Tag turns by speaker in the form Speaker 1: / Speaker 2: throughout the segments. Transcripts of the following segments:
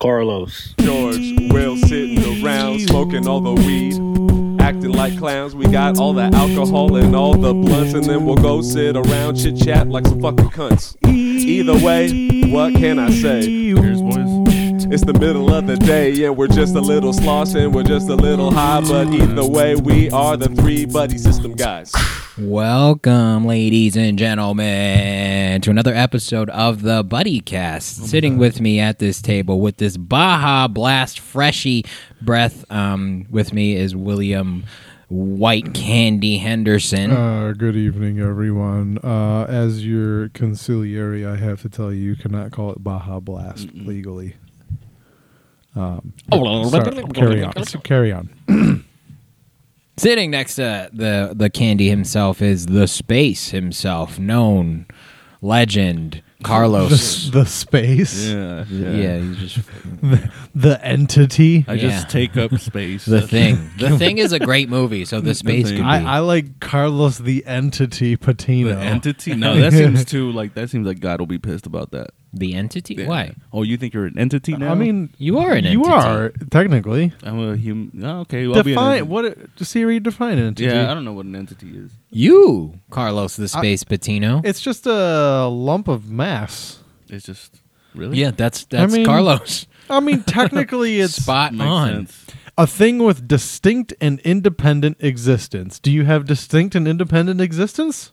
Speaker 1: Carlos.
Speaker 2: George Will sitting around smoking all the weed, acting like clowns. We got all the alcohol and all the blunts, and then we'll go sit around chit chat like some fucking cunts. Either way, what can I say?
Speaker 3: Cheers, boys.
Speaker 2: It's the middle of the day, and we're just a little sloss and we're just a little high, but either way, we are the three buddy system guys.
Speaker 4: Welcome, ladies and gentlemen, to another episode of the Buddy Cast. Sitting with me at this table with this Baja Blast freshy breath, um, with me is William White Candy Henderson.
Speaker 5: Uh, good evening, everyone. Uh, as your conciliary, I have to tell you, you cannot call it Baja Blast legally.
Speaker 3: Oh,
Speaker 5: Um, sorry, carry on. Carry on.
Speaker 4: Sitting next to the the candy himself is the space himself, known legend Carlos.
Speaker 5: The, the space,
Speaker 3: Yeah,
Speaker 4: yeah. he's just
Speaker 5: the entity.
Speaker 3: I
Speaker 4: Yeah.
Speaker 3: just take up space.
Speaker 4: the thing. The thing is a great movie, so the space
Speaker 3: Thing.
Speaker 4: could be.
Speaker 5: I, I like Carlos the entity
Speaker 3: The
Speaker 5: Patino.
Speaker 3: entity. No, that seems too like that seems like God will be pissed about that.
Speaker 4: the entity?
Speaker 3: Yeah.
Speaker 4: Why?
Speaker 3: Oh, you think you're an entity now?
Speaker 5: I mean,
Speaker 4: You are an
Speaker 5: you
Speaker 4: entity.
Speaker 5: are technically
Speaker 3: I'm a human. Oh, okay, well, I'll be an
Speaker 5: define
Speaker 3: entity.
Speaker 5: what it- Siri define entity.
Speaker 3: Yeah, I don't know what an entity is.
Speaker 4: You, Carlos the Space Patino.
Speaker 5: It's just a lump of mass.
Speaker 3: It's just really
Speaker 4: Yeah, that's that's
Speaker 5: mean,
Speaker 4: Carlos.
Speaker 5: I mean, technically, it's
Speaker 4: Spot
Speaker 3: makes
Speaker 4: on.
Speaker 3: sense.
Speaker 5: A thing with distinct and independent existence. Do you have distinct and independent existence?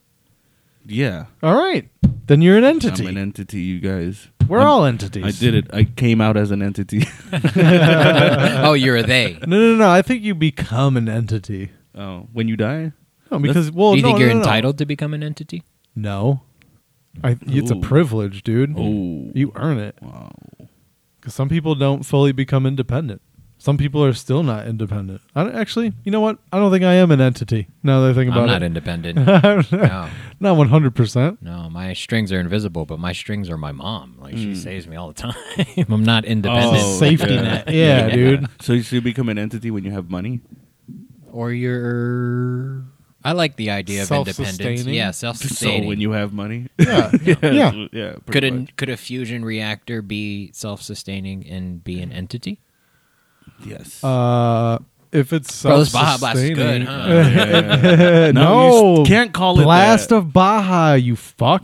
Speaker 3: Yeah,
Speaker 5: All right. Then you're an entity.
Speaker 3: I'm an entity, you guys.
Speaker 5: We're
Speaker 3: I'm-
Speaker 5: all entities.
Speaker 3: I did it. I came out as an entity.
Speaker 4: oh, you're a they.
Speaker 5: No, no, no. I think you become an entity.
Speaker 3: oh, when you die,
Speaker 5: No, because, well,
Speaker 4: Do you
Speaker 5: no,
Speaker 4: think
Speaker 5: no,
Speaker 4: you're
Speaker 5: no, no.
Speaker 4: entitled to become an entity?
Speaker 5: No. I, it's a
Speaker 3: Ooh.
Speaker 5: privilege, dude.
Speaker 3: oh,
Speaker 5: You earn it.
Speaker 3: wow.
Speaker 5: Because some people don't fully become independent. Some people are still not independent. I don't, actually, you know what? I don't think I am an entity now that I think
Speaker 4: I'm
Speaker 5: about
Speaker 4: not
Speaker 5: it.
Speaker 4: independent. no,
Speaker 5: not 100%.
Speaker 4: no, my strings are invisible, but my strings are my mom. Like she saves me all the time. I'm not independent.
Speaker 3: Oh,
Speaker 5: Safety
Speaker 3: yeah.
Speaker 5: net. Yeah,
Speaker 4: Yeah.
Speaker 5: dude.
Speaker 3: Uh, So you should become an entity when you have money.
Speaker 4: Or you're. I like the idea of independence.
Speaker 5: Self-sustaining?
Speaker 4: Yeah, self-sustaining.
Speaker 3: So when you have money,
Speaker 5: Yeah. yeah.
Speaker 3: yeah, pretty
Speaker 4: could
Speaker 3: much.
Speaker 4: a, could a fusion reactor be self-sustaining and be an entity?
Speaker 3: yes.
Speaker 5: Uh, if it's
Speaker 4: Bro, this Baja
Speaker 5: self-sustaining,
Speaker 4: Blast is good, huh?
Speaker 5: Uh, no,
Speaker 3: No, you s- can't call it
Speaker 5: blast
Speaker 3: that.
Speaker 5: of Baja. You fuck,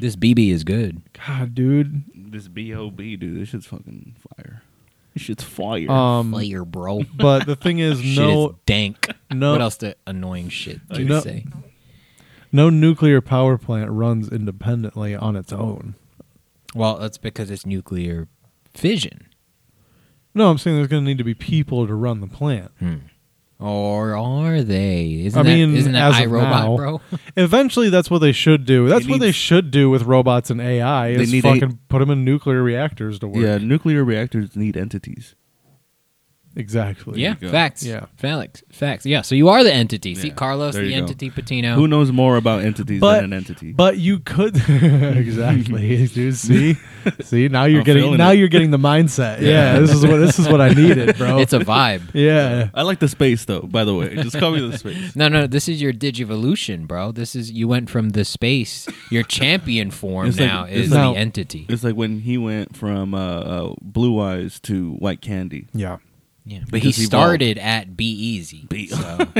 Speaker 4: this BB is good.
Speaker 5: God, dude.
Speaker 3: this bob dude, this shit's fucking fire. This shit's fire.
Speaker 5: Um,
Speaker 4: Player, bro.
Speaker 5: but the thing is,
Speaker 4: Shit is
Speaker 5: no,
Speaker 4: dank.
Speaker 5: no- Uh,
Speaker 4: What else? The annoying shit to
Speaker 5: No-
Speaker 4: say.
Speaker 5: no nuclear power plant runs independently on its own.
Speaker 4: Well, that's because it's nuclear fission.
Speaker 5: No, I'm saying there's going to need to be people to run the plant.
Speaker 4: Or are they? Isn't
Speaker 5: I
Speaker 4: that,
Speaker 5: mean,
Speaker 4: isn't that
Speaker 5: as of now-
Speaker 4: iRobot, bro?
Speaker 5: Eventually, that's what they should do. That's
Speaker 3: They
Speaker 5: what
Speaker 3: need-
Speaker 5: they should do with robots and AI.
Speaker 3: They
Speaker 5: Is
Speaker 3: need
Speaker 5: fucking
Speaker 3: a-
Speaker 5: put them in nuclear reactors to work.
Speaker 3: yeah, nuclear reactors need entities.
Speaker 5: exactly.
Speaker 4: Yeah,
Speaker 3: go.
Speaker 4: facts.
Speaker 5: Yeah.
Speaker 4: Facts. Facts. Yeah, so you are the entity. See,
Speaker 3: Yeah,
Speaker 4: Carlos,
Speaker 3: there
Speaker 4: the
Speaker 3: you go.
Speaker 4: entity, Patino.
Speaker 3: Who knows more about entities
Speaker 5: But-
Speaker 3: than an entity?
Speaker 5: But you could exactly, dude. See, see. Now you're
Speaker 3: I'm
Speaker 5: getting
Speaker 3: feeling
Speaker 5: now
Speaker 3: it.
Speaker 5: you're getting the mindset. Yeah, this is what this is what I needed, bro.
Speaker 4: It's a vibe.
Speaker 5: yeah.
Speaker 3: I like the space though. By the way, just call me the space.
Speaker 4: No, no, this is your digivolution, bro. This is you went from the space. Your champion form
Speaker 3: It's like-
Speaker 4: now
Speaker 3: it's
Speaker 4: is
Speaker 5: now-
Speaker 4: the entity.
Speaker 3: It's like when he went from uh, uh, blue eyes to white candy.
Speaker 5: Yeah.
Speaker 4: Yeah, but
Speaker 3: It
Speaker 4: he
Speaker 3: just evolved.
Speaker 4: started at Be Easy.
Speaker 5: E
Speaker 3: Be-
Speaker 4: so
Speaker 3: I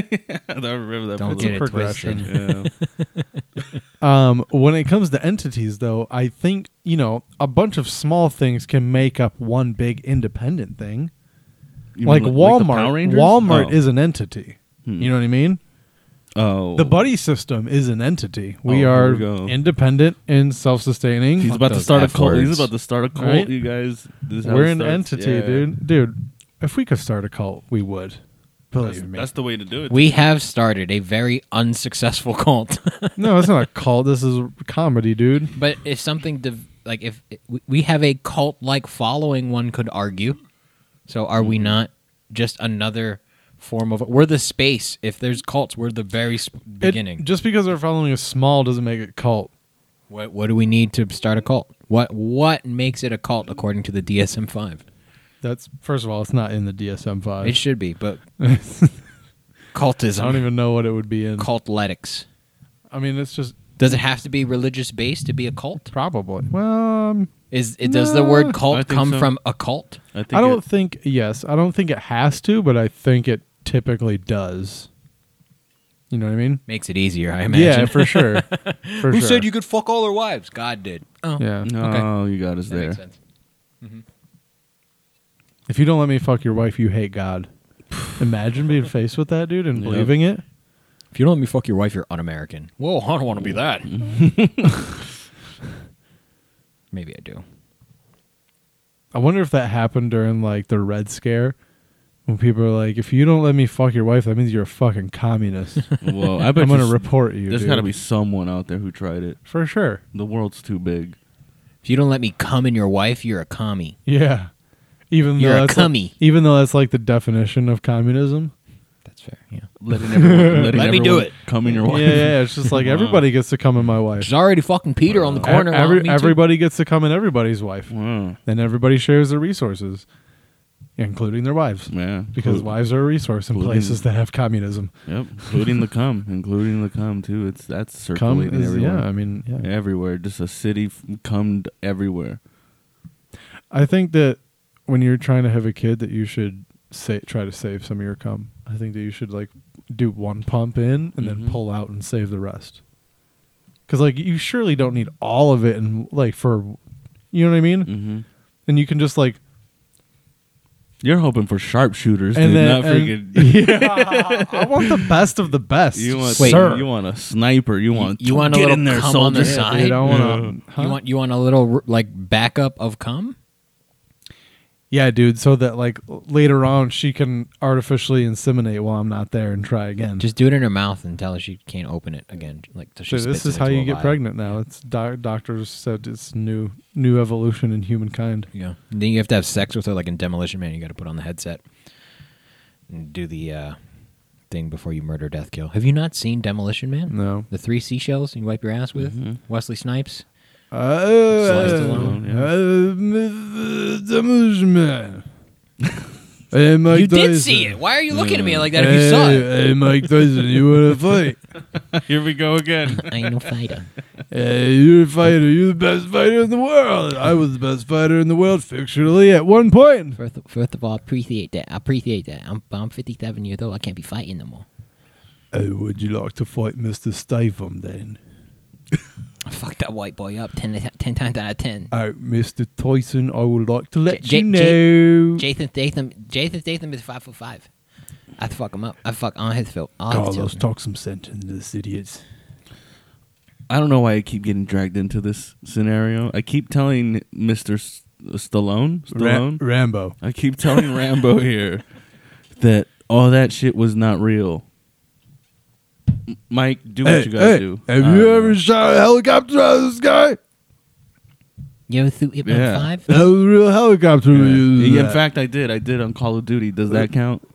Speaker 3: remember that.
Speaker 4: don't
Speaker 3: from
Speaker 4: get
Speaker 3: the-
Speaker 4: it
Speaker 5: progression.
Speaker 4: twisted.
Speaker 3: Yeah.
Speaker 5: Um, when it comes to entities, though, I think you know a bunch of small things can make up one big independent thing.
Speaker 3: You mean
Speaker 5: Like
Speaker 3: the
Speaker 5: Walmart.
Speaker 3: Power Rangers?
Speaker 5: Walmart
Speaker 3: Oh. Hmm.
Speaker 5: is an entity. You know what I mean?
Speaker 3: oh
Speaker 5: The buddy system is an entity. We
Speaker 3: Oh, here
Speaker 5: are
Speaker 3: we go.
Speaker 5: independent and self-sustaining.
Speaker 3: He's
Speaker 4: Fuck
Speaker 3: about to
Speaker 4: those
Speaker 3: start a
Speaker 4: F
Speaker 3: cult. He's
Speaker 4: words.
Speaker 3: about to start a cult.
Speaker 5: Right?
Speaker 3: You guys, this is how
Speaker 5: We're an
Speaker 3: it starts.
Speaker 5: entity,
Speaker 3: Yeah.
Speaker 5: dude. Dude, if we could start a cult, we would. Believe
Speaker 3: That's,
Speaker 5: me.
Speaker 3: that's the way to do it.
Speaker 4: we have started a very unsuccessful cult.
Speaker 5: no, it's not a cult. This is comedy, dude.
Speaker 4: But if something div- like if we- we have a cult like following, one could argue. So are we not just another form of? We're the space. If there's cults, we're the very sp-
Speaker 5: It-
Speaker 4: beginning.
Speaker 5: just because they're following is small doesn't make it cult.
Speaker 4: what what do we need to start a cult? What what makes it a cult according to the DSM five?
Speaker 5: That's first of all, it's not in the DSM five.
Speaker 4: It should be, but
Speaker 5: I
Speaker 4: cultism,
Speaker 5: don't even know what it would be in.
Speaker 4: cultletics.
Speaker 5: I mean, it's just
Speaker 4: Does it have to be religious based to be a cult?
Speaker 5: Probably. Well, um,
Speaker 4: Is it does the word
Speaker 3: I
Speaker 4: cult
Speaker 3: think
Speaker 4: come
Speaker 3: so.
Speaker 4: from occult?
Speaker 3: I think
Speaker 5: I don't
Speaker 3: it-
Speaker 5: think. Yes, I don't think it has to, but I think it typically does. You know what I mean?
Speaker 4: Makes it easier, I imagine.
Speaker 5: Yeah, for sure. For
Speaker 4: Who
Speaker 5: sure.
Speaker 4: said you could fuck all their wives? God did. Oh,
Speaker 5: Yeah.
Speaker 3: No, you got us
Speaker 4: that
Speaker 3: there.
Speaker 4: makes sense.
Speaker 5: If you don't let me fuck your wife, you hate God. Imagine being faced with that, dude, and
Speaker 3: Yep.
Speaker 5: believing it.
Speaker 4: If you don't let me fuck your wife, you're un-American. Whoa, I don't want to be that. Maybe I do.
Speaker 5: I wonder if that happened during like the Red Scare, when people are like, "If you don't let me fuck your wife, that means you're a fucking communist.
Speaker 3: Well, I bet
Speaker 5: I'm gonna
Speaker 3: you s-
Speaker 5: report you."
Speaker 3: There's
Speaker 5: dude.
Speaker 3: got to be someone out there who tried it.
Speaker 5: for sure.
Speaker 3: The world's too big.
Speaker 4: If you don't let me cum in your wife, you're a commie.
Speaker 5: Yeah, even
Speaker 4: You're
Speaker 5: though
Speaker 4: a
Speaker 5: that's like-
Speaker 4: commie.
Speaker 5: even though that's like the definition of communism.
Speaker 4: That's fair. Yeah.
Speaker 3: Letting everyone, letting
Speaker 4: Let me do
Speaker 3: everyone
Speaker 4: it.
Speaker 3: Come in your
Speaker 5: Yeah,
Speaker 3: wife.
Speaker 5: yeah, it's just like everybody gets to come in my wife.
Speaker 4: There's already fucking Peter on the
Speaker 5: E-
Speaker 4: corner.
Speaker 5: every-
Speaker 4: Me too.
Speaker 5: everybody gets to come in everybody's wife.
Speaker 3: Wow.
Speaker 5: Then everybody shares their resources, including their wives,
Speaker 3: Yeah.
Speaker 5: because
Speaker 3: Inclu-
Speaker 5: wives are a resource in
Speaker 3: Including-
Speaker 5: places that have communism.
Speaker 3: Yep. Including the cum. Including the cum too. It's that's
Speaker 5: Come
Speaker 3: circulating
Speaker 5: is, yeah, I
Speaker 3: everywhere.
Speaker 5: mean, yeah.
Speaker 3: Everywhere. Just a city f- cummed everywhere.
Speaker 5: I think that when you're trying to have a kid, that you should say try to save some of your cum. I think that you should like do one pump in and then
Speaker 3: Mhm.
Speaker 5: pull out and save the rest. Because like you surely don't need all of it, and like for you know what I mean.
Speaker 3: Mm-hmm.
Speaker 5: And you can just like
Speaker 3: You're hoping for sharpshooters,
Speaker 5: and
Speaker 3: dude.
Speaker 5: then
Speaker 3: not
Speaker 5: and-
Speaker 3: freaking.
Speaker 5: yeah, I want the best of the best.
Speaker 3: You want,
Speaker 4: Wait.
Speaker 5: sir.
Speaker 3: you want a sniper. You want
Speaker 4: you want a
Speaker 3: get
Speaker 4: little
Speaker 3: in there,
Speaker 4: cum on
Speaker 3: soldier.
Speaker 4: the side?
Speaker 5: Dude, I want to.
Speaker 4: You want you want a little r- like backup of cum?
Speaker 5: Yeah, dude. So that like later on she can artificially inseminate while I'm not there and try again.
Speaker 4: Just do it in her mouth and tell her she can't open it again. Like till she
Speaker 5: So this
Speaker 4: spits it
Speaker 5: is how
Speaker 4: into
Speaker 5: you
Speaker 4: a
Speaker 5: get
Speaker 4: vial.
Speaker 5: pregnant now. It's doc- doctors said it's new new evolution in humankind.
Speaker 4: Yeah. Then you have to have sex with her, like in Demolition Man. You got to put on the headset and do the uh, thing before you murder, death, kill. Have you not seen Demolition Man?
Speaker 5: No. Mm-hmm.
Speaker 4: The three seashells you wipe your ass with. Wesley Snipes. Sliced
Speaker 5: Uh,
Speaker 4: alone,
Speaker 3: yeah.
Speaker 5: Demolition Man. Hey, Mike
Speaker 4: you did
Speaker 5: Tyson.
Speaker 4: see it. Why are you looking at me like that? If
Speaker 5: Hey,
Speaker 4: you saw it,
Speaker 5: hey, Mike Tyson, you want to fight?
Speaker 3: Here we go again.
Speaker 4: I ain't no fighter.
Speaker 5: Hey, you're a fighter. You're the best fighter in the world. I was the best fighter in the world fictionally at one point.
Speaker 4: First, first of all, appreciate that. I appreciate that. I'm I'm 57 years old. I can't be fighting no more.
Speaker 5: Hey, would you like to fight Mr. Stifum then?
Speaker 4: I fucked that white boy up 10, ti- 10 times out of 10.
Speaker 5: Uh, Mr. Tyson, I would like to let
Speaker 4: J-
Speaker 5: you
Speaker 4: J- J-
Speaker 5: know.
Speaker 4: Jason Statham. Jason Statham is five foot five. I fuck him up. I fuck on his field. On his
Speaker 5: Carlos,
Speaker 4: children.
Speaker 5: talk some sense into this idiot.
Speaker 3: I don't know why I keep getting dragged into this scenario. I keep telling Mr. S- Stallone, Stallone.
Speaker 5: Rambo.
Speaker 3: I keep telling Rambo here that all that shit was not real. M- Mike, do what you gotta do. Uh,
Speaker 5: Have
Speaker 3: I
Speaker 5: you
Speaker 3: don't
Speaker 5: ever
Speaker 3: know.
Speaker 5: shot a helicopter out of the sky?
Speaker 4: You ever threw it
Speaker 3: Yeah.
Speaker 4: yeah. five?
Speaker 5: That was a real helicopter.
Speaker 3: Yeah.
Speaker 5: we used
Speaker 3: Yeah, In
Speaker 5: that.
Speaker 3: fact, I did. I did on Call of Duty. Does that count?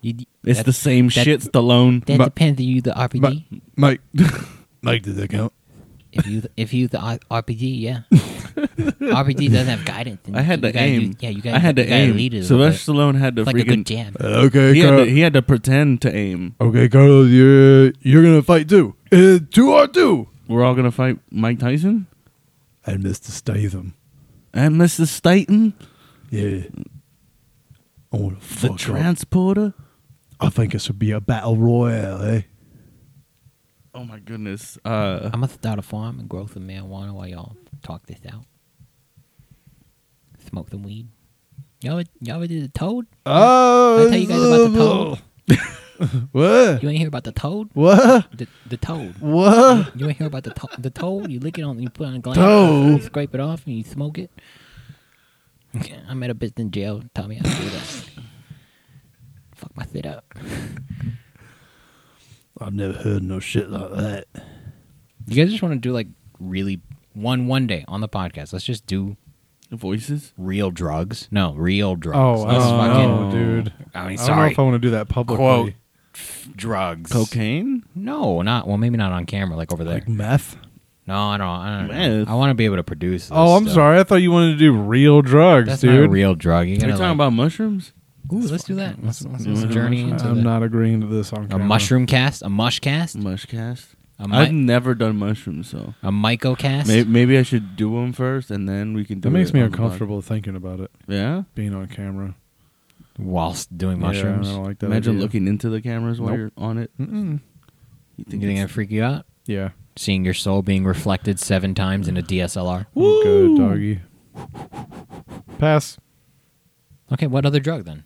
Speaker 4: You,
Speaker 3: It's
Speaker 4: that,
Speaker 3: the same
Speaker 4: that-
Speaker 3: shit, Stallone.
Speaker 4: that
Speaker 5: Ma-
Speaker 4: depends. Are you the RPG?
Speaker 5: Ma- Mike, Mike, did that count?
Speaker 4: if you the, if you the R- RPG, yeah. RPG doesn't have guidance. and
Speaker 3: I had
Speaker 4: you
Speaker 3: to
Speaker 4: gotta
Speaker 3: aim.
Speaker 4: use- yeah, you got.
Speaker 3: I had
Speaker 4: you
Speaker 3: to
Speaker 4: gotta
Speaker 3: aim.
Speaker 4: Lead it a little
Speaker 3: Sylvester Stallone had to
Speaker 4: bit. It's like a
Speaker 3: freaking. uh,
Speaker 4: good jam.
Speaker 5: Uh, Okay,
Speaker 3: he, had to,
Speaker 5: Carlos.
Speaker 3: he had to pretend to aim.
Speaker 5: okay, Carlos, you're you're gonna fight too. Uh, two or two.
Speaker 3: We're all gonna fight Mike Tyson
Speaker 5: And Mr. Statham.
Speaker 3: and Mr. Staten,
Speaker 5: Yeah. I want to
Speaker 3: the
Speaker 5: fuck up.
Speaker 3: transporter.
Speaker 5: I think this would be a battle royale, eh?
Speaker 3: Oh my goodness. Uh,
Speaker 4: I'm gonna start a farm and grow some marijuana while y'all talk this out. Smoke some weed. Y'all, ever- y'all ever did the toad?
Speaker 5: Oh,
Speaker 4: I tell you guys about the toad?
Speaker 5: what?
Speaker 4: You ain't hear about the toad?
Speaker 5: What?
Speaker 4: The, the toad.
Speaker 5: What?
Speaker 4: You ain't hear about the to- the toad? You lick it on, you put it on a glass,
Speaker 5: Toad.
Speaker 4: scrape it off, and you smoke it. I met a bitch in jail. Taught me how to do that. Fuck my shit up.
Speaker 5: I've never heard no shit like that.
Speaker 4: You guys just want to do like really one one day on the podcast. Let's just do
Speaker 3: voices.
Speaker 4: real drugs. No, real drugs.
Speaker 5: Oh,
Speaker 4: Let's
Speaker 5: I don't know, dude.
Speaker 4: I mean,
Speaker 5: I don't know
Speaker 4: sorry.
Speaker 5: if I want to do that publicly.
Speaker 4: Quote. drugs.
Speaker 3: Cocaine?
Speaker 4: No, not well. Maybe not on camera, like over there.
Speaker 5: Like meth?
Speaker 4: no, I don't. I, don't
Speaker 3: Meth.
Speaker 4: know. I want to be able to produce. This
Speaker 5: Oh, I'm
Speaker 4: stuff.
Speaker 5: sorry. I thought you wanted to do real drugs,
Speaker 4: That's
Speaker 5: dude.
Speaker 4: not a real drug. You
Speaker 3: Are you
Speaker 4: gotta,
Speaker 3: talking
Speaker 4: like-
Speaker 3: about mushrooms?
Speaker 4: Ooh, let's do that. Let's, let's,
Speaker 3: You wanna do
Speaker 4: journey
Speaker 3: mushrooms?
Speaker 4: into
Speaker 5: I'm
Speaker 4: the-
Speaker 5: not agreeing to this on
Speaker 4: a
Speaker 5: camera.
Speaker 4: mushroom cast, a mush cast.
Speaker 3: Mushcast.
Speaker 4: A,
Speaker 3: I've
Speaker 4: mi-
Speaker 3: never done mushrooms, so
Speaker 4: a mycocast?
Speaker 3: maybe, maybe I should do them first, and then we can do.
Speaker 5: That makes
Speaker 3: it
Speaker 5: me
Speaker 4: Oh,
Speaker 3: on the pod.
Speaker 5: uncomfortable thinking about it
Speaker 3: Yeah.
Speaker 5: being on camera.
Speaker 4: Whilst doing
Speaker 5: Yeah,
Speaker 4: mushrooms?
Speaker 5: I don't like that.
Speaker 3: Imagine
Speaker 5: idea.
Speaker 3: looking into the cameras while
Speaker 5: Nope.
Speaker 3: you're on it.
Speaker 5: Mm-mm.
Speaker 3: You
Speaker 4: you think
Speaker 3: it's-
Speaker 4: that'd freak you out?
Speaker 5: Yeah.
Speaker 4: Seeing your soul being reflected seven times in a DSLR?
Speaker 5: I'm Good doggy. Pass.
Speaker 4: Okay, what other drug then?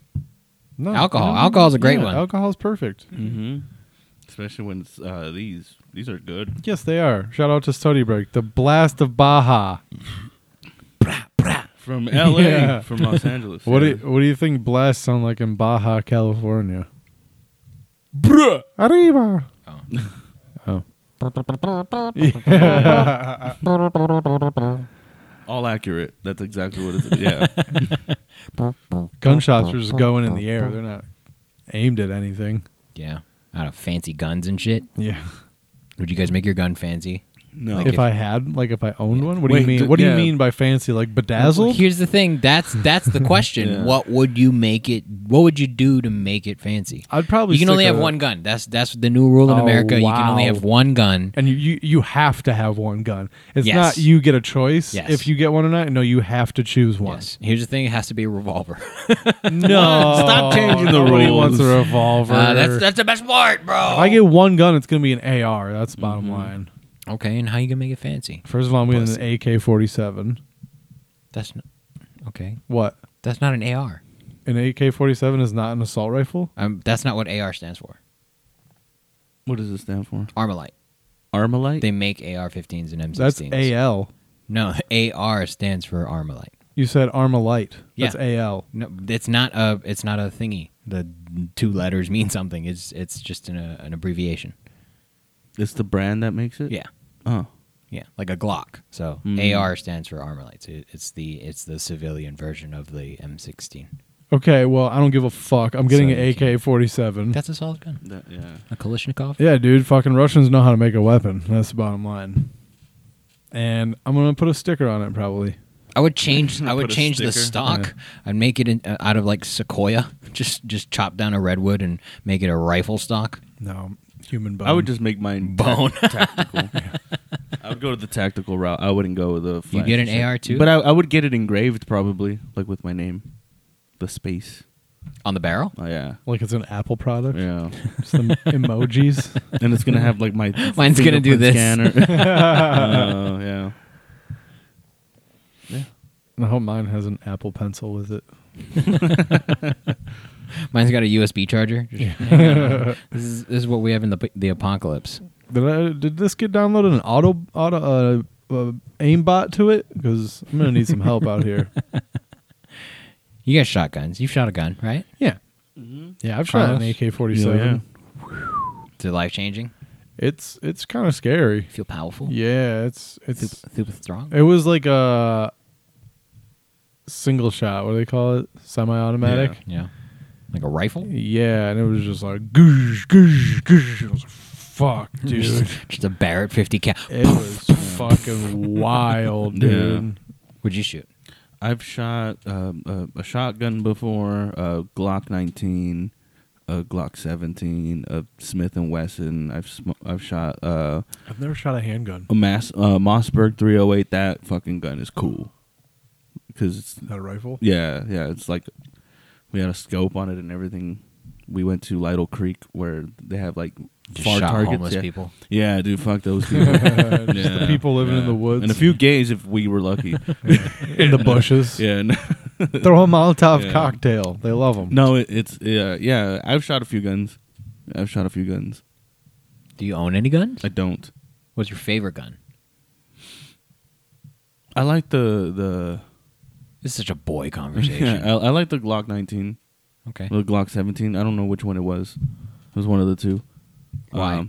Speaker 5: No,
Speaker 4: Alcohol.
Speaker 5: no, no,
Speaker 4: Alcohol's a great
Speaker 5: Oh, yeah,
Speaker 4: one. Mm.
Speaker 5: Alcohol's perfect. Mm-hmm.
Speaker 3: Mhm. Especially when it's uh, these. These are good.
Speaker 5: Yes, they are. Shout out to Study Break, the blast of Baja.
Speaker 3: From L.A.
Speaker 5: Yeah.
Speaker 3: From Los Angeles.
Speaker 5: What do
Speaker 3: yeah.
Speaker 5: you, what do you think blasts sound like in Baja, California?
Speaker 3: Bruh.
Speaker 5: Arriba.
Speaker 4: Oh.
Speaker 5: Oh.
Speaker 3: All accurate. That's exactly what it is. Yeah.
Speaker 5: Gunshots are just going in the air. They're not aimed at anything.
Speaker 4: Yeah. Out of fancy guns and shit?
Speaker 5: Yeah.
Speaker 4: Would you guys make your gun fancy?
Speaker 3: No.
Speaker 4: Like
Speaker 5: If I had, like, if I owned one, what do
Speaker 3: Wait,
Speaker 5: you mean?
Speaker 3: d-
Speaker 5: what do
Speaker 3: yeah.
Speaker 5: you mean by fancy? Like bedazzled?
Speaker 4: Here's the thing. That's that's the question.
Speaker 3: Yeah.
Speaker 4: What would you make it? What would you do to make it fancy?
Speaker 5: I'd probably.
Speaker 4: you can only
Speaker 5: stick
Speaker 4: have
Speaker 5: with-
Speaker 4: one gun. That's that's the new rule in
Speaker 5: Oh,
Speaker 4: America. You can only
Speaker 5: wow.
Speaker 4: have one gun.
Speaker 5: and you, you you have to have one gun. It's
Speaker 4: Yes.
Speaker 5: not you get a choice
Speaker 4: Yes.
Speaker 5: if you get one or not. No, you have to choose one.
Speaker 4: Yes. Here's the thing. It has to be a revolver.
Speaker 5: No, stop
Speaker 3: changing the
Speaker 5: Nobody
Speaker 3: rules.
Speaker 5: wants a revolver.
Speaker 4: Uh, that's that's the best part, bro.
Speaker 5: if I get one gun, it's gonna be an AR. That's bottom
Speaker 3: Mm-hmm.
Speaker 5: line.
Speaker 4: okay, and how you gonna make it fancy?
Speaker 5: First of all, I'm getting an AK forty seven.
Speaker 4: That's not, okay.
Speaker 5: What?
Speaker 4: That's not an AR.
Speaker 5: An AK forty seven is not an assault rifle?
Speaker 4: Um, that's not what AR stands for.
Speaker 3: what does it stand for?
Speaker 4: Armalite.
Speaker 3: Armalite.
Speaker 4: They make AR-15s and M16s.
Speaker 5: That's AL.
Speaker 4: No, AR stands for Armalite.
Speaker 5: You said Armalite. That's
Speaker 4: Yeah.
Speaker 5: AL.
Speaker 4: No, it's not a it's not a thingy. The two letters mean something. It's it's just an, uh, an abbreviation.
Speaker 3: it's the brand that makes it.
Speaker 4: Yeah,
Speaker 3: Oh.
Speaker 4: yeah, like a Glock. So
Speaker 3: Mm.
Speaker 4: AR stands for Armalite. It, it's the it's the civilian version of the M16.
Speaker 5: Okay, well, I don't give a fuck. I'm getting
Speaker 4: So you
Speaker 5: an AK forty seven.
Speaker 4: That's a solid gun.
Speaker 3: That, yeah.
Speaker 4: A Kalashnikov.
Speaker 5: Yeah, dude, fucking Russians know how to make a weapon. That's the bottom line. And I'm gonna put a sticker on it probably.
Speaker 4: I would change. I would
Speaker 3: Put a
Speaker 4: change the
Speaker 3: sticker.
Speaker 4: stock. I'd make it in, uh, out of like sequoia. Just just chop down a redwood and make it a rifle stock.
Speaker 5: No, human bone.
Speaker 3: I would just make mine bone tactical. I would go to the tactical route. I wouldn't go with the.
Speaker 4: You
Speaker 3: flashy
Speaker 4: get an
Speaker 3: shit.
Speaker 4: AR too?
Speaker 3: but I, I would get it engraved probably, like with my name, the space.
Speaker 4: On the barrel?
Speaker 3: Oh yeah,
Speaker 5: like it's an Apple product.
Speaker 3: yeah.
Speaker 5: Some emojis.
Speaker 3: and it's gonna have like my.
Speaker 4: Mine's gonna do
Speaker 3: fingerprint
Speaker 4: this.
Speaker 3: Scanner. Oh yeah. Yeah.
Speaker 5: I hope mine has an Apple pencil with it.
Speaker 4: Mine's got a USB charger. Just this, is, this is what we have in the the apocalypse.
Speaker 5: Did I, did this get downloaded an auto auto uh, uh, aimbot to it? Because I'm gonna need some help out here.
Speaker 4: You got shotguns. You've shot a gun, right?
Speaker 5: Yeah, yeah. I've shot an
Speaker 3: Cross.
Speaker 5: AK-47.
Speaker 3: Yeah,
Speaker 4: Is it life changing?
Speaker 5: It's it's kind of scary.
Speaker 4: Feel powerful?
Speaker 5: Yeah, it's
Speaker 4: Super,
Speaker 5: it's
Speaker 4: super strong?
Speaker 5: it was like a single shot. What do they call it? Semi-automatic.
Speaker 4: yeah. Like a rifle?
Speaker 5: Yeah, and it was just like goosh goosh goosh. I was like, Fuck, dude.
Speaker 4: Just a Barrett 50 cal.
Speaker 5: It was fucking wild, dude.
Speaker 4: Would you shoot?
Speaker 3: I've shot um, a, a shotgun before, a Glock 19, a Glock 17, a Smith and Wesson. I've sm- I've shot uh,
Speaker 5: I've never shot a handgun.
Speaker 3: a Mas- uh, Mossberg 308. That fucking gun is cool because it's
Speaker 5: Not a rifle.
Speaker 3: yeah yeah it's like we had a scope on it and everything. We went to Lytle Creek where they have like
Speaker 4: Just
Speaker 3: far
Speaker 4: shot
Speaker 3: targets.
Speaker 4: homeless
Speaker 3: yeah.
Speaker 4: people.
Speaker 3: yeah, dude, fuck those people.
Speaker 5: Just
Speaker 3: Yeah,
Speaker 5: the people living in
Speaker 3: yeah.
Speaker 5: the woods
Speaker 3: and a few gays if we were lucky.
Speaker 5: in the bushes.
Speaker 3: yeah. no-
Speaker 5: Throw a Molotov
Speaker 3: Yeah.
Speaker 5: cocktail. They love them.
Speaker 3: No, it, it's yeah, yeah. I've shot a few guns. I've shot a few guns.
Speaker 4: Do you own any guns?
Speaker 3: I don't.
Speaker 4: What's your favorite gun?
Speaker 3: I like the the.
Speaker 4: This is such a boy
Speaker 3: Yeah,
Speaker 4: conversation.
Speaker 3: I, I like the Glock 19,
Speaker 4: okay.
Speaker 3: the Glock 17. I don't know which one it was. It was one of the two. Um,
Speaker 4: Why?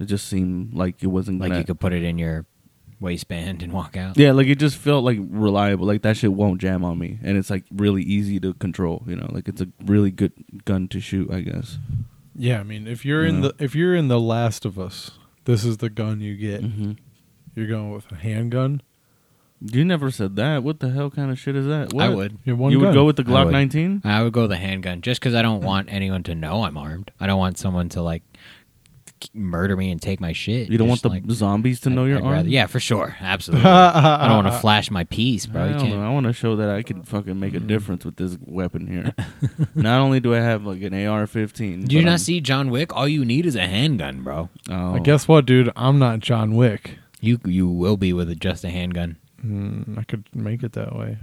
Speaker 3: it just seemed like it wasn't
Speaker 4: Like
Speaker 3: gonna-
Speaker 4: you could put it in your waistband and walk out.
Speaker 3: Yeah, like it just felt like reliable. Like that shit won't jam on me, and it's like really easy to control. You know, like it's a really good gun to shoot. I guess.
Speaker 5: Yeah, I mean, if you're in
Speaker 3: No.
Speaker 5: the if you're in the Last of Us, this is the gun you get.
Speaker 3: Mm-hmm.
Speaker 5: You're going with a handgun.
Speaker 3: You never said that. What the hell kind of shit is that? What?
Speaker 4: I would.
Speaker 5: You're one.
Speaker 3: you
Speaker 5: gun.
Speaker 3: would go with the Glock
Speaker 4: would.
Speaker 3: 19?
Speaker 4: I would go with a handgun just because I don't want anyone to know I'm armed. I don't want someone to like k- murder me and take my shit.
Speaker 3: You don't want
Speaker 4: Just
Speaker 3: the
Speaker 4: like,
Speaker 3: zombies to know
Speaker 4: I'd-
Speaker 3: your
Speaker 4: I'd
Speaker 3: arm.
Speaker 4: rather- yeah, for sure, absolutely. I don't want to flash my piece, bro.
Speaker 3: I
Speaker 4: You
Speaker 3: don't
Speaker 4: can't. Mm-hmm.
Speaker 3: know. I want to show that I can fucking make a difference with this weapon here. not only do I have like an AR-15,
Speaker 4: Do you
Speaker 3: but
Speaker 4: not
Speaker 3: I'm-
Speaker 4: see John Wick? All you need is a handgun, bro.
Speaker 3: Oh,
Speaker 5: I guess what, dude? I'm not John Wick.
Speaker 4: You you will be with just a handgun.
Speaker 5: Mm, I could make it that way,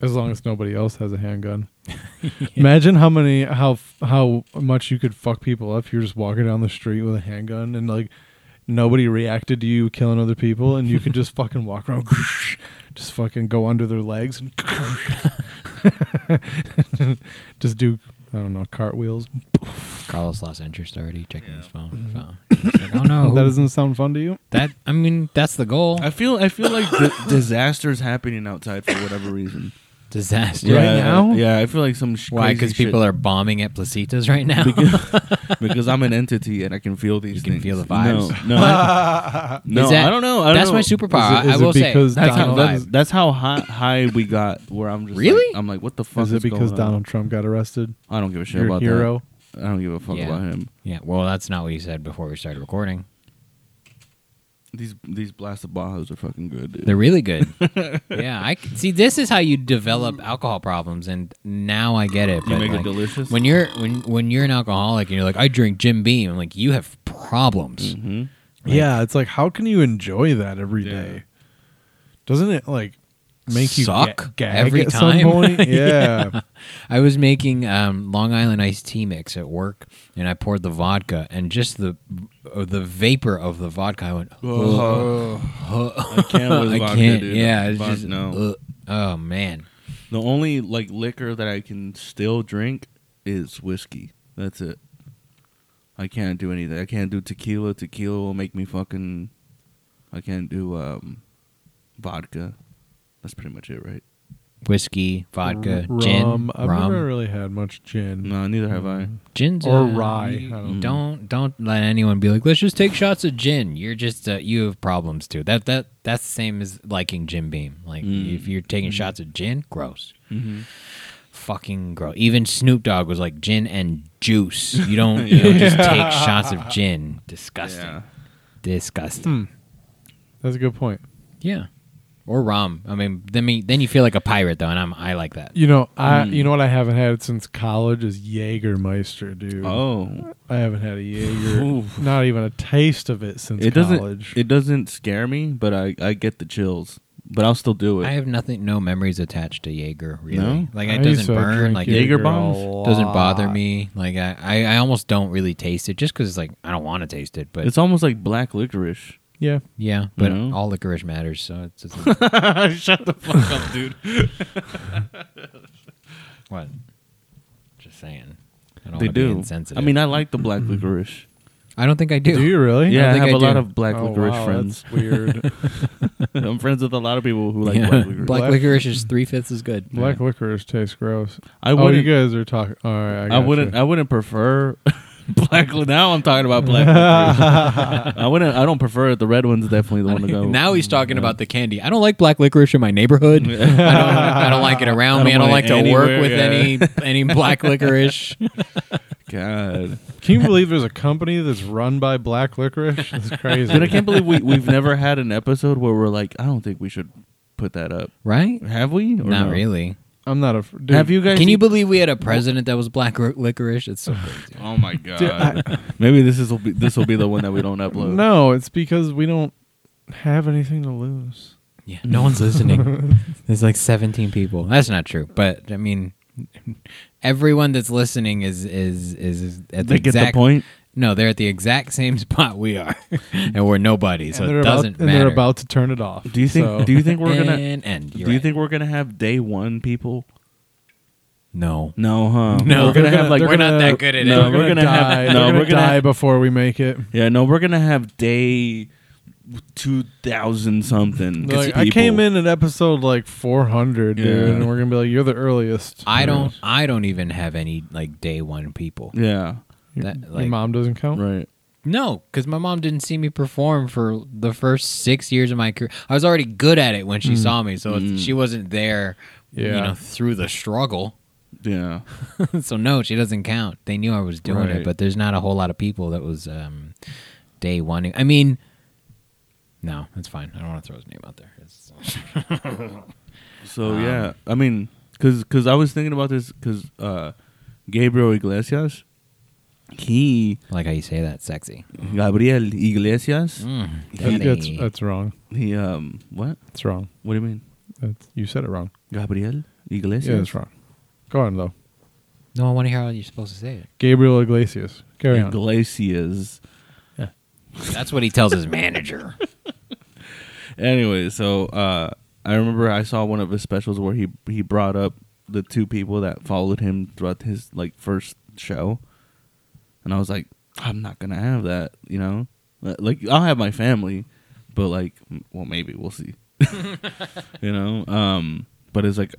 Speaker 5: as long as nobody else has a handgun. Imagine how many how f- how much you could fuck people up. if You're just walking down the street with a handgun and like nobody reacted to you killing other people, and you could just fucking walk around, just fucking go under their legs and just do I don't know cartwheels.
Speaker 4: Carlos lost interest already. Checking his phone. phone. He's like, oh no,
Speaker 5: That doesn't sound fun to you.
Speaker 4: that I mean that's the goal.
Speaker 3: I feel I feel like the disasters happening outside for whatever reason.
Speaker 4: Disaster.
Speaker 5: Right
Speaker 3: yeah,
Speaker 5: now?
Speaker 3: yeah, I feel like some sh-
Speaker 4: Why? Because
Speaker 3: Because
Speaker 4: people are bombing at placitas right now.
Speaker 3: because I'm an entity and I can feel these.
Speaker 4: You can
Speaker 3: things.
Speaker 4: feel the vibes?
Speaker 3: No, no, I, no,
Speaker 4: Is that-
Speaker 3: I don't know. I don't
Speaker 4: that's
Speaker 3: know.
Speaker 4: my superpower.
Speaker 5: Is it- is
Speaker 4: I
Speaker 5: it
Speaker 4: will say
Speaker 5: because
Speaker 4: that's
Speaker 3: That's
Speaker 4: my
Speaker 3: how,
Speaker 5: Donald-
Speaker 3: that's,
Speaker 4: vibe.
Speaker 3: that's how high, high we got. Where I'm just like-
Speaker 4: Really?
Speaker 3: I'm like, what the fuck
Speaker 5: Is
Speaker 3: is,
Speaker 5: it because
Speaker 3: going on?
Speaker 5: Donald Trump got arrested?
Speaker 3: I don't give a shit
Speaker 5: Your
Speaker 3: about
Speaker 5: hero.
Speaker 3: that. I don't give a fuck
Speaker 4: Yeah.
Speaker 3: about him.
Speaker 4: Yeah. Well, that's not what you said before we started recording.
Speaker 3: These these blasted bajas are fucking good, dude.
Speaker 4: They're really good. yeah, I c- see. This is how you develop alcohol problems, and now I get it.
Speaker 3: You
Speaker 4: but,
Speaker 3: make
Speaker 4: like,
Speaker 3: it delicious.
Speaker 4: when you're when when you're an alcoholic and you're like, I drink Jim Beam. I'm like, you have problems.
Speaker 3: Mhm.
Speaker 5: yeah, it's like how can you enjoy that every
Speaker 3: Yeah.
Speaker 5: day? Doesn't it like make you
Speaker 4: Suck
Speaker 5: ga- gag
Speaker 4: every
Speaker 5: at
Speaker 4: time?
Speaker 5: some point? Yeah.
Speaker 4: I was making um, Long Island iced tea mix at work, and I poured the vodka, and just the uh, the vapor of the vodka. I went,
Speaker 3: I can't with
Speaker 4: I
Speaker 3: vodka,
Speaker 4: can't.
Speaker 3: dude.
Speaker 4: Yeah, it's
Speaker 3: Fuck,
Speaker 4: just
Speaker 3: no.
Speaker 4: ugh. oh man.
Speaker 3: The only like liquor that I can still drink is whiskey. That's it. I can't do anything. I can't do tequila. Tequila will make me fucking. I can't do um, vodka. That's pretty much it, right?
Speaker 4: Whiskey, vodka,
Speaker 5: rum.
Speaker 4: gin,
Speaker 5: I've
Speaker 4: rum.
Speaker 5: never really had much gin.
Speaker 3: No, neither have I.
Speaker 4: Gin's
Speaker 5: Or
Speaker 4: uh,
Speaker 5: rye,
Speaker 4: you-
Speaker 5: I don't know.
Speaker 4: don't don't let anyone be like, let's just take shots of gin. You're just uh, you have problems too. That that that's the same as liking Jim Beam. Like
Speaker 3: Mm. Mm-hmm.
Speaker 4: if you're taking shots of gin, gross, fucking gross. Even Snoop Dogg was like gin and juice. You don't you don't just take shots of gin. Disgusting,
Speaker 3: Yeah.
Speaker 4: disgusting.
Speaker 5: Hmm. That's a good point.
Speaker 4: Yeah, or rum. I mean, then me then you feel like a pirate though, and I'm I like that.
Speaker 5: You know, I
Speaker 3: Mm.
Speaker 5: you know what I haven't had since college is Jägermeister, dude.
Speaker 3: Oh,
Speaker 5: I haven't had a Jaeger,
Speaker 3: Oof.
Speaker 5: not even a taste of it since
Speaker 3: it doesn't.
Speaker 5: college.
Speaker 3: It doesn't scare me, but I I get the chills. But I'll still do it.
Speaker 4: I have nothing, no memories attached to Jaeger. Really,
Speaker 3: No?
Speaker 4: like
Speaker 5: I
Speaker 4: it
Speaker 5: used
Speaker 4: doesn't
Speaker 5: to
Speaker 4: burn.
Speaker 5: drink
Speaker 4: Like
Speaker 3: Jaeger
Speaker 5: Jaeger a
Speaker 3: bombs?
Speaker 4: doesn't bother
Speaker 5: lot.
Speaker 4: me. Like I, I, I almost don't really taste it just because it's like I don't want to taste it. But
Speaker 3: it's almost like black licorice.
Speaker 5: Yeah,
Speaker 4: yeah, but
Speaker 3: know?
Speaker 4: all licorice matters. So it's just,
Speaker 3: Shut the fuck up, dude.
Speaker 4: what? Just saying. I don't
Speaker 3: They
Speaker 4: wanna be
Speaker 3: do. I
Speaker 4: insensitive.
Speaker 3: mean, I like the black licorice.
Speaker 4: I don't think I do.
Speaker 5: do you really?
Speaker 3: Yeah, I,
Speaker 4: think
Speaker 3: have
Speaker 4: I
Speaker 3: a lot
Speaker 4: do.
Speaker 3: of black
Speaker 5: Oh,
Speaker 3: licorice
Speaker 5: wow,
Speaker 3: friends.
Speaker 5: That's weird.
Speaker 3: I'm friends with a lot of people who like
Speaker 4: Yeah.
Speaker 3: black
Speaker 4: Black
Speaker 3: licorice.
Speaker 5: Black-
Speaker 4: licorice is three fifths as good.
Speaker 5: Black licorice tastes gross.
Speaker 3: I
Speaker 5: oh, you
Speaker 3: wouldn't.
Speaker 5: guys are talking. All right, I, uh,
Speaker 3: I,
Speaker 5: gotcha.
Speaker 3: wouldn't. I wouldn't prefer black. li- Now I'm talking about black. licorice. I wouldn't. I don't prefer it. The red one's definitely the one to go.
Speaker 4: Now
Speaker 5: Mm,
Speaker 4: he's talking about the candy. I don't like black licorice in my neighborhood. I don't. I don't like it around
Speaker 3: I
Speaker 4: me. I
Speaker 3: don't
Speaker 4: don't
Speaker 3: want
Speaker 4: like
Speaker 3: it
Speaker 4: to
Speaker 3: anywhere,
Speaker 4: work with
Speaker 3: yeah.
Speaker 4: any any black licorice.
Speaker 3: God,
Speaker 5: Can you believe there's a company that's run by black licorice? That's crazy.
Speaker 3: dude, I can't believe we we've never had an episode where we're like, I don't think we should put that up.
Speaker 4: right?
Speaker 3: Have we? Or
Speaker 4: Not
Speaker 3: no?
Speaker 4: really.
Speaker 5: I'm not a. Dude,
Speaker 3: Have you guys? e-
Speaker 4: Can you believe we had a president that was black r- licorice? It's so crazy.
Speaker 3: Oh my god. Maybe this is will be this will be the one that we don't upload.
Speaker 5: No, it's because we don't have anything to lose.
Speaker 4: Yeah, no one's listening. There's like 17 people. That's not true, but I mean, everyone that's listening is is is at the
Speaker 3: They get
Speaker 4: exact
Speaker 3: the point.
Speaker 4: No, they're at the exact same spot we are, and we're nobody, so
Speaker 5: and they're
Speaker 4: it doesn't
Speaker 5: about,
Speaker 4: matter.
Speaker 5: And they're about to turn it off.
Speaker 3: Do you think?
Speaker 5: So,
Speaker 3: Do you think we're gonna?
Speaker 4: and end. eh,
Speaker 3: Do
Speaker 4: You're
Speaker 3: you
Speaker 4: right.
Speaker 3: think we're gonna have day one people?
Speaker 4: No,
Speaker 3: No, huh?
Speaker 4: No,
Speaker 3: we're gonna have like
Speaker 4: we're
Speaker 5: they're
Speaker 4: not
Speaker 5: gonna-
Speaker 4: that good at
Speaker 3: no,
Speaker 5: they're
Speaker 4: it.
Speaker 3: we're gonna have-
Speaker 5: die. they're
Speaker 3: no,
Speaker 5: gonna
Speaker 3: we're gonna-
Speaker 5: die before we make it.
Speaker 3: Yeah, no, we're gonna have day two thousand something.
Speaker 5: Like,
Speaker 3: people.
Speaker 5: I came in at episode like 400, dude,
Speaker 3: Yeah.
Speaker 5: and we're gonna be like, "You're the earliest."
Speaker 4: I don't. I don't even have any like day one people.
Speaker 3: Yeah,
Speaker 4: That,
Speaker 5: Your
Speaker 4: like-
Speaker 5: mom doesn't count.
Speaker 3: right.
Speaker 4: No, because my mom didn't see me perform for the first six years of my career. I was already good at it when she saw me, so it's she wasn't there, you
Speaker 5: Yeah.
Speaker 4: know, through the struggle.
Speaker 3: Yeah,
Speaker 4: so no, she doesn't count. They knew I was doing
Speaker 3: Right.
Speaker 4: it, but there's not a whole lot of people that was um, day one. I mean, no, it's fine. I don't want to throw his name out there. It's,
Speaker 3: So yeah, I mean, cause, 'cause I was thinking about this because uh, Gabriel Iglesias, he
Speaker 4: I like how you say that, sexy.
Speaker 3: Gabriel Iglesias,
Speaker 5: That- that's,
Speaker 4: Definitely.
Speaker 5: that's wrong.
Speaker 3: he um what?
Speaker 5: That's wrong.
Speaker 3: What do you mean,
Speaker 5: That's, you said it wrong.
Speaker 3: Gabriel Iglesias?
Speaker 5: Yeah, that's wrong. Go on though.
Speaker 4: no, I want to hear how you're supposed to say it.
Speaker 5: Gabriel Iglesias. Carry on.
Speaker 3: Iglesias.
Speaker 4: That's what he tells his manager.
Speaker 3: Anyway, so uh, I remember I saw one of his specials where he he brought up the two people that followed him throughout his like first show, and I was like, I'm not gonna have that, you know. Like I'll have my family, but like, m- well, maybe we'll see, you know. Um, but it's like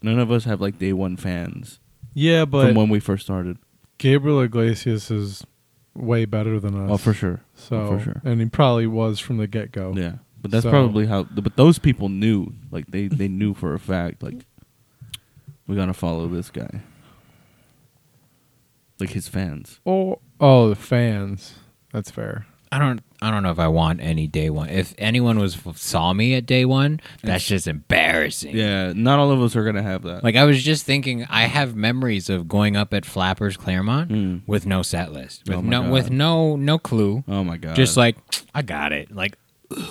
Speaker 3: none of us have like day one fans
Speaker 5: Yeah, but
Speaker 3: from when we first started.
Speaker 5: Gabriel Iglesias is way better than us.
Speaker 3: Oh, for sure.
Speaker 5: So
Speaker 3: Oh, for sure.
Speaker 5: and he probably was from the get go.
Speaker 3: Yeah, but that's
Speaker 5: Oh. So-
Speaker 3: probably how. But those people knew, like they they knew for a fact, like we gotta follow this guy, like his fans.
Speaker 5: Oh, oh, the fans. That's fair.
Speaker 4: I don't. I don't know if I want any day one. If anyone was saw me at day one, that's just embarrassing.
Speaker 3: Yeah, not all of us are gonna have that.
Speaker 4: Like I was just thinking, I have memories of going up at Flappers Claremont
Speaker 3: Mm.
Speaker 4: with no set list, with
Speaker 3: Oh my
Speaker 4: no,
Speaker 3: God.
Speaker 4: with no, no clue.
Speaker 3: oh my god,
Speaker 4: Just like I got it. Like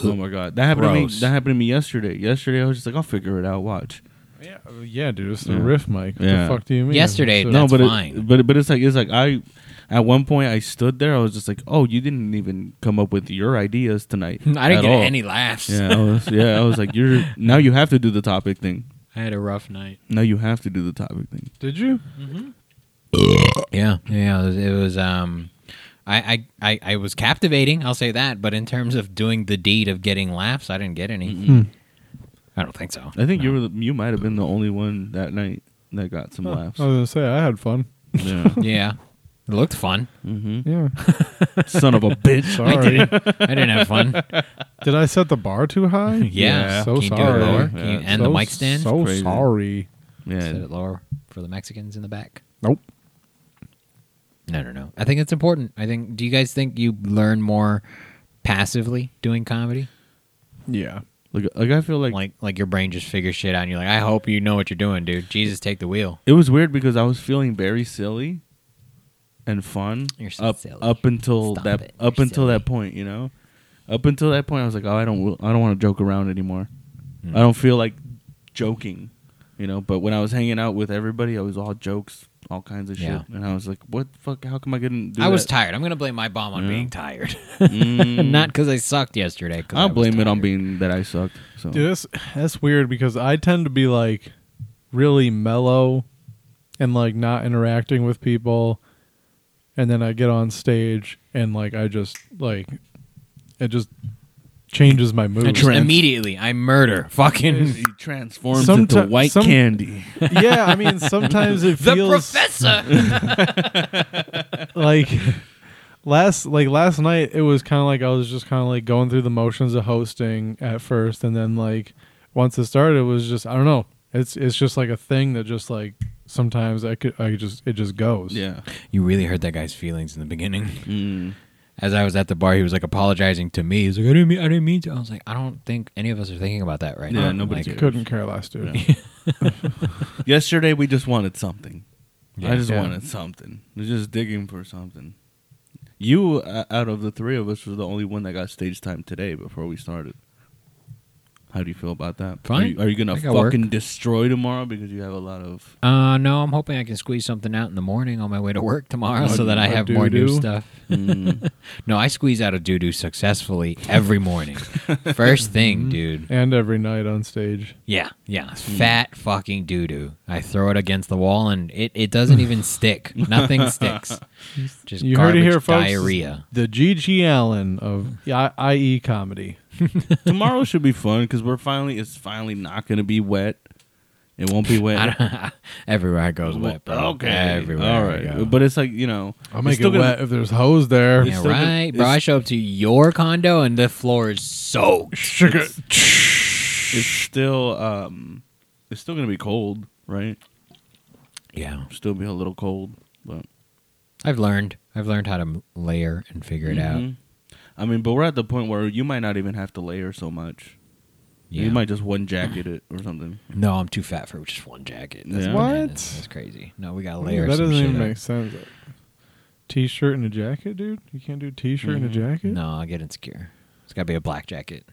Speaker 3: oh my god, that happened to me.
Speaker 4: Gross.
Speaker 3: That happened to me yesterday. Yesterday I was just like, I'll figure it out. Watch.
Speaker 5: Yeah, Oh, yeah, dude. It's the
Speaker 3: Yeah.
Speaker 5: riff mic. What
Speaker 3: Yeah.
Speaker 5: the fuck do you mean?
Speaker 4: Yesterday,
Speaker 5: So-
Speaker 4: no, That's
Speaker 3: but
Speaker 4: fine.
Speaker 3: It, but but it's like it's like I. At one point, I stood there. I was just like, "Oh, you didn't even come up with your ideas tonight."
Speaker 4: I didn't
Speaker 3: at
Speaker 4: get
Speaker 3: all."
Speaker 4: any laughs.
Speaker 3: Yeah, I was, yeah. I was like, "You're now. You have to do the topic thing.
Speaker 4: I had a rough night.
Speaker 3: Now you have to do the topic thing."
Speaker 5: Did you?
Speaker 3: Oh.
Speaker 4: Yeah, yeah. It was. It was um, I, I, I, I was captivating. I'll say that. But in terms of doing the deed of getting laughs, I didn't get any.
Speaker 3: Mm-hmm.
Speaker 4: I don't think so.
Speaker 3: I think you were the, you might have been the only one that night that got some laughs.
Speaker 4: Oh.
Speaker 5: I was gonna say I had fun.
Speaker 3: Yeah.
Speaker 4: Yeah, it looked fun.
Speaker 3: hmm
Speaker 5: Yeah.
Speaker 3: Son of a bitch.
Speaker 5: Sorry.
Speaker 4: I didn't have fun.
Speaker 5: Did I set the bar too high?
Speaker 4: Yeah.
Speaker 5: So
Speaker 4: Can you do it
Speaker 5: sorry.
Speaker 4: lower? Can you
Speaker 3: Yeah.
Speaker 4: end
Speaker 5: so,
Speaker 4: the mic stand?
Speaker 5: So
Speaker 3: Crazy.
Speaker 5: sorry.
Speaker 4: Set
Speaker 3: Yeah.
Speaker 4: it lower for the Mexicans in the back.
Speaker 5: Nope.
Speaker 4: No, no, no. I think it's important. I think. Do you guys think you learn more passively doing comedy?
Speaker 5: Yeah.
Speaker 3: Like, like I feel like,
Speaker 4: Like, like your brain just figures shit out, and you're like, I hope you know what you're doing, dude. Jesus, take the wheel.
Speaker 3: it was weird because I was feeling very silly and fun
Speaker 4: You're so
Speaker 3: up
Speaker 4: silly.
Speaker 3: up until
Speaker 4: Stop
Speaker 3: that
Speaker 4: it.
Speaker 3: up
Speaker 4: You're
Speaker 3: until
Speaker 4: silly.
Speaker 3: that point, you know. Up until that point I was like, "Oh, I don't I don't want to joke around anymore.
Speaker 4: Hmm.
Speaker 3: I don't feel like joking." You know, but when I was hanging out with everybody, I was all jokes, all kinds of shit,
Speaker 4: Yeah.
Speaker 3: and I was like, "What the fuck? How come I couldn't do
Speaker 4: I was
Speaker 3: that?"
Speaker 4: tired. I'm gonna blame my bomb on
Speaker 3: Yeah.
Speaker 4: being tired,
Speaker 3: Mm.
Speaker 4: not because I sucked yesterday. 'cause I
Speaker 3: I'll
Speaker 4: was
Speaker 3: blame it on
Speaker 4: tired.
Speaker 3: being that I sucked. So
Speaker 5: Dude, that's, that's weird because I tend to be like really mellow and like not interacting with people. And then I get on stage and like I just like it just changes my mood.
Speaker 4: I just immediately. I murder fucking
Speaker 3: he transforms
Speaker 5: Someti-
Speaker 3: into white
Speaker 5: some-
Speaker 3: candy.
Speaker 5: yeah, I mean sometimes it
Speaker 4: the
Speaker 5: feels
Speaker 4: professor.
Speaker 5: like last like last night it was kind of like I was just kind of like going through the motions of hosting at first and then like once it started it was just I don't know. It's it's just like a thing that just like sometimes I could I could just it just goes.
Speaker 3: yeah.
Speaker 4: you really hurt that guy's feelings in the beginning. Mm. as I was at the bar, he was like apologizing to me. He's like, I didn't mean, I didn't mean to. I was like, I don't think any of us are thinking about that right
Speaker 3: Yeah,
Speaker 4: now.
Speaker 3: nobody
Speaker 4: like,
Speaker 3: cares.
Speaker 5: Couldn't care less, dude.
Speaker 3: Yesterday we just wanted something. I
Speaker 4: Yeah.
Speaker 3: just
Speaker 5: Yeah.
Speaker 3: wanted something. We're just digging for something. You, uh, out of the three of us, was the only one that got stage time today before we started. How do you feel about that? Are
Speaker 4: Fine.
Speaker 3: you, are you gonna
Speaker 4: I got work.
Speaker 3: fucking destroy tomorrow because you have a lot of?
Speaker 4: Uh, no, I'm hoping I can squeeze something out in the morning on my way to work tomorrow, so that I
Speaker 5: a
Speaker 4: have more new
Speaker 5: doo-doo?
Speaker 4: stuff. no, I squeeze out a doo doo successfully every morning. First thing, dude.
Speaker 5: And every night on stage.
Speaker 4: Yeah, yeah. Fat fucking doo doo. I throw it against the wall, and it, it doesn't even stick. Nothing sticks. Just
Speaker 5: You heard it
Speaker 4: garbage
Speaker 5: here, folks.
Speaker 4: Diarrhea.
Speaker 5: The GG Allen of I- IE comedy.
Speaker 3: tomorrow should be fun because we're finally. It's finally not gonna be wet. It won't be wet.
Speaker 4: Everywhere I goes wet, bro.
Speaker 3: Okay.
Speaker 4: Everywhere.
Speaker 3: All
Speaker 4: I
Speaker 3: right.
Speaker 4: go.
Speaker 3: But it's like you know.
Speaker 5: I'll
Speaker 3: it's
Speaker 5: make
Speaker 3: still
Speaker 5: it
Speaker 3: gonna be-
Speaker 5: wet if there's hose there.
Speaker 4: Yeah,
Speaker 3: still gonna-
Speaker 4: right, bro. I show up to your condo and the floor is soaked.
Speaker 5: Sugar.
Speaker 3: it's still um it's still gonna be cold, right?
Speaker 4: Yeah,
Speaker 3: Still be a little cold, but
Speaker 4: I've learned. I've learned how to m- layer and figure it out.
Speaker 3: Mhm. I mean, but we're at the point where you might not even have to layer so much.
Speaker 4: Yeah.
Speaker 3: You might just one jacket it or something.
Speaker 4: No, I'm too fat for just one jacket. That's
Speaker 3: Yeah.
Speaker 5: What?
Speaker 4: bananas. That's crazy. No, we got to layer.
Speaker 5: that
Speaker 4: some
Speaker 5: doesn't
Speaker 4: shit
Speaker 5: even
Speaker 4: up.
Speaker 3: eh?
Speaker 5: make sense. T-shirt and a jacket, dude. You can't do t-shirt and a jacket.
Speaker 4: No, I get insecure. It's got to be a black jacket,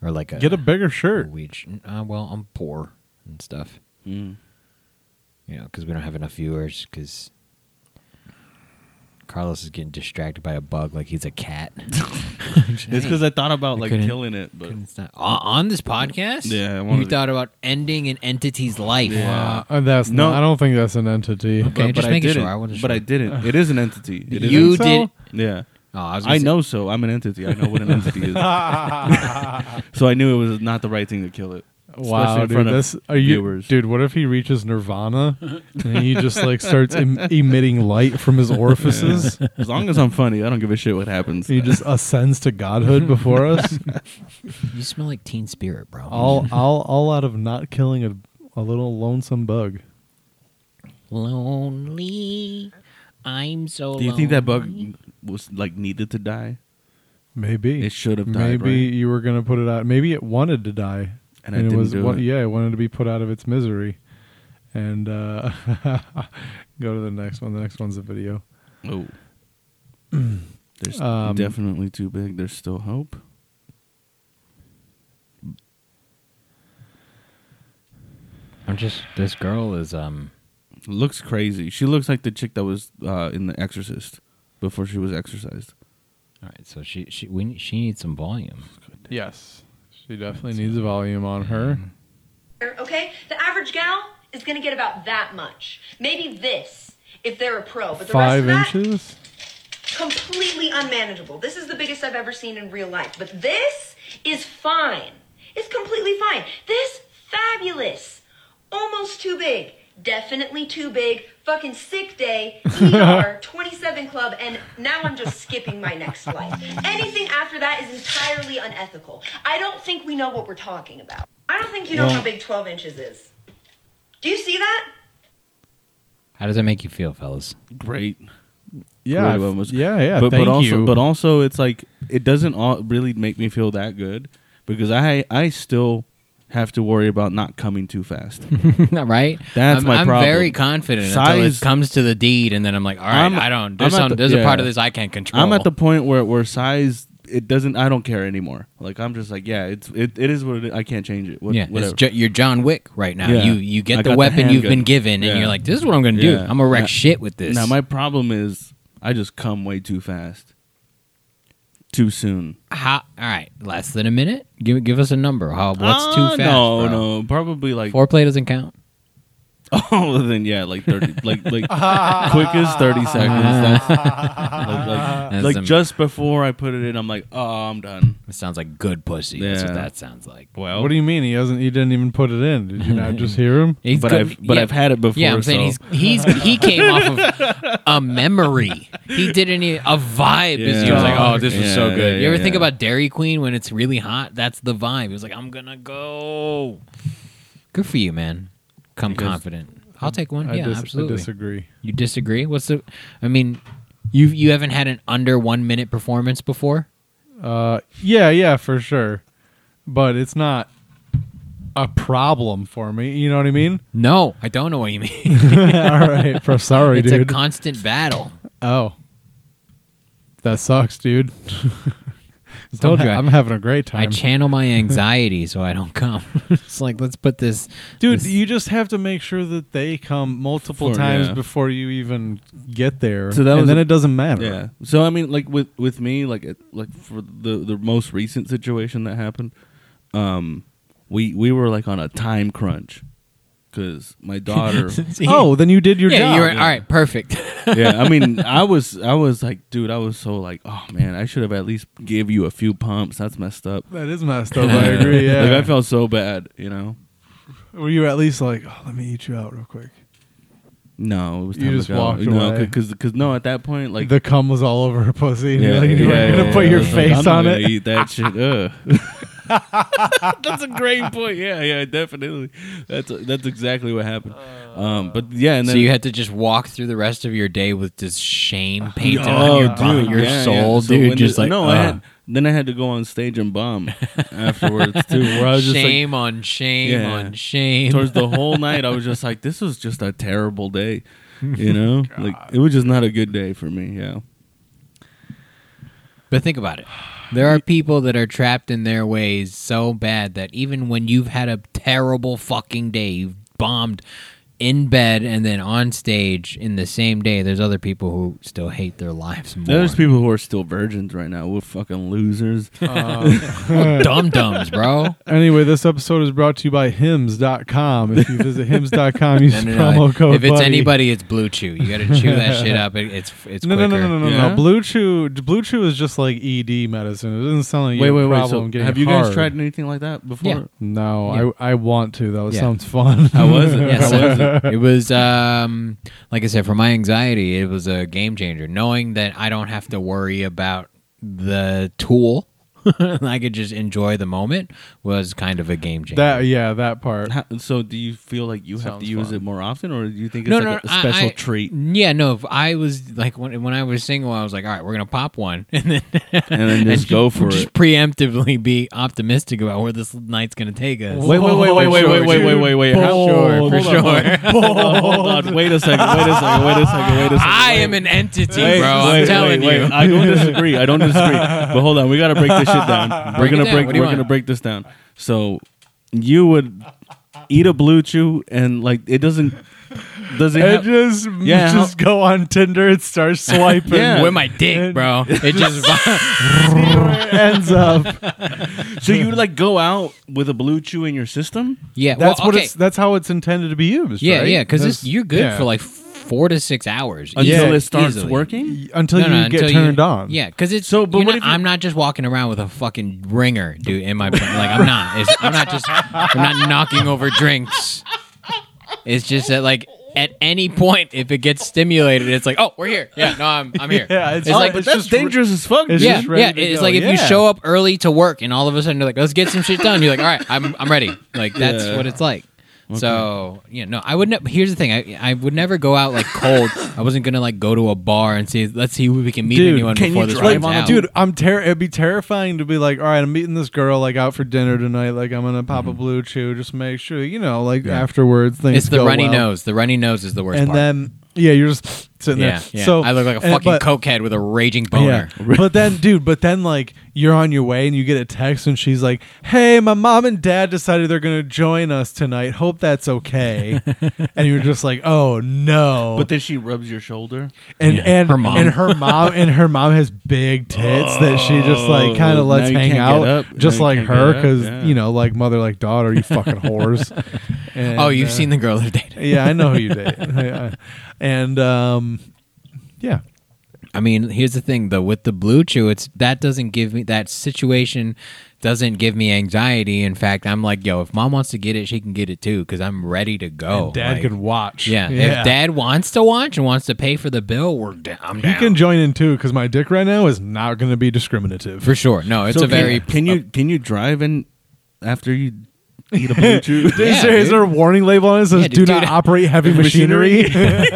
Speaker 4: or like a
Speaker 5: Get a bigger shirt.
Speaker 4: weed. sh- Uh, well, I'm poor and stuff.
Speaker 3: Mm.
Speaker 4: You know, because we don't have enough viewers. Because Carlos is getting distracted by a bug, like he's a cat.
Speaker 3: It's because I thought about
Speaker 4: I
Speaker 3: like
Speaker 4: couldn't-
Speaker 3: killing it, but
Speaker 4: It's not- on, on this podcast.
Speaker 3: Yeah, I
Speaker 4: we
Speaker 3: wanted-
Speaker 4: thought about ending an entity's life.
Speaker 3: Yeah.
Speaker 5: Uh, that's
Speaker 3: No.
Speaker 5: not. I don't think that's an entity.
Speaker 4: Okay,
Speaker 3: but,
Speaker 4: just
Speaker 3: but I
Speaker 4: making
Speaker 3: didn't.
Speaker 4: sure. I wasn't
Speaker 3: but
Speaker 4: sure.
Speaker 3: I didn't. It is an entity. It is
Speaker 4: you
Speaker 5: so?
Speaker 4: did.
Speaker 3: an- yeah.
Speaker 4: Oh, I, was gonna
Speaker 3: I
Speaker 4: say-
Speaker 3: know so. I'm an entity. I know what an entity is. so I knew it was not the right thing to kill it. Especially
Speaker 5: Wow,
Speaker 3: in
Speaker 5: dude,
Speaker 3: front of
Speaker 5: this are you,
Speaker 3: viewers.
Speaker 5: dude? What if he reaches nirvana and he just like starts em- emitting light from his orifices?
Speaker 3: As long as I'm funny, I don't give a shit what happens.
Speaker 5: He just ascends to godhood before us,
Speaker 4: You smell like Teen Spirit, bro.
Speaker 5: all, all, all out of not killing a, a little lonesome bug.
Speaker 4: lonely. I'm so.
Speaker 3: Do you think that bug was like needed to die?
Speaker 5: Maybe
Speaker 3: It should have died.
Speaker 5: Maybe
Speaker 3: right?
Speaker 5: you were gonna put it out. Maybe it wanted to die,
Speaker 3: And I didn't
Speaker 5: it was
Speaker 3: do
Speaker 5: wa-
Speaker 3: it.
Speaker 5: yeah, it wanted to be put out of its misery. And uh, go to the next one. The next one's a video.
Speaker 3: Oh. There's
Speaker 5: Um,
Speaker 3: definitely too big. There's still hope.
Speaker 4: I'm just. This girl is um.
Speaker 3: Looks crazy. She looks like the chick that was uh, in The Exorcist before she was exorcised.
Speaker 4: All right, so she she we she needs some volume.
Speaker 5: Yes, she definitely needs volume on her.
Speaker 3: Mm-hmm.
Speaker 1: okay? The average gal is gonna get about that much. Maybe this, if they're a pro, but the
Speaker 5: Five
Speaker 1: rest of that,
Speaker 5: inches.
Speaker 1: completely unmanageable. This is the biggest I've ever seen in real life, but this is fine. It's completely fine. This, fabulous. Almost too big. Definitely too big. Fucking sick day, ER, 27 Club, and now I'm just skipping my next life. Anything after that is entirely unethical. I don't think we know what we're talking about. I don't think you know how big 12 inches is. Do you see that?
Speaker 4: How does that make you feel, fellas?
Speaker 3: Great.
Speaker 5: Yeah,
Speaker 3: Great
Speaker 5: I-
Speaker 3: one was-
Speaker 5: yeah, yeah.
Speaker 3: But,
Speaker 5: thank
Speaker 3: but also,
Speaker 5: you.
Speaker 3: but also, it's like it doesn't all really make me feel that good because I I still have to worry about not coming too fast.
Speaker 4: right?
Speaker 3: That's
Speaker 4: I'm,
Speaker 3: my
Speaker 4: I'm
Speaker 3: problem.
Speaker 4: very confident until it
Speaker 3: Size-
Speaker 4: comes to the deed, and then I'm like, all right,
Speaker 3: I'm-
Speaker 4: I don't. There's,
Speaker 3: I'm at
Speaker 4: some,
Speaker 3: the-
Speaker 4: there's a part of
Speaker 3: yeah.
Speaker 4: this I can't control.
Speaker 3: I'm at the point where where size it doesn't. I don't care anymore. Like I'm just like yeah, it's it, it is what it is. I can't change it. What,
Speaker 4: yeah.
Speaker 3: whatever.
Speaker 4: It's ju- you're John Wick right now.
Speaker 3: Yeah.
Speaker 4: You you get
Speaker 3: I
Speaker 4: the
Speaker 3: got the
Speaker 4: weapon you've been
Speaker 3: handgun.
Speaker 4: given, and
Speaker 3: Yeah.
Speaker 4: you're like, this is what I'm gonna do.
Speaker 3: Yeah.
Speaker 4: I'm gonna wreck
Speaker 3: Now-
Speaker 4: shit with this.
Speaker 3: Now my problem is I just come way too fast, too soon.
Speaker 4: How, all right, less than a minute. Give give us a number. How what's
Speaker 3: Ah,
Speaker 4: too fast? bro?
Speaker 3: No, no, probably like
Speaker 4: Foreplay doesn't count.
Speaker 3: Oh, then yeah, like thirty, like like quick as thirty seconds. That's, like
Speaker 4: Ah. That's
Speaker 3: like, like
Speaker 4: am-
Speaker 3: just before I put it in, I'm like, oh, I'm done.
Speaker 4: It sounds like good pussy. That's what
Speaker 3: Yeah.
Speaker 4: that sounds like.
Speaker 3: Well,
Speaker 5: what do you mean he hasn't? He didn't even put it in. Did you not just hear him?
Speaker 4: He's
Speaker 3: But
Speaker 4: good-
Speaker 3: I've- but I've had it before,
Speaker 4: Yeah, I'm saying
Speaker 3: so-
Speaker 4: he's he's he came off of a memory. He didn't even a vibe. Is he
Speaker 3: Yeah.
Speaker 4: was like, oh, this was so
Speaker 3: Yeah,
Speaker 4: good.
Speaker 3: yeah,
Speaker 4: you ever
Speaker 3: yeah,
Speaker 4: think
Speaker 3: yeah.
Speaker 4: about Dairy Queen when it's really hot? That's the vibe. He was like, I'm gonna go. Good for you, man. Come
Speaker 3: Because-
Speaker 4: confident. I'll take one.
Speaker 5: I,
Speaker 4: yeah,
Speaker 5: dis- I
Speaker 4: absolutely.
Speaker 5: disagree.
Speaker 4: You disagree? What's the? I mean, you you haven't had an under one minute performance before.
Speaker 5: Uh, yeah, yeah, for sure. But it's not a problem for me. You know what I mean?
Speaker 4: No, I don't know what you mean.
Speaker 5: All right, for sorry,
Speaker 4: it's a
Speaker 5: dude.
Speaker 4: constant battle.
Speaker 5: oh, that sucks, dude.
Speaker 4: Told
Speaker 5: I'm,
Speaker 4: you I-
Speaker 5: am having a great
Speaker 4: I
Speaker 5: time,
Speaker 4: channel my anxiety so I don't come. it's like let's put this
Speaker 5: dude.
Speaker 4: this-
Speaker 5: You just have to make sure that they come multiple
Speaker 3: For-
Speaker 5: times
Speaker 3: yeah.
Speaker 5: before you even get there,
Speaker 3: So that
Speaker 5: and
Speaker 3: was
Speaker 5: then
Speaker 3: a-
Speaker 5: it doesn't matter.
Speaker 3: yeah. So I mean, like with with me, like it, like for the the most recent situation that happened, um, we we were like on a time crunch because my daughter.
Speaker 5: Oh, then you did your
Speaker 4: yeah,
Speaker 5: job.
Speaker 4: you're all right, perfect.
Speaker 3: yeah, I mean, I was I was like, dude, I was so like, oh man, I should have at least give you a few pumps. That's messed up.
Speaker 5: That is messed up. I agree. Yeah.
Speaker 3: Like I felt so bad, you know.
Speaker 5: Were you at least like, oh, let me eat you out real quick?
Speaker 3: No, it was
Speaker 5: You
Speaker 3: time
Speaker 5: just
Speaker 3: to go.
Speaker 5: walked
Speaker 3: no,
Speaker 5: away.
Speaker 3: because because no, at that point, like
Speaker 5: the cum was all over her pussy. And you're like, you weren't gonna
Speaker 3: yeah,
Speaker 5: put
Speaker 3: yeah,
Speaker 5: your
Speaker 3: I was like,
Speaker 5: face
Speaker 3: I'm not
Speaker 5: on
Speaker 3: gonna
Speaker 5: it.
Speaker 3: Eat that shit. Ugh. that's a great point. Yeah, yeah, definitely. That's that's exactly what
Speaker 5: Uh,
Speaker 3: happened. Um, but yeah, and then
Speaker 4: so you had to just walk through the rest of your day with just shame painted
Speaker 3: Oh,
Speaker 4: on your, body,
Speaker 3: dude,
Speaker 4: your
Speaker 3: yeah,
Speaker 4: soul,
Speaker 3: yeah. So
Speaker 4: dude.
Speaker 3: when
Speaker 4: just
Speaker 3: did-
Speaker 4: like
Speaker 3: no,
Speaker 4: uh,
Speaker 3: I had, then I had to go on stage and bomb afterwards too. Where I was just like,
Speaker 4: shame on shame
Speaker 3: Yeah.
Speaker 4: on shame.
Speaker 3: towards the whole night, I was just like, this was just a terrible day. You know, like it was just not a good day for me. Yeah,
Speaker 4: But think about it. There are people that are trapped in their ways so bad that even when you've had a terrible fucking day, you've bombed in bed and then on stage in the same day, there's other people who still hate their lives more.
Speaker 3: there's people who are still virgins right now. We're fucking losers.
Speaker 4: Dum dums, bro.
Speaker 5: Anyway, this episode is brought to you by hymns.com. If you visit hymns.com, use
Speaker 4: No, no, no.
Speaker 5: promo code.
Speaker 4: if it's
Speaker 5: buddy.
Speaker 4: anybody, it's Blue Chew. You got to chew that shit up. It, it's it's
Speaker 5: No, no,
Speaker 4: quicker.
Speaker 5: no, no, no, no,
Speaker 3: Yeah?
Speaker 5: no. Blue Chew, Blue Chew is just like ED medicine. It doesn't sound like
Speaker 3: wait,
Speaker 5: you have
Speaker 3: wait,
Speaker 5: a
Speaker 3: wait.
Speaker 5: problem
Speaker 3: So
Speaker 5: getting
Speaker 3: have you
Speaker 5: hard.
Speaker 3: guys tried anything like that before?
Speaker 4: Yeah.
Speaker 5: No, I I want to though. It
Speaker 4: Yeah.
Speaker 5: sounds fun.
Speaker 3: How was it?
Speaker 4: Yes,
Speaker 3: How was it?
Speaker 4: it was um like I said for my anxiety, it was a game changer. Knowing that I don't have to worry about the tool, I could just enjoy the moment was kind of a game changer.
Speaker 5: that yeah, that part.
Speaker 3: How, so do you feel like you have to
Speaker 5: Sounds
Speaker 3: use
Speaker 5: fun.
Speaker 3: it more often, or do you think it's
Speaker 4: no,
Speaker 3: like
Speaker 4: no,
Speaker 3: a- a
Speaker 4: I-
Speaker 3: special
Speaker 4: I-
Speaker 3: treat?
Speaker 4: Yeah, no. If I was like when when I was single, I was like, all right, we're gonna pop one, and then
Speaker 3: And then just go for
Speaker 4: just
Speaker 3: it.
Speaker 4: preemptively be optimistic about where this night's gonna take us.
Speaker 3: Wait, wait, wait, wait, wait, wait, wait, wait, wait, wait. How-
Speaker 5: Sure,
Speaker 3: hold
Speaker 4: for
Speaker 3: on, hold on, hold on. Wait a second. Wait a second. Wait a second. Wait a second.
Speaker 4: I
Speaker 3: wait.
Speaker 4: am an entity,
Speaker 3: Wait,
Speaker 4: bro.
Speaker 3: wait,
Speaker 4: I'm
Speaker 3: wait,
Speaker 4: telling
Speaker 3: wait.
Speaker 4: you.
Speaker 3: I don't disagree. I don't disagree. But hold on, we gotta break this shit down. We're
Speaker 4: Break it
Speaker 3: gonna
Speaker 4: down.
Speaker 3: break.
Speaker 4: What do you
Speaker 3: We're gonna
Speaker 4: want?
Speaker 3: break this down. So you would eat a blue chew and like it doesn't does it?
Speaker 5: And
Speaker 3: Have,
Speaker 5: just
Speaker 3: Yeah, how-
Speaker 5: just go on Tinder and start swiping.
Speaker 3: Yeah.
Speaker 4: With my dick, bro. It just
Speaker 5: It ends up.
Speaker 3: so you would like go out with a blue chew in your system?
Speaker 4: yeah.
Speaker 5: That's
Speaker 4: well,
Speaker 5: what
Speaker 4: okay.
Speaker 5: it's. That's how it's intended to be used.
Speaker 4: Yeah,
Speaker 5: right?
Speaker 4: yeah, because
Speaker 5: That's-
Speaker 4: you're good
Speaker 5: yeah.
Speaker 4: for like four to six hours
Speaker 3: Until
Speaker 5: Yeah,
Speaker 3: it starts
Speaker 4: easily.
Speaker 3: working?
Speaker 5: until
Speaker 4: No, no,
Speaker 5: you get
Speaker 4: until
Speaker 5: turned on.
Speaker 4: Yeah, because it's
Speaker 3: So,
Speaker 4: so.
Speaker 3: but
Speaker 4: But
Speaker 3: what if you-
Speaker 4: I'm not just walking around with a fucking ringer, dude. In my like, I'm not. It's, I'm not just. I'm not knocking over drinks. It's just that like. At any point, if it gets stimulated, it's like, oh, we're here. Yeah, no, I'm, I'm here.
Speaker 5: Yeah, it's-
Speaker 4: it's,
Speaker 5: oh,
Speaker 4: like,
Speaker 5: it's
Speaker 3: That's
Speaker 5: just-
Speaker 3: dangerous as fuck.
Speaker 5: it's
Speaker 3: dude.
Speaker 4: yeah,
Speaker 5: just ready
Speaker 4: yeah.
Speaker 5: to
Speaker 4: It's
Speaker 5: go.
Speaker 4: like if you
Speaker 5: Yeah.
Speaker 4: show up early to work, and all of a sudden you're like, let's get some shit done. You're like, all right, I'm, I'm ready. Like that's
Speaker 3: Yeah.
Speaker 4: what it's like. So you know, I would. Ne- here's the thing, I, I would never go out like cold. I wasn't gonna like go to a bar and see. Let's see who we can meet
Speaker 5: Dude,
Speaker 4: anyone
Speaker 3: can
Speaker 4: before
Speaker 3: you
Speaker 4: this
Speaker 3: drive
Speaker 4: runs
Speaker 3: on a
Speaker 4: out.
Speaker 5: Dude, I'm ter- it'd be terrifying to be like, all right, I'm meeting this girl like out for dinner tonight. Like I'm gonna pop a blue chew, just make sure you know. Like afterwards, things
Speaker 4: it's the
Speaker 5: go
Speaker 4: runny
Speaker 5: well.
Speaker 4: nose. The runny nose is the worst
Speaker 5: and
Speaker 4: part.
Speaker 5: then yeah, you're just sitting
Speaker 4: yeah,
Speaker 5: there.
Speaker 4: yeah.
Speaker 5: So
Speaker 4: I look like a
Speaker 5: and-
Speaker 4: fucking
Speaker 5: but-
Speaker 4: cokehead with a raging
Speaker 5: Yeah,
Speaker 4: boner.
Speaker 5: but then, dude, but then like you're on your way and you get a text and she's like, "Hey, my mom and dad decided they're gonna join us tonight. Hope that's okay." and you're just like, "Oh no!"
Speaker 3: But then she rubs your shoulder.
Speaker 5: and
Speaker 4: Yeah,
Speaker 5: and
Speaker 4: her mom.
Speaker 5: and her mom and her mom has big tits that she just
Speaker 4: Oh,
Speaker 5: like kind
Speaker 3: now
Speaker 5: of lets
Speaker 3: you
Speaker 5: hang
Speaker 3: can't
Speaker 5: out
Speaker 3: get up.
Speaker 5: just
Speaker 3: Now you
Speaker 5: like
Speaker 3: can't
Speaker 5: her
Speaker 3: get up,
Speaker 5: because
Speaker 3: yeah.
Speaker 5: you know like mother like daughter you fucking whores And,
Speaker 4: oh, you've
Speaker 5: uh,
Speaker 4: seen the girl that dated.
Speaker 5: yeah i know who you date Yeah. and um yeah
Speaker 4: I mean, here's the thing though. With the blue chew, it's that doesn't give me that situation doesn't give me anxiety. In fact, I'm like, yo, if mom wants to get it, she can get it too because I'm ready to go.
Speaker 5: dad
Speaker 4: Oh, Like,
Speaker 5: could watch
Speaker 4: Yeah, if dad wants to watch and wants to pay for the bill, we're down. I'm
Speaker 5: he
Speaker 4: down.
Speaker 5: can join in too because my dick right now is not going to be discriminative
Speaker 4: for sure. No, it's
Speaker 3: So
Speaker 4: a very
Speaker 3: Can, can you can you drive in after you eat a blue chew?
Speaker 5: is,
Speaker 4: Yeah,
Speaker 5: there, is
Speaker 4: dude.
Speaker 5: there a warning label on it that says
Speaker 4: Yeah,
Speaker 5: do
Speaker 4: dude,
Speaker 5: not
Speaker 4: dude.
Speaker 5: operate heavy
Speaker 3: Machinery."
Speaker 5: machinery,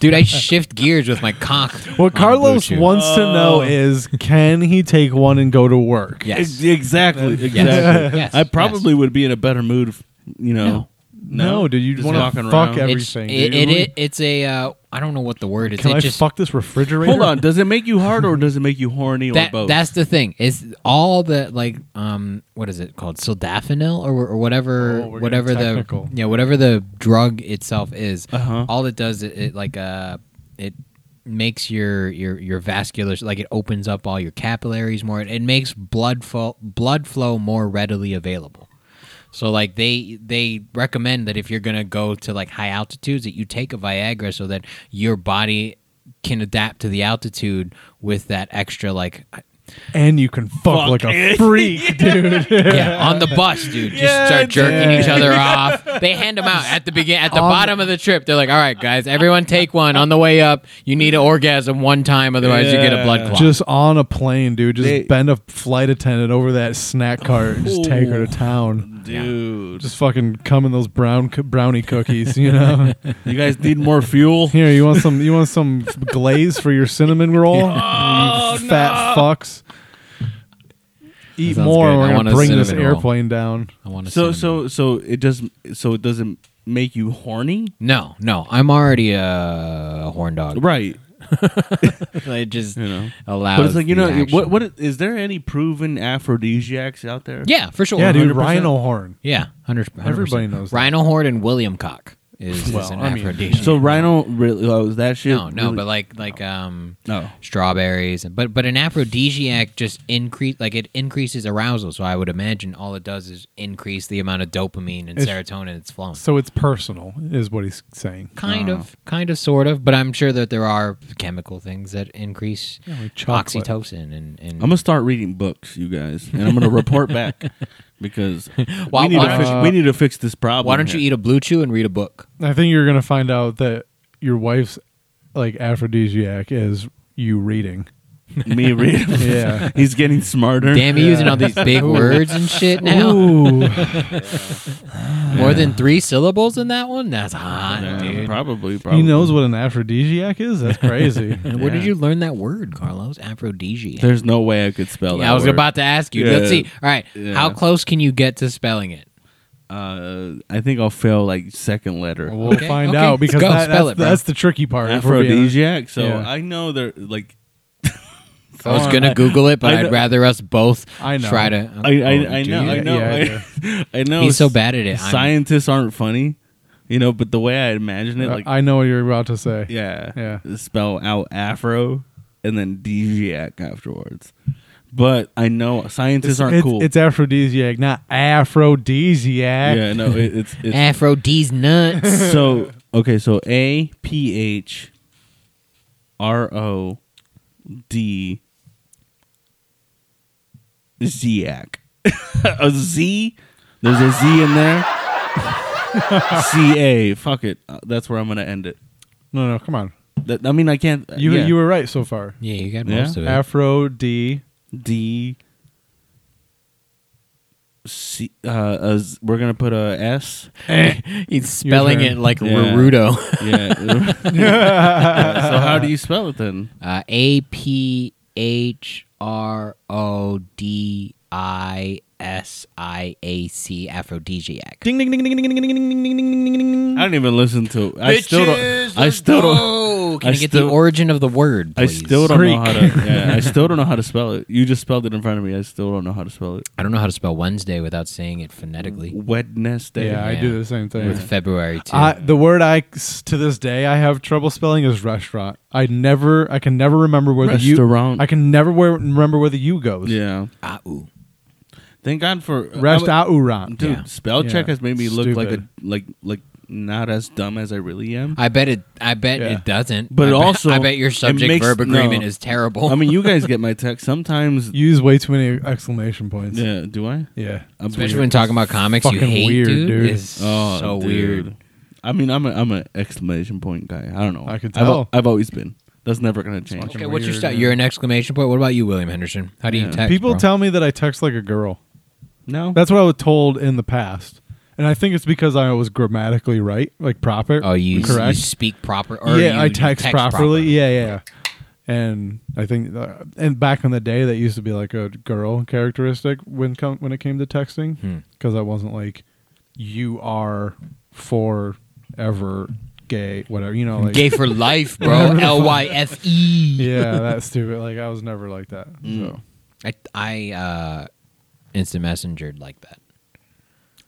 Speaker 4: dude. I shift gears with my cock. on
Speaker 5: what
Speaker 4: the Blue
Speaker 5: carlos
Speaker 4: Chew.
Speaker 5: wants to
Speaker 4: Oh.
Speaker 5: know is can he take one and go to work
Speaker 4: Yes.
Speaker 3: Ex- Exactly. Exactly.
Speaker 4: Yes,
Speaker 3: I probably would be in a better mood, if, you know.
Speaker 5: No, dude, you
Speaker 3: Just
Speaker 5: want
Speaker 3: walking
Speaker 5: to fuck
Speaker 3: around.
Speaker 4: It's,
Speaker 5: everything.
Speaker 4: it,
Speaker 5: dude.
Speaker 4: it, it, it's a uh, I don't know what the word is.
Speaker 5: Can
Speaker 4: it
Speaker 5: I
Speaker 4: just
Speaker 5: fuck this refrigerator?
Speaker 3: Hold on. Does it make you hard or does it make you horny or
Speaker 4: that
Speaker 3: both?
Speaker 4: that's the thing. Is all the like um what is it called sildenafil or or whatever
Speaker 5: Oh, we're getting
Speaker 4: whatever
Speaker 5: technical.
Speaker 4: the yeah whatever the drug itself is.
Speaker 3: Uh-huh.
Speaker 4: All it does it, it like uh it makes your your your vascular like it opens up all your capillaries more. It, it makes blood flow blood flow more readily available. So like they they recommend that if you're gonna go to like high altitudes that you take a Viagra so that your body can adapt to the altitude with that extra like
Speaker 5: and you can fuck,
Speaker 3: Fuck
Speaker 5: like a
Speaker 3: it.
Speaker 5: freak, dude.
Speaker 4: yeah, on the bus, dude. Just
Speaker 5: Yeah,
Speaker 4: start jerking
Speaker 5: dude.
Speaker 4: each other off. They hand them out at the begin, at the
Speaker 5: On the-
Speaker 4: bottom of the trip. They're like, "All right, guys, everyone take one on the way up. You need an orgasm one time, otherwise you get a blood clot."
Speaker 5: Just on a plane, dude. Just
Speaker 3: They- bend
Speaker 5: bend a flight attendant over that snack cart and just take her to town.
Speaker 3: Dude,
Speaker 5: Just fucking come in those brown co- brownie cookies, you know.
Speaker 3: you guys need more fuel.
Speaker 5: Here, you want some? You want some glaze for your cinnamon roll?
Speaker 3: Oh,
Speaker 5: you fat fucks. Eat
Speaker 4: sounds
Speaker 5: more.
Speaker 4: good.
Speaker 5: We're
Speaker 4: I want
Speaker 5: gonna
Speaker 4: a
Speaker 5: bring this
Speaker 4: cinnamon roll.
Speaker 5: airplane down.
Speaker 4: I want to.
Speaker 3: So so so it doesn't so it doesn't make you horny,
Speaker 4: no, no, I'm already a horn dog.
Speaker 3: right?
Speaker 4: it just
Speaker 3: You know,
Speaker 4: allows.
Speaker 3: but it's like you
Speaker 4: the
Speaker 3: know
Speaker 4: action.
Speaker 3: what what is, is there any proven aphrodisiacs out there?
Speaker 4: Yeah, for sure.
Speaker 5: Yeah, dude.
Speaker 3: 100%.
Speaker 5: Rhino horn.
Speaker 4: Yeah, hundred.
Speaker 5: Everybody knows that.
Speaker 4: Rhino Horn and William Cock is,
Speaker 5: Well,
Speaker 4: is an
Speaker 5: I mean-
Speaker 4: aphrodisiac.
Speaker 3: So Rhino really oh, was that shit?
Speaker 4: no, no,
Speaker 3: really-
Speaker 4: but like like um
Speaker 3: no.
Speaker 4: strawberries, and but but an aphrodisiac just increase like it increases arousal. So I would imagine all it does is increase the amount of dopamine and
Speaker 5: It's-
Speaker 4: serotonin that's flowing. Uh,
Speaker 5: So it's personal, is what he's saying.
Speaker 4: Kind of, kind of, sort of, but I'm sure that there are chemical things that increase
Speaker 5: Yeah, like chocolate.
Speaker 4: oxytocin and and.
Speaker 3: I'm gonna start reading books, you guys, and I'm gonna report back because
Speaker 4: Why-
Speaker 3: we, need
Speaker 4: why
Speaker 3: to
Speaker 4: don't
Speaker 3: fix,
Speaker 5: you-
Speaker 3: we need to fix this problem.
Speaker 4: why don't you eat a blue chew and read a book?
Speaker 5: I think you're gonna find out that your wife's like aphrodisiac is you reading.
Speaker 3: eat me reading?
Speaker 5: Yeah.
Speaker 3: He's getting smarter.
Speaker 4: Damn, you using all these big words and shit now.
Speaker 5: Ooh.
Speaker 4: More than three syllables in that one? That's hot,
Speaker 3: Yeah,
Speaker 4: dude.
Speaker 3: Uh, probably, probably.
Speaker 5: he knows what an aphrodisiac is. That's crazy.
Speaker 4: And Where did
Speaker 3: Yeah.
Speaker 4: you learn that word, Carlos? Aphrodisiac.
Speaker 3: There's no way I could spell that.
Speaker 4: Yeah, I was
Speaker 3: word.
Speaker 4: about to ask you.
Speaker 3: Yeah.
Speaker 4: Let's see. All right,
Speaker 3: Yeah.
Speaker 4: how close can you get to spelling it?
Speaker 3: Uh, I think I'll fail like second letter.
Speaker 5: We'll
Speaker 4: Okay,
Speaker 5: find
Speaker 4: okay.
Speaker 5: out because
Speaker 4: Go,
Speaker 5: that-
Speaker 4: spell
Speaker 5: that's,
Speaker 4: it, bro.
Speaker 5: that's the tricky part. if we're being honest.
Speaker 3: Aphrodisiac. So
Speaker 5: Yeah.
Speaker 3: I know they're like
Speaker 4: I was gonna Google it, but
Speaker 3: I
Speaker 4: I would
Speaker 3: know-
Speaker 4: rather us both
Speaker 5: I know.
Speaker 4: try to.
Speaker 3: I I,
Speaker 4: Oh,
Speaker 3: I
Speaker 4: dude.
Speaker 3: know I
Speaker 5: Yeah,
Speaker 3: know
Speaker 5: yeah,
Speaker 3: I, I know
Speaker 4: He's so bad at it. I'm-
Speaker 3: Scientists aren't funny, you know. But the way I imagine it, like
Speaker 5: I know what you're about to say.
Speaker 3: yeah,
Speaker 5: Yeah.
Speaker 3: spell out Afro and then Digiac afterwards. But I know scientists aren't
Speaker 5: it's,
Speaker 3: cool.
Speaker 5: it's aphrodisiac, not aphrodisiac.
Speaker 3: yeah, no, it, it's it's
Speaker 4: Afro D's nuts.
Speaker 3: so okay, so A P H R O D Ziac. a Z. There's a Z in there. C A. Fuck it. Uh, That's where I'm gonna end it.
Speaker 5: No, no, come on.
Speaker 3: That, I mean, I can't. uh,
Speaker 5: You
Speaker 3: yeah.
Speaker 5: you were right so far.
Speaker 4: yeah, you got
Speaker 3: Yeah.
Speaker 4: most of it.
Speaker 5: Afro D.
Speaker 3: D. C. Uh, a Z- we're gonna put a S.
Speaker 4: He's spelling
Speaker 5: turn.
Speaker 4: it like
Speaker 3: Yeah.
Speaker 4: Naruto.
Speaker 3: Yeah. so how do you spell it then?
Speaker 4: Uh, A P H R O D I S I A C aphrodisiac.
Speaker 5: Ding ding ding ding ding ding ding ding ding ding ding ding ding.
Speaker 3: I don't even listen to. I still don't. I still don't.
Speaker 4: don't. Can
Speaker 3: I
Speaker 4: I, get
Speaker 3: still-
Speaker 4: the origin of the word?
Speaker 3: I
Speaker 4: Please?
Speaker 3: still don't know how
Speaker 5: Greek.
Speaker 3: to. Yeah, I still don't know how to spell it. You just spelled it in front of me. I still don't know how to spell it.
Speaker 4: I don't know how to spell Wednesday without saying it phonetically.
Speaker 3: Wednesday.
Speaker 5: Yeah, I
Speaker 4: Yeah.
Speaker 5: do the same thing.
Speaker 4: With February too.
Speaker 5: I, the word I to this day I have trouble spelling is restaurant. I never I can never remember where the
Speaker 3: Restaurant.
Speaker 5: U I can never where, remember where the U goes.
Speaker 3: Yeah.
Speaker 4: Ah, ooh.
Speaker 3: Thank God for I would-
Speaker 5: Restaurant.
Speaker 3: Dude,
Speaker 4: Yeah.
Speaker 3: spell check
Speaker 5: Yeah.
Speaker 3: has made me look like a
Speaker 5: Stupid.
Speaker 3: like like not as dumb as I really am.
Speaker 4: I bet it. I bet
Speaker 5: Yeah.
Speaker 4: it doesn't.
Speaker 3: But
Speaker 4: I bet-
Speaker 3: also,
Speaker 4: I bet your
Speaker 3: it
Speaker 4: subject
Speaker 3: makes-
Speaker 4: verb
Speaker 3: no.
Speaker 4: agreement is terrible.
Speaker 3: I mean, you guys get my text sometimes.
Speaker 5: Use way too many exclamation points.
Speaker 3: Yeah. Do I?
Speaker 5: Yeah.
Speaker 3: I'm
Speaker 4: especially
Speaker 3: weird.
Speaker 4: when talking about comics, you
Speaker 5: fucking
Speaker 4: hate
Speaker 5: weird,
Speaker 4: dude.
Speaker 5: dude.
Speaker 4: It's
Speaker 3: Oh,
Speaker 4: so
Speaker 3: dude.
Speaker 4: weird.
Speaker 3: I mean, I'm a I'm an exclamation point guy. I don't know.
Speaker 5: I could
Speaker 3: I've al-
Speaker 5: tell.
Speaker 3: I've, always been. That's never gonna change.
Speaker 4: Okay, what's your
Speaker 5: weird,
Speaker 4: style?
Speaker 5: yeah.
Speaker 4: You're an exclamation point. What about you, William Henderson? How do you
Speaker 3: Yeah.
Speaker 4: text?
Speaker 5: People
Speaker 4: bro?
Speaker 5: tell me that I text like a girl.
Speaker 3: No.
Speaker 5: That's what I was told in the past. And I think it's because I was grammatically right, like proper.
Speaker 4: Oh, you, you
Speaker 5: correct?
Speaker 4: speak proper. Or
Speaker 5: yeah,
Speaker 4: you
Speaker 5: I text, properly.
Speaker 4: proper.
Speaker 5: Yeah, yeah. And I think, uh, and back in the day, that used to be like a girl characteristic when com- when it came to
Speaker 4: Hmm.
Speaker 5: texting, because I wasn't like, you are forever gay, whatever. You know, like
Speaker 4: Gay for life, bro. L Y F E.
Speaker 5: yeah, that's stupid. Like I was never like that.
Speaker 4: Hmm.
Speaker 5: So
Speaker 4: I I uh, instant messengered like that.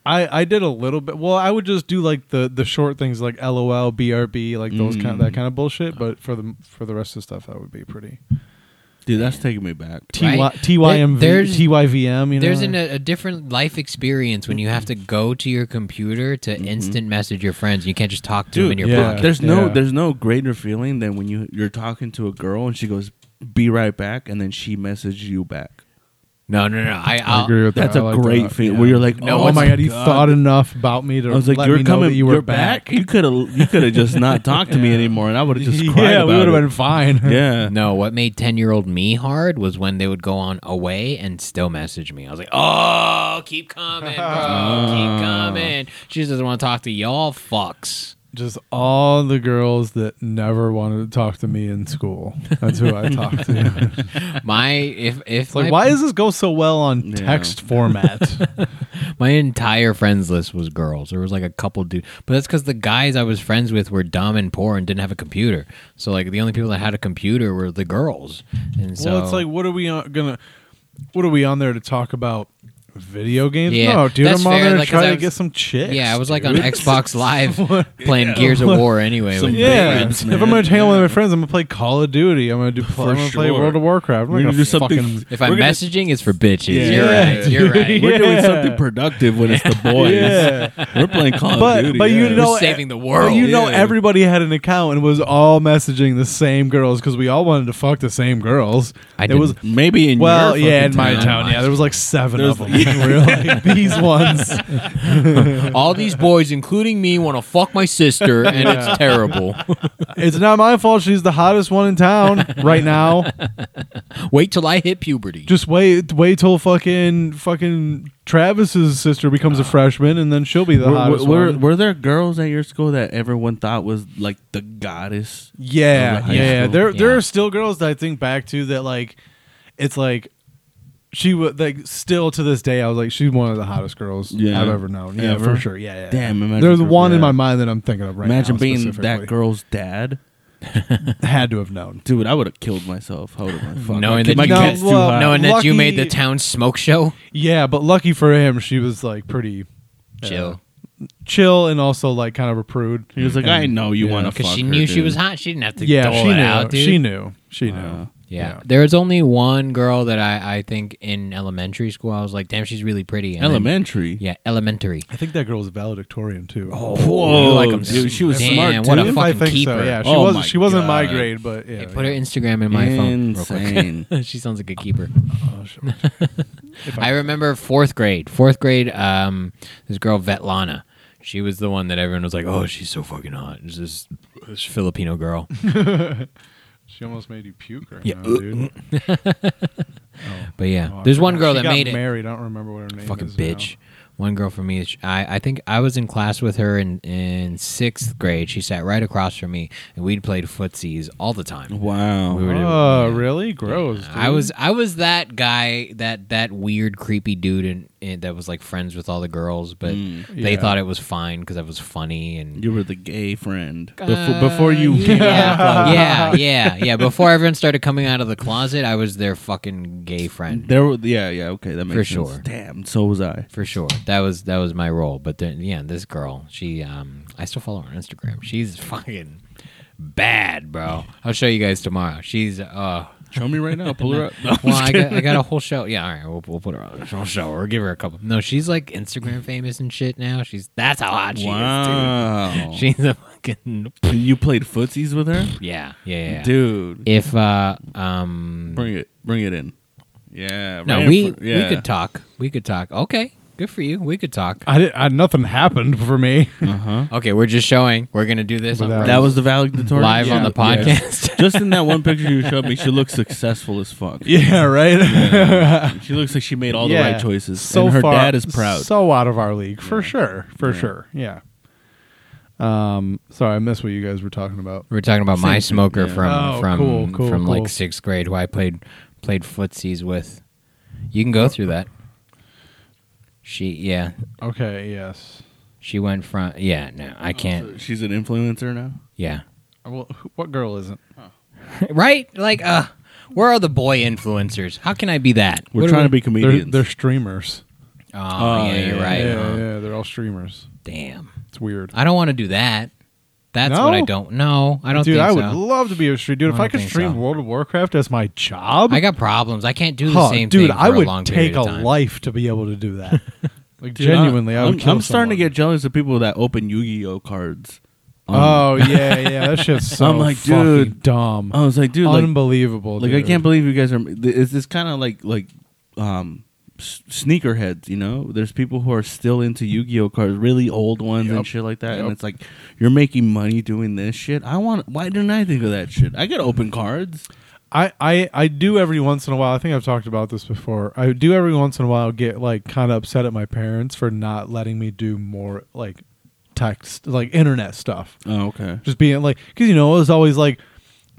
Speaker 5: I I did a little bit. Well, I would just do like the the short things like LOL, BRB, like those kind
Speaker 4: Hmm.
Speaker 5: that kind of bullshit. But for the for the rest of the stuff, that would be pretty.
Speaker 3: Dude, that's taking me back.
Speaker 5: TY,
Speaker 4: Right.
Speaker 5: TYMV,
Speaker 4: There's-
Speaker 5: TYVM, you know.
Speaker 4: There's an, a, a different life experience when you have to go to your computer to instant message your friends. You can't just talk to them in your
Speaker 5: yeah.
Speaker 4: pocket.
Speaker 3: There's no
Speaker 5: Yeah.
Speaker 3: there's no greater feeling than when you you're talking to a girl and she goes, be right back, and then she messaged you back.
Speaker 4: No, no, no. I,
Speaker 5: I
Speaker 4: I'll,
Speaker 5: agree with
Speaker 3: That's
Speaker 5: that.
Speaker 3: a
Speaker 5: I like
Speaker 3: great
Speaker 5: that.
Speaker 3: feat. Where you're like,
Speaker 4: No,
Speaker 3: oh,
Speaker 5: Oh
Speaker 4: it's
Speaker 5: my god, he thought enough about me to
Speaker 3: I was like,
Speaker 5: let
Speaker 3: you're
Speaker 5: me know
Speaker 3: coming.
Speaker 5: that you were
Speaker 3: are back. You could have. You could have just not talked to me anymore, and I would have just cried
Speaker 5: yeah, we
Speaker 3: about
Speaker 5: would have
Speaker 3: it.
Speaker 5: been fine.
Speaker 3: yeah.
Speaker 4: No, what made 10 year old me hard was when they would go on away and still message me. I was like, oh, keep coming, bro. Keep coming. She just doesn't want to talk to y'all fucks.
Speaker 5: Just all the girls that never wanted to talk to me in school. That's who I talked to.
Speaker 4: My, if, if,
Speaker 5: It's like,
Speaker 4: my,
Speaker 5: why does this go so well on
Speaker 3: Yeah.
Speaker 5: text format?
Speaker 4: my entire friends list was girls. There was like a couple dudes, but that's because the guys I was friends with were dumb and poor and didn't have a computer. So, like, the only people that had a computer were the girls. And so,
Speaker 5: Well, it's like, what are we on, gonna? What are we on there to talk about? Video games?
Speaker 4: Yeah,
Speaker 5: no, dude,
Speaker 4: that's
Speaker 5: I'm on
Speaker 4: fair,
Speaker 5: there to
Speaker 4: like, 'cause
Speaker 5: try
Speaker 4: I
Speaker 5: to
Speaker 4: was-
Speaker 5: get some chicks.
Speaker 4: yeah, I was like
Speaker 5: dude.
Speaker 4: on Xbox Live playing Gears of War anyway.
Speaker 3: Some
Speaker 4: with my
Speaker 5: Yeah,
Speaker 4: friends.
Speaker 5: if I'm gonna hang out with my friends, I'm gonna play Call of Duty. I'm gonna do.
Speaker 3: For
Speaker 5: I'm gonna play
Speaker 3: sure.
Speaker 5: World of Warcraft. I'm
Speaker 3: We're
Speaker 5: not
Speaker 3: gonna
Speaker 5: gonna
Speaker 3: do something-
Speaker 5: fucking-
Speaker 4: If I'm
Speaker 3: We're gonna-
Speaker 4: messaging, it's for bitches.
Speaker 3: Yeah.
Speaker 4: You're right. You're right.
Speaker 3: We're doing
Speaker 5: Yeah.
Speaker 3: something productive when it's the boys.
Speaker 5: Yeah.
Speaker 3: We're playing Call
Speaker 5: But-
Speaker 3: of Duty.
Speaker 5: but you
Speaker 3: yeah.
Speaker 5: know-
Speaker 4: We're saving the
Speaker 5: But
Speaker 4: world.
Speaker 5: you know,
Speaker 3: yeah.
Speaker 5: everybody had an account and was all messaging the same girls because we all wanted to fuck the same girls.
Speaker 4: I
Speaker 5: it was
Speaker 3: maybe in
Speaker 5: well,
Speaker 3: your
Speaker 5: yeah,
Speaker 3: fucking
Speaker 5: in my
Speaker 4: town.
Speaker 5: town, yeah, there was like seven of
Speaker 3: There's-
Speaker 5: them. we were like, these ones.
Speaker 4: All these boys, including me, want to fuck my sister, and it's terrible.
Speaker 5: It's not my fault. She's the hottest one in town right now.
Speaker 4: Wait till I hit puberty.
Speaker 5: Just wait, wait till fucking fucking Travis's sister becomes a freshman, and then she'll be the
Speaker 3: Were,
Speaker 5: hottest
Speaker 3: were,
Speaker 5: one.
Speaker 3: were there girls at your school that everyone thought was like the goddess?
Speaker 5: Yeah,
Speaker 3: Of the high
Speaker 5: yeah.
Speaker 3: school.
Speaker 5: There, there
Speaker 4: Yeah.
Speaker 5: are still girls that I think back to that like, it's like, she would like still to this day. I was like, she's one of the hottest girls
Speaker 3: Yeah.
Speaker 5: I've ever known. Yeah,
Speaker 3: Ever?
Speaker 5: for sure. Yeah, yeah.
Speaker 3: Damn, imagine
Speaker 5: There's
Speaker 3: her-
Speaker 5: one in
Speaker 3: yeah.
Speaker 5: my mind that I'm thinking of right
Speaker 3: Imagine
Speaker 5: now.
Speaker 3: being that
Speaker 5: specifically.
Speaker 3: girl's dad.
Speaker 5: Had to have known.
Speaker 3: Dude, I would have killed myself. I would have been fuck.
Speaker 4: Knowing
Speaker 3: my kid-
Speaker 4: that
Speaker 3: my
Speaker 4: you-
Speaker 3: kid's too
Speaker 5: No,
Speaker 3: hot.
Speaker 4: Knowing that you
Speaker 5: uh, Lucky-
Speaker 4: made the town smoke show,
Speaker 5: Yeah, but lucky for him, she was like pretty
Speaker 4: chill.
Speaker 5: chill and also like kind of a prude.
Speaker 3: He was like, I know you
Speaker 5: Yeah.
Speaker 3: want to fuck
Speaker 4: Because she
Speaker 3: her,
Speaker 4: knew she
Speaker 3: dude.
Speaker 4: was hot. She didn't have to
Speaker 5: Yeah,
Speaker 4: dole
Speaker 5: she
Speaker 4: it
Speaker 5: knew.
Speaker 4: out, dude.
Speaker 5: she knew. She knew.
Speaker 3: Wow.
Speaker 4: Yeah. There was only one girl that I, I think in elementary school, I was like, damn, she's really pretty. And then-
Speaker 3: Elementary.
Speaker 4: yeah, elementary.
Speaker 5: I think that girl was valedictorian too. Oh,
Speaker 3: Whoa,
Speaker 4: You like 'em
Speaker 3: dude, she was
Speaker 4: Damn,
Speaker 3: smart.
Speaker 4: what a
Speaker 3: dude.
Speaker 4: fuck- fucking keeper.
Speaker 5: Yeah, she
Speaker 3: Oh my
Speaker 5: wasn't. She wasn't my
Speaker 3: God.
Speaker 5: grade, but yeah.
Speaker 4: Hey, put her Instagram in my phone.
Speaker 3: Insane.
Speaker 4: Real quick. she sounds like a keeper.
Speaker 5: Oh, sure. If
Speaker 4: I
Speaker 5: I-
Speaker 4: remember fourth grade. Fourth grade, um, this girl Vetlana. She was the one that everyone was like, "Oh, she's so fucking hot." It's this, this Filipino girl.
Speaker 5: she almost made you puke right
Speaker 4: Yeah.
Speaker 5: now, dude.
Speaker 4: But yeah,
Speaker 5: Oh, I
Speaker 4: there's one
Speaker 5: forgot.
Speaker 4: girl
Speaker 5: She
Speaker 4: that
Speaker 5: got
Speaker 4: made it.
Speaker 5: Married. I don't remember what her name
Speaker 4: Fucking
Speaker 5: is. now.
Speaker 4: bitch. One girl from me. is- I I think I was in class with her in in sixth grade. She sat right across from me, and we'd played footsies all the time.
Speaker 3: Wow.
Speaker 4: We were doing-
Speaker 5: Oh, really? Gross. Dude.
Speaker 4: I was I was that guy that that weird creepy dude in, in, that was like friends with all the girls, but they
Speaker 5: Yeah.
Speaker 4: thought it was fine because I was funny and
Speaker 3: You were the gay friend.
Speaker 4: Uh,
Speaker 3: Before, before you came
Speaker 4: yeah,
Speaker 3: out.
Speaker 4: yeah, yeah, yeah. Before everyone started coming out of the closet, I was their fucking gay friend
Speaker 3: There were, yeah, yeah, okay, that makes sense.
Speaker 4: sure.
Speaker 3: Damn, so was I.
Speaker 4: for sure. That was that was my role. But then, yeah, this girl, she, um, I still follow her on Instagram. She's fucking bad, bro. I'll show you guys tomorrow. She's uh.
Speaker 3: Show me right now. Pull her up. No, I'm
Speaker 4: Well,
Speaker 3: just
Speaker 4: I
Speaker 3: kidding.
Speaker 4: got, I got a whole show. Yeah, all right, we'll, we'll put her on a whole show or give her a couple. No, she's like Instagram famous and shit now. She's that's how hot she
Speaker 3: wow.
Speaker 4: is, dude. She's a fucking
Speaker 3: you played footsies with her?
Speaker 4: yeah, yeah, yeah. yeah.
Speaker 3: Dude.
Speaker 4: If uh um
Speaker 3: Bring it. Bring it in. Yeah.
Speaker 4: No,
Speaker 3: right in
Speaker 4: we
Speaker 3: fr- yeah.
Speaker 4: we could talk. We could talk. Okay, good for you. We could talk.
Speaker 5: I did. I, nothing happened for me.
Speaker 4: Okay, we're just showing. We're gonna do this on,
Speaker 5: Without-
Speaker 3: Uh-huh. That was the valedictorian.
Speaker 4: live on
Speaker 3: Yeah,
Speaker 4: the
Speaker 3: yeah.
Speaker 4: podcast.
Speaker 3: Just in that one picture you showed me, she looks successful as fuck.
Speaker 5: yeah. Right.
Speaker 3: She looks like she made all the
Speaker 5: Yeah.
Speaker 3: right choices.
Speaker 5: So
Speaker 3: and her
Speaker 5: far,
Speaker 3: dad is proud.
Speaker 5: So out of our league for sure. For sure. Yeah. Um. Sorry, I missed what you guys were talking about.
Speaker 4: we're talking about my smoker
Speaker 3: yeah.
Speaker 4: from
Speaker 5: Oh,
Speaker 4: from
Speaker 5: cool, cool,
Speaker 4: from
Speaker 5: cool.
Speaker 4: like sixth grade, who I played played footsies with. You
Speaker 5: Oh.
Speaker 4: can go through that. She yeah,
Speaker 5: Okay. Yes.
Speaker 4: she went from yeah. No,
Speaker 5: Oh,
Speaker 4: I can't.
Speaker 3: She's an influencer now?
Speaker 4: Yeah,
Speaker 5: Well, who- what girl isn't?
Speaker 4: right. Like uh, where are the boy influencers? How can I be that?
Speaker 3: We're
Speaker 4: What do
Speaker 3: trying
Speaker 4: we-
Speaker 3: to be
Speaker 5: They're,
Speaker 3: comedians.
Speaker 5: they're streamers. Uh-huh.
Speaker 4: Oh,
Speaker 3: Oh,
Speaker 4: yeah, you're
Speaker 3: yeah,
Speaker 4: right.
Speaker 5: yeah,
Speaker 4: huh?
Speaker 5: yeah. They're all streamers.
Speaker 4: Damn.
Speaker 5: It's weird.
Speaker 4: I don't want to do that. That's
Speaker 5: No?
Speaker 4: what I don't. No, I don't
Speaker 5: dude,
Speaker 4: think
Speaker 5: I
Speaker 4: so.
Speaker 5: would love to be a stream. Dude,
Speaker 4: I
Speaker 5: if I
Speaker 4: don't
Speaker 5: could
Speaker 4: think
Speaker 5: stream
Speaker 4: so.
Speaker 5: World of Warcraft as my job,
Speaker 4: I got problems. I can't do the
Speaker 5: huh,
Speaker 4: same
Speaker 5: dude,
Speaker 4: thing. For
Speaker 5: I would
Speaker 4: a long
Speaker 5: take
Speaker 4: period
Speaker 5: a
Speaker 4: of time.
Speaker 5: life to be able to do that. like
Speaker 3: Dude,
Speaker 5: genuinely, I, would.
Speaker 3: I'm,
Speaker 5: kill
Speaker 3: I'm starting to
Speaker 5: someone.
Speaker 3: get jealous of people that open Yu-Gi-Oh cards
Speaker 4: Um,
Speaker 3: on.
Speaker 5: oh yeah, yeah. That shit's so
Speaker 3: I'm like,
Speaker 5: fucking
Speaker 3: dude.
Speaker 5: dumb.
Speaker 3: I was like, dude, like,
Speaker 5: Unbelievable.
Speaker 3: like I
Speaker 5: dude.
Speaker 3: can't believe you guys are. th- It's this kind of like like um s- sneakerheads, you know? There's people who are still into Yu-Gi-Oh cards, really old ones
Speaker 5: Yep.
Speaker 3: and shit like that.
Speaker 5: Yep.
Speaker 3: And it's like you're making money doing this shit. I want. Why didn't I think of that shit? I could open cards.
Speaker 5: I, I I do every once in a while. I think I've talked about this before. I do every once in a while get like kind of upset at my parents for not letting me do more like text, like internet stuff.
Speaker 3: Oh, okay.
Speaker 5: Just being like, because you know, it was always like,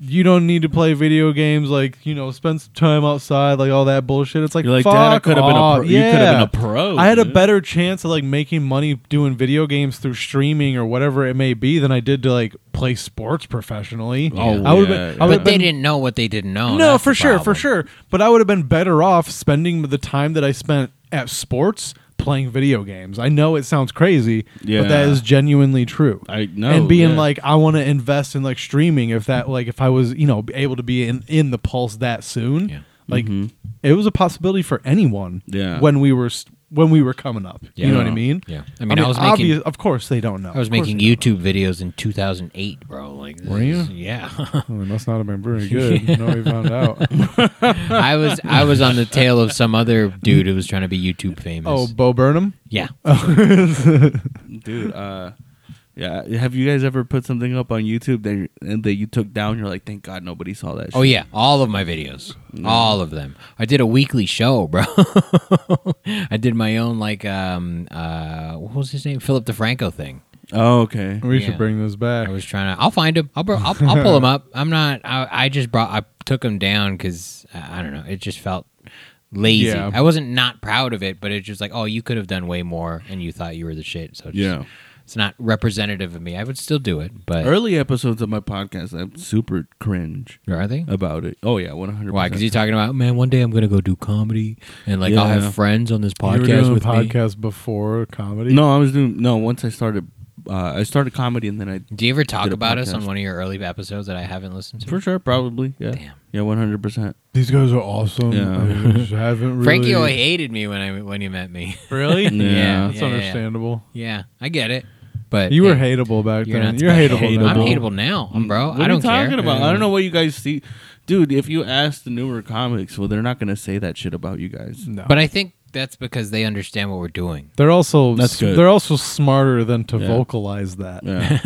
Speaker 5: you don't need to play video games. Like you know, spend some time outside, like all that bullshit. It's like,
Speaker 3: You're like,
Speaker 5: fuck
Speaker 3: Dad, I could have been a
Speaker 5: off.
Speaker 3: pro. You could
Speaker 5: Yeah.
Speaker 3: have been a pro.
Speaker 5: I had a
Speaker 3: dude.
Speaker 5: better chance of like making money doing video games through streaming or whatever it may be than I did to like play sports professionally.
Speaker 3: Oh,
Speaker 5: I would've
Speaker 3: yeah,
Speaker 5: been- I
Speaker 3: yeah.
Speaker 5: would've
Speaker 4: But they
Speaker 5: been-
Speaker 4: didn't know what they didn't know.
Speaker 5: no,
Speaker 4: Oh, That's
Speaker 5: for
Speaker 4: the
Speaker 5: sure, for
Speaker 4: problem.
Speaker 5: sure. But I would have been better off spending the time that I spent at sports playing video games. I know it sounds crazy,
Speaker 3: Yeah.
Speaker 5: but that is genuinely true.
Speaker 3: I know,
Speaker 5: And being
Speaker 3: yeah.
Speaker 5: like, I want to invest in like streaming. If that, like, if I was, you know, able to be in in the pulse that soon,
Speaker 4: Yeah. Mm-hmm.
Speaker 5: like, it was a possibility for anyone.
Speaker 3: Yeah.
Speaker 5: When we were st- when we were coming up,
Speaker 4: Yeah.
Speaker 5: you know what I mean?
Speaker 4: Yeah. I mean, I was making-
Speaker 5: obvious, of course they don't know.
Speaker 4: I was
Speaker 5: Of course
Speaker 4: making
Speaker 5: they don't
Speaker 4: YouTube videos in 2008, bro. Like, this
Speaker 5: Were you?
Speaker 4: is- Yeah.
Speaker 5: know. Well, it must Oh, not have been very good. No, we found out.
Speaker 4: I was I was on the tail of some other dude who was trying to be YouTube famous.
Speaker 5: Oh, Bo Burnham.
Speaker 4: yeah.
Speaker 3: dude. Uh, yeah, have you guys ever put something up on YouTube that and that you took down? You're like, thank God nobody saw that.
Speaker 4: Oh
Speaker 3: shit.
Speaker 4: yeah, all of my videos, all of them. I did a weekly show, bro. I did my own like um uh what was his name Philip DeFranco thing.
Speaker 3: Oh, okay.
Speaker 5: We
Speaker 4: Yeah.
Speaker 5: should bring this back.
Speaker 4: I was trying to. I'll find him. I'll br- I'll, I'll pull him up. I'm not. I, I just brought. I took him down because I I don't know. It just felt lazy.
Speaker 5: Yeah.
Speaker 4: I wasn't not proud of it, but it's just like, oh, you could have done way more, and you thought you were the shit. So just,
Speaker 3: Yeah.
Speaker 4: it's not representative of me. I would still do it, but
Speaker 3: Early episodes of my podcast, I'm super cringe
Speaker 4: are they?
Speaker 3: about it. Oh yeah, 100.
Speaker 4: Why? Because you're talking about, man, one day I'm going to go do comedy and like I'll
Speaker 3: Yeah.
Speaker 4: have friends on this
Speaker 5: You were
Speaker 4: podcast
Speaker 5: doing a
Speaker 4: with me.
Speaker 5: podcast before comedy.
Speaker 3: No, I was doing no. Once I started, uh, I started comedy, and then I
Speaker 4: Do you ever talk
Speaker 3: Did a
Speaker 4: about us on
Speaker 3: podcast.
Speaker 4: one of your early episodes that I haven't listened to?
Speaker 3: for sure probably yeah
Speaker 4: Damn.
Speaker 3: yeah 100. percent
Speaker 5: these guys are awesome.
Speaker 3: Yeah.
Speaker 5: I just haven't really.
Speaker 4: Frankie always hated me when I when he met me.
Speaker 5: really?
Speaker 3: Yeah. Yeah,
Speaker 5: that's
Speaker 4: yeah, yeah.
Speaker 5: understandable.
Speaker 4: yeah, I get it. But
Speaker 5: You were
Speaker 4: hey,
Speaker 5: hateable back
Speaker 4: You're
Speaker 5: then.
Speaker 4: not
Speaker 5: You're
Speaker 4: special.
Speaker 5: hateable.
Speaker 3: Hateable.
Speaker 5: now.
Speaker 4: I'm hateable now, Um, bro.
Speaker 3: What
Speaker 4: I
Speaker 3: are
Speaker 4: don't
Speaker 3: you
Speaker 4: care.
Speaker 3: talking about? I don't know what you guys see, dude. If you ask the newer comics, well, they're not gonna say that shit about you guys.
Speaker 5: No.
Speaker 4: But I think that's because they understand what we're doing.
Speaker 5: they're also
Speaker 3: That's
Speaker 5: s-
Speaker 3: good.
Speaker 5: they're also smarter than to
Speaker 3: Yeah.
Speaker 5: vocalize that.
Speaker 3: Yeah.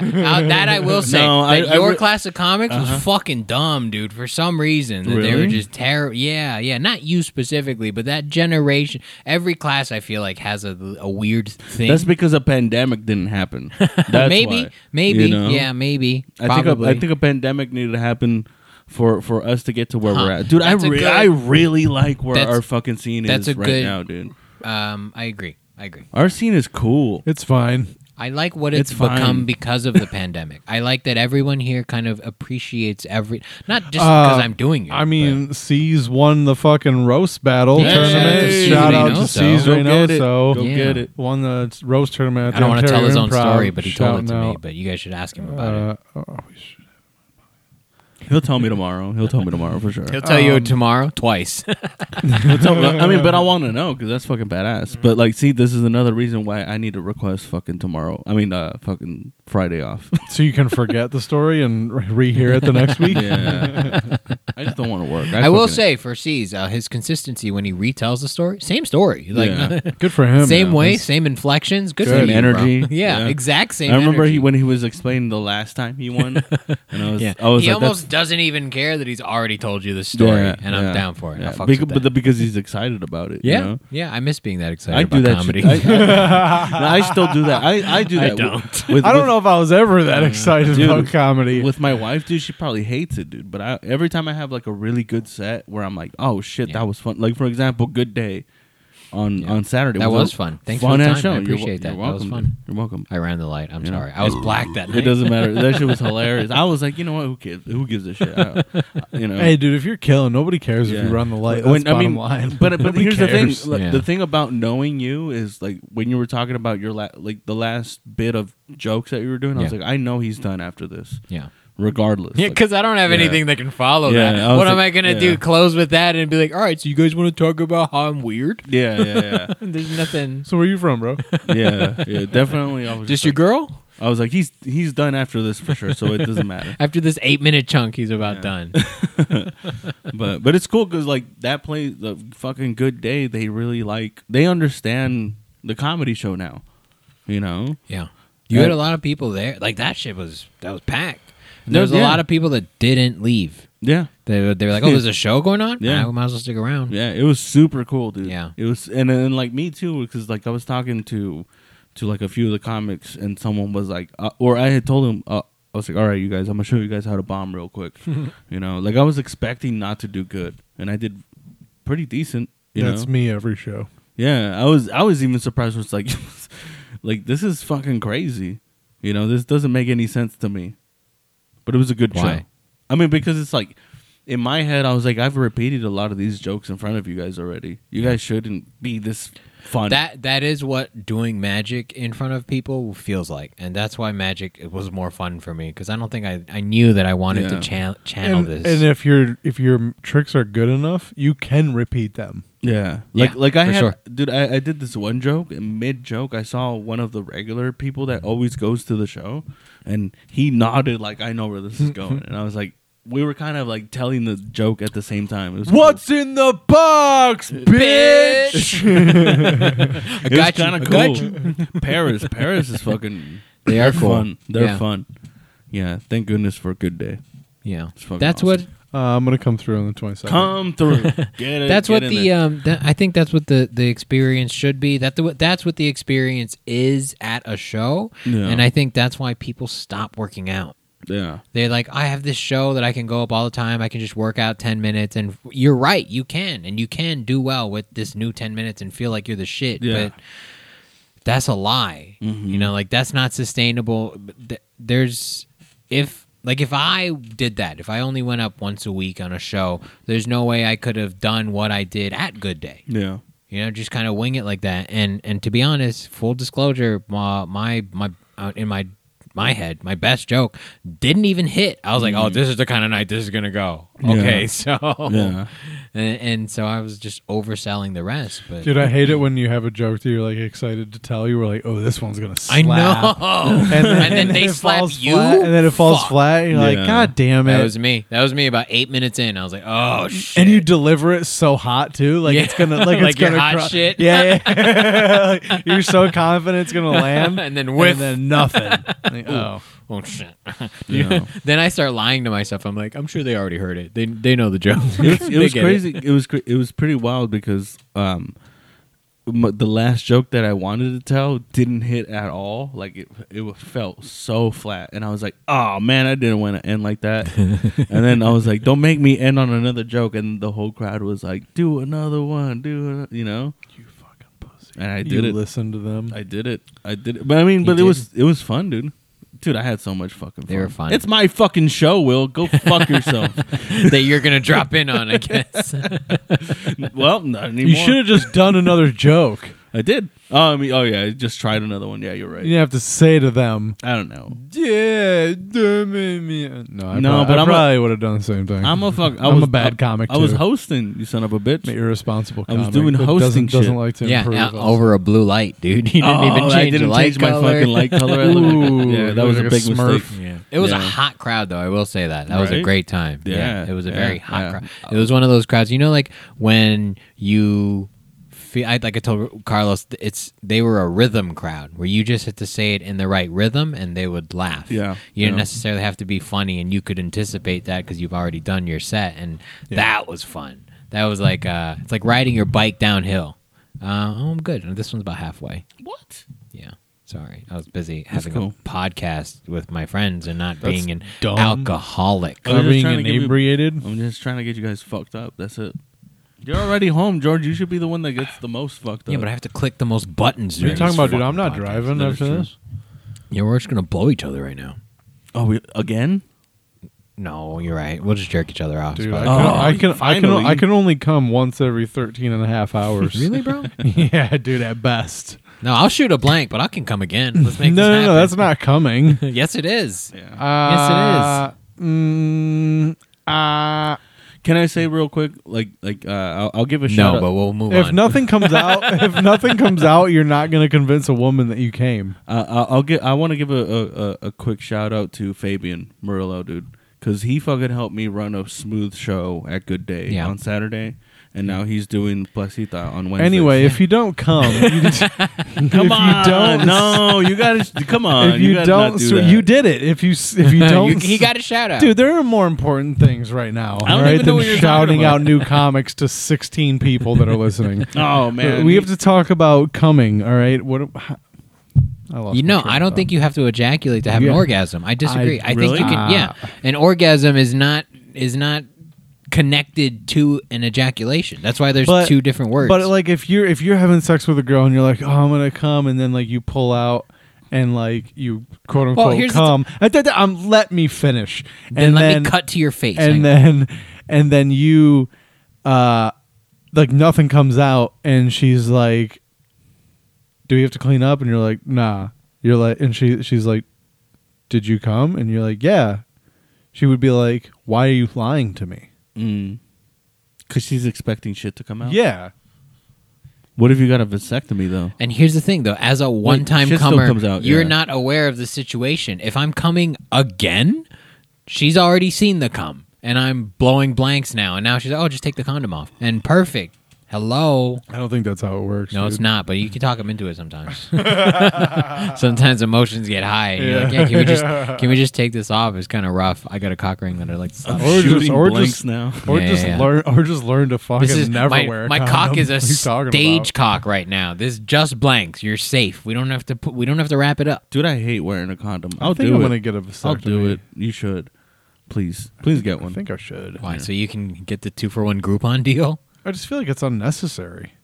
Speaker 4: yeah, uh, that I will say.
Speaker 3: No, I-
Speaker 4: that
Speaker 3: I
Speaker 4: your
Speaker 3: re- Uh-huh.
Speaker 4: class of comics was fucking dumb, dude. For some reason, that they were
Speaker 3: Really?
Speaker 4: just terrible. Yeah, yeah. Not you specifically, but that generation. Every class I feel like has a, a weird thing.
Speaker 3: That's because a pandemic didn't happen. That's
Speaker 4: maybe,
Speaker 3: why,
Speaker 4: maybe,
Speaker 3: you know?
Speaker 4: yeah, maybe.
Speaker 3: I think a,
Speaker 4: probably.
Speaker 3: I think a pandemic needed to happen for for us to get to where
Speaker 4: Huh.
Speaker 3: we're at, dude.
Speaker 4: That's
Speaker 3: I
Speaker 4: a
Speaker 3: re-
Speaker 4: good-
Speaker 3: I really like where
Speaker 4: That's-
Speaker 3: our fucking scene
Speaker 4: that's
Speaker 3: is
Speaker 4: a
Speaker 3: right
Speaker 4: good-
Speaker 3: now, dude.
Speaker 4: um, I agree. I agree.
Speaker 3: Our scene is cool.
Speaker 5: It's fine.
Speaker 4: I like what it's,
Speaker 3: It's fine.
Speaker 4: become because of the pandemic. I like that everyone here kind of appreciates every, not just because
Speaker 5: Uh,
Speaker 4: I'm doing it.
Speaker 5: I mean, C's won the fucking roast battle
Speaker 4: Yeah,
Speaker 5: tournament.
Speaker 4: shout out
Speaker 5: Shout out
Speaker 4: to
Speaker 5: to
Speaker 4: C's
Speaker 5: C's
Speaker 3: Go get it.
Speaker 5: Reynoso.
Speaker 3: Go
Speaker 4: Yeah.
Speaker 3: get it.
Speaker 5: Won the roast tournament.
Speaker 4: I don't want to tell his own
Speaker 5: Improv.
Speaker 4: story, but he told it
Speaker 5: Shouting
Speaker 4: to me.
Speaker 5: out,
Speaker 4: But you guys should ask him about it.
Speaker 5: uh, oh, we should-
Speaker 3: He'll tell me tomorrow. He'll tell me tomorrow for sure.
Speaker 4: He'll tell you
Speaker 3: um,
Speaker 4: tomorrow twice.
Speaker 3: He'll tell me- I mean, but I want to know because that's fucking badass. But like, see, this is another reason why I need to request fucking tomorrow. I mean, uh, fucking Friday off.
Speaker 5: so you can forget the story and re- rehear it the next week.
Speaker 3: yeah, I just don't want to work. I,
Speaker 4: I will
Speaker 3: fucking-
Speaker 4: say for C's, uh, his consistency when he retells the story, same story, like
Speaker 3: Yeah.
Speaker 5: Good for him.
Speaker 4: same
Speaker 5: man.
Speaker 4: way, same inflections, good, for
Speaker 3: Good
Speaker 4: you,
Speaker 3: energy.
Speaker 4: bro. Yeah,
Speaker 3: Yeah.
Speaker 4: exact same.
Speaker 3: I remember
Speaker 4: energy.
Speaker 3: he, when he was explaining the last time he won, and I was,
Speaker 4: Yeah,
Speaker 3: I was
Speaker 4: he
Speaker 3: like, that's-
Speaker 4: almost doesn't even care that he's already told you the story,
Speaker 3: Yeah,
Speaker 4: and I'm
Speaker 3: yeah,
Speaker 4: down for it. I
Speaker 3: yeah.
Speaker 4: fucks
Speaker 3: Becau-
Speaker 4: with
Speaker 3: but
Speaker 4: that.
Speaker 3: the- because he's excited about it. you
Speaker 4: yeah,
Speaker 3: know?
Speaker 4: yeah, I miss being that excited
Speaker 3: I
Speaker 4: about
Speaker 3: do that.
Speaker 4: comedy.
Speaker 3: shit. I, I- no, I still do that. I, I do
Speaker 4: I
Speaker 3: that. wi-
Speaker 4: don't.
Speaker 3: With,
Speaker 5: I don't
Speaker 3: with-
Speaker 5: know if I was ever that excited
Speaker 3: Dude,
Speaker 5: about comedy.
Speaker 3: With my wife, dude, she probably hates it, dude. But I, every time I have like a really good set where I'm like, oh shit,
Speaker 4: Yeah.
Speaker 3: that was fun. Like for example, Good Day on on Saturday.
Speaker 4: That was
Speaker 3: a
Speaker 4: fun. Thanks for
Speaker 3: fun
Speaker 4: the time. I
Speaker 3: ass Show. You're wel-
Speaker 4: appreciate that.
Speaker 3: You're
Speaker 4: That was
Speaker 3: welcome,
Speaker 4: fun.
Speaker 3: dude. You're welcome.
Speaker 4: I ran the light. I'm
Speaker 3: Yeah.
Speaker 4: sorry, I was black that night.
Speaker 3: It doesn't matter. That shit was hilarious. I was like, you know what? Who cares? Who gives a shit? I, you know.
Speaker 5: hey, dude, if you're killing, nobody cares if you
Speaker 3: Yeah.
Speaker 5: run the light.
Speaker 3: When-
Speaker 5: That's bottom line.
Speaker 3: But but
Speaker 5: Nobody
Speaker 3: here's the
Speaker 5: cares.
Speaker 3: thing. Like,
Speaker 4: Yeah.
Speaker 3: The thing about knowing you is like when you were talking about your la- like the last bit of jokes that you were doing. I was
Speaker 4: Yeah.
Speaker 3: like, I know he's done after this,
Speaker 4: Yeah.
Speaker 3: regardless.
Speaker 4: Yeah,
Speaker 3: Like,
Speaker 4: because I don't have anything that can follow
Speaker 3: Yeah,
Speaker 4: that.
Speaker 3: I was
Speaker 4: What am I
Speaker 3: like-
Speaker 4: gonna
Speaker 3: yeah.
Speaker 4: do? Close with that and be like, "All right, so you guys want to talk about how I'm weird?"
Speaker 3: yeah, yeah,
Speaker 4: There's nothing.
Speaker 5: so where you from, bro?
Speaker 3: yeah, yeah, yeah. Definitely. I was
Speaker 4: Just
Speaker 3: just,
Speaker 4: your girl?
Speaker 3: like, I was like, he's he's done after this for sure, so it doesn't matter.
Speaker 4: After this eight minute chunk, he's about done.
Speaker 3: But but it's cool because like that play, the fucking good day, they really like they understand the comedy show now. You know,
Speaker 4: yeah. You had a lot of people there. Like that shit was that was packed. And there
Speaker 3: No,
Speaker 4: was a
Speaker 3: yeah.
Speaker 4: lot of people that didn't leave.
Speaker 3: yeah,
Speaker 4: They were, they were like, "Oh, there's a show going on.
Speaker 3: Yeah.
Speaker 4: Ah, we might as well stick around."
Speaker 3: yeah. It was super cool, dude.
Speaker 4: Yeah.
Speaker 3: it was, and then like me too, because like I was talking to to like a few of the comics, and someone was like, uh, or I had told him. Uh, I was like, all right, you guys, I'm gonna show you guys how to bomb real quick. you know, like I was expecting not to do good, and I did pretty decent. You
Speaker 5: That's
Speaker 3: know?
Speaker 5: me every show.
Speaker 3: Yeah, I was I was even surprised. Was like, like this is fucking crazy. You know, this doesn't make any sense to me. But it was a good
Speaker 4: Why?
Speaker 3: show. I mean, because it's like in my head, I was like, I've repeated a lot of these jokes in front of you guys already. You guys shouldn't be this fun.
Speaker 4: That that is what doing magic in front of people feels like, and that's why magic it was more fun for me because I don't think I, I knew that I wanted to
Speaker 3: Yeah.
Speaker 4: chan- channel
Speaker 5: And,
Speaker 4: this.
Speaker 5: and if your if your tricks are good enough, you can repeat them.
Speaker 3: yeah, like
Speaker 4: Yeah,
Speaker 3: like I
Speaker 4: for
Speaker 3: had,
Speaker 4: sure.
Speaker 3: dude. I, I did this one joke and mid joke. I saw one of the regular people that always goes to the show, and he nodded like I know where this is going, and I was like. We were kind of like telling the joke at the same time. It was cool.
Speaker 5: in the box,
Speaker 4: I
Speaker 3: It was
Speaker 4: got you.
Speaker 3: kinda
Speaker 4: I got you.
Speaker 3: cool. Paris, Paris is fucking.
Speaker 4: They are cool.
Speaker 3: fun. They're
Speaker 4: Yeah.
Speaker 3: fun. Yeah, thank goodness for a good day.
Speaker 4: Yeah,
Speaker 3: It's fucking
Speaker 4: that's
Speaker 3: awesome.
Speaker 4: what
Speaker 5: Uh, I'm gonna come through on the 22nd.
Speaker 3: Come through. Get it.
Speaker 4: that's what
Speaker 3: get in
Speaker 4: the
Speaker 3: there.
Speaker 4: um that, I think that's what the the experience should be. That the that's what the experience is at a show,
Speaker 3: Yeah.
Speaker 4: and I think that's why people stop working out.
Speaker 3: yeah
Speaker 4: They're like, I have this show that I can go up all the time. I can just work out 10 minutes. And you're right. You can. And you can do well with this new 10 minutes and feel like you're the shit.
Speaker 3: Yeah.
Speaker 4: But that's a lie. You know, like that's not sustainable. Th- There's, if, like, if I did that, if I only went up once a week on a show, there's no way I could have done what I did at Good Day
Speaker 3: yeah
Speaker 4: you know just kind of wing it like that and and to be honest full disclosure uh, my my uh, in my my head my best joke didn't even hit i was like
Speaker 5: Mm-hmm.
Speaker 4: oh this is the kind of night this is gonna go okay
Speaker 3: Yeah.
Speaker 4: so
Speaker 3: yeah.
Speaker 4: and, and so i was just overselling the rest but
Speaker 5: Dude, I hate it when you have a joke that you're like excited to tell. You were like, "Oh, this one's gonna slap."
Speaker 4: I know and then, they
Speaker 5: it
Speaker 4: slap
Speaker 5: falls
Speaker 4: you
Speaker 5: flat, and then it falls
Speaker 4: Fuck.
Speaker 5: flat. And you're
Speaker 3: Yeah.
Speaker 5: like, "God damn it!"
Speaker 4: that was me that was me about eight minutes in i was like oh shit
Speaker 5: and you deliver it so hot too, like
Speaker 4: Yeah.
Speaker 5: it's gonna, like,
Speaker 4: Like
Speaker 5: it's
Speaker 4: you're
Speaker 5: gonna
Speaker 4: hot
Speaker 5: cru-
Speaker 4: shit.
Speaker 5: Yeah, yeah. Like, you're so confident it's gonna land,
Speaker 4: And then whiff.
Speaker 5: and then nothing. Like, oh,
Speaker 4: oh shit
Speaker 3: Yeah.
Speaker 4: then i start lying to myself i'm like i'm sure they already heard it they, they know the joke
Speaker 3: It was,
Speaker 4: They
Speaker 3: it was
Speaker 4: get
Speaker 3: crazy. It, was cra- it was pretty wild because um, m- the last joke that I wanted to tell didn't hit at all. Like it, it wa- felt so flat, and I was like, "Oh man, I didn't want to end like that." and then I was like, "Don't make me end on another joke." And the whole crowd was like, "Do another one, do ano-" you know?"
Speaker 5: you fucking pussy!
Speaker 3: And I
Speaker 5: You
Speaker 3: did it.
Speaker 5: listen to them.
Speaker 3: I did it. I did it. But I mean, but
Speaker 4: did.
Speaker 3: it was it was fun, dude. Dude, I had so much fucking fun.
Speaker 4: They were fun.
Speaker 3: It's my fucking show, Will. Go fuck yourself.
Speaker 4: that you're gonna drop in on, I guess.
Speaker 3: well, not anymore.
Speaker 5: you should have just done another joke.
Speaker 3: I did. Oh, I mean, oh yeah, I just tried another one. Yeah, you're right.
Speaker 5: You didn't have to say to them,
Speaker 3: I don't know.
Speaker 5: "Yeah, damn it, man." No, I
Speaker 3: No,
Speaker 5: prob-
Speaker 3: but
Speaker 5: I
Speaker 3: I'm a-
Speaker 5: probably would have done the same thing.
Speaker 3: I'm a fuck. I
Speaker 5: I'm
Speaker 3: was
Speaker 5: a bad
Speaker 3: I-
Speaker 5: comic,
Speaker 3: I was
Speaker 5: too.
Speaker 3: hosting. You son of a bitch.
Speaker 5: An irresponsible.
Speaker 3: I was
Speaker 5: comic
Speaker 3: doing
Speaker 5: that doesn't,
Speaker 3: hosting
Speaker 5: doesn't
Speaker 3: shit.
Speaker 5: like to
Speaker 4: yeah,
Speaker 5: improve
Speaker 4: yeah,
Speaker 5: on
Speaker 4: over a blue light, dude. You didn't
Speaker 3: Oh,
Speaker 4: even change
Speaker 3: I didn't
Speaker 4: the light
Speaker 3: change my
Speaker 4: color.
Speaker 3: fucking light color. I look like-
Speaker 5: Ooh,
Speaker 3: yeah,
Speaker 5: you
Speaker 3: that was
Speaker 5: look
Speaker 3: a
Speaker 5: like a
Speaker 3: big mistake.
Speaker 5: smurf.
Speaker 3: Yeah.
Speaker 4: It was a
Speaker 3: Yeah.
Speaker 4: hot crowd, though. I will say that. That was a
Speaker 3: Right?
Speaker 4: great time. Yeah,
Speaker 3: Yeah,
Speaker 4: it was a
Speaker 3: yeah,
Speaker 4: very hot
Speaker 3: yeah.
Speaker 4: crowd. It was one of those crowds. You know, like when you feel, I like I told Carlos, th- it's they were a rhythm crowd where you just had to say it in the right rhythm and they would laugh.
Speaker 3: Yeah,
Speaker 4: you didn't
Speaker 3: yeah.
Speaker 4: necessarily have to be funny, and you could anticipate that because you've already done your set, and that was fun. That was like uh, it's like riding your bike downhill. Uh, oh, I'm good. This one's about halfway.
Speaker 3: What?
Speaker 4: Yeah. Sorry. I was busy having
Speaker 3: cool.
Speaker 4: a podcast with my friends and not being an
Speaker 5: dumb.
Speaker 4: alcoholic.
Speaker 3: I was
Speaker 5: Are
Speaker 3: just
Speaker 5: being
Speaker 3: trying to give you-
Speaker 5: inebriated.
Speaker 3: I'm just trying to get you guys fucked up. That's it. You're already home, George. You should be the one that gets the most fucked up.
Speaker 4: yeah, but I have to click the most buttons.
Speaker 5: What are you
Speaker 4: during
Speaker 5: talking
Speaker 4: this
Speaker 5: about, dude?
Speaker 4: fucking
Speaker 5: I'm not
Speaker 4: podcast.
Speaker 5: driving
Speaker 3: That is
Speaker 5: after
Speaker 3: true.
Speaker 5: this.
Speaker 4: Yeah, we're just gonna blow each other right now.
Speaker 3: oh, we, again?
Speaker 4: No, you're right. We'll just jerk each other off. It's
Speaker 5: Dude, I
Speaker 4: probably
Speaker 5: can,
Speaker 4: fine.
Speaker 5: I,
Speaker 3: Oh,
Speaker 5: can, I, can,
Speaker 3: finally.
Speaker 5: I can only come once every 13 and a half hours.
Speaker 4: really, bro?
Speaker 5: yeah, dude, at best.
Speaker 4: no, I'll shoot a blank, but I can come again. Let's make
Speaker 5: no,
Speaker 4: this
Speaker 5: no, no, that's
Speaker 4: happen.
Speaker 5: not coming.
Speaker 4: yes, it is.
Speaker 3: Yeah.
Speaker 5: Uh, yes, it is. Mm, uh,
Speaker 3: Can I say real quick? Like, like uh, I'll, I'll give a shout
Speaker 4: No, but
Speaker 3: out.
Speaker 4: we'll move
Speaker 5: If
Speaker 4: on.
Speaker 5: nothing comes out, if nothing comes out, you're not going to convince a woman that you came.
Speaker 3: Uh, I'll- I'll get. I want to give a, a, a, a quick shout out to Fabian Murillo, dude, because he fucking helped me run a smooth show at Good Day
Speaker 4: Yeah.
Speaker 3: on Saturday, and now he's doing Placita on Wednesday.
Speaker 5: Anyway, if you don't come, you just,
Speaker 3: come
Speaker 5: if
Speaker 3: on,
Speaker 5: you don't,
Speaker 3: no, you gotta come on.
Speaker 5: if you,
Speaker 3: gotta not
Speaker 5: don't,
Speaker 3: do
Speaker 5: so
Speaker 3: that.
Speaker 5: you did it. If you s- if you
Speaker 4: You-
Speaker 5: don't,
Speaker 4: he got a shout out.
Speaker 5: Dude, there are more important things right now,
Speaker 3: I don't
Speaker 5: all right,
Speaker 3: even know
Speaker 5: than
Speaker 3: what you're talking
Speaker 5: shouting
Speaker 3: about.
Speaker 5: out new comics to 16 people that are listening.
Speaker 3: Oh man,
Speaker 5: we have to talk about coming, all right? What how, I lost
Speaker 4: You
Speaker 5: my
Speaker 4: know,
Speaker 5: train
Speaker 4: I
Speaker 5: of
Speaker 4: don't
Speaker 5: thought.
Speaker 4: think you have to ejaculate to have
Speaker 5: Yeah. Ah.
Speaker 4: an orgasm. I disagree. I, think
Speaker 3: really?
Speaker 4: you can. Yeah, an orgasm is not is not connected to an ejaculation. That's why there's
Speaker 5: But-
Speaker 4: two different words.
Speaker 5: But like if you're if you're having sex with a girl and you're like, "Oh, I'm going to come," and then like you pull out and like you quote
Speaker 4: Well,
Speaker 5: unquote
Speaker 4: here's the
Speaker 5: come. I did that- um, let me finish.
Speaker 4: then
Speaker 5: and
Speaker 4: let
Speaker 5: then
Speaker 4: me cut to your face.
Speaker 5: and
Speaker 4: Hang on.
Speaker 5: then and then you uh like nothing comes out and she's like do we have to clean up and you're like nah you're like and she she's like did you come and you're like yeah she would be like why are you lying to me
Speaker 3: because Mm. she's expecting shit to come out.
Speaker 5: yeah
Speaker 3: What if you got a vasectomy though?
Speaker 4: And here's the thing, though, as a one-time
Speaker 3: shit still
Speaker 4: comer,
Speaker 3: comes out,
Speaker 4: you're
Speaker 3: yeah.
Speaker 4: not aware of the situation. If I'm coming again, she's already seen the cum, and I'm blowing blanks now. And now she's like, "Oh, just take the condom off," and perfect. Hello.
Speaker 5: i don't think that's how it works
Speaker 4: No, it's
Speaker 5: dude.
Speaker 4: not. But you can talk them into it sometimes. sometimes emotions get high. And You're like, yeah, can we just can we just take this off? It's kind of rough. I got a cock ring that I like. To stop.
Speaker 5: Or just-
Speaker 3: Shooting
Speaker 5: or
Speaker 3: blanks
Speaker 5: just-
Speaker 3: now.
Speaker 5: or
Speaker 4: Yeah,
Speaker 5: just
Speaker 4: yeah, yeah.
Speaker 5: learn or just learn to fucking
Speaker 4: This is
Speaker 5: never
Speaker 4: my,
Speaker 5: wear a
Speaker 4: my
Speaker 5: condom.
Speaker 4: cock is a
Speaker 5: What are you talking about?
Speaker 4: stage cock right now. This is just blanks. You're safe. We don't have to put. We don't have to wrap it up.
Speaker 3: Dude, I hate wearing a condom.
Speaker 5: i
Speaker 3: I'll
Speaker 5: think
Speaker 3: do
Speaker 5: i'm
Speaker 3: it.
Speaker 5: gonna get a vasectomy
Speaker 3: I'll do it. You should. Please, please get
Speaker 5: i
Speaker 3: one.
Speaker 5: think i should
Speaker 4: Why? So you can get the two for one Groupon deal.
Speaker 5: i just feel like it's unnecessary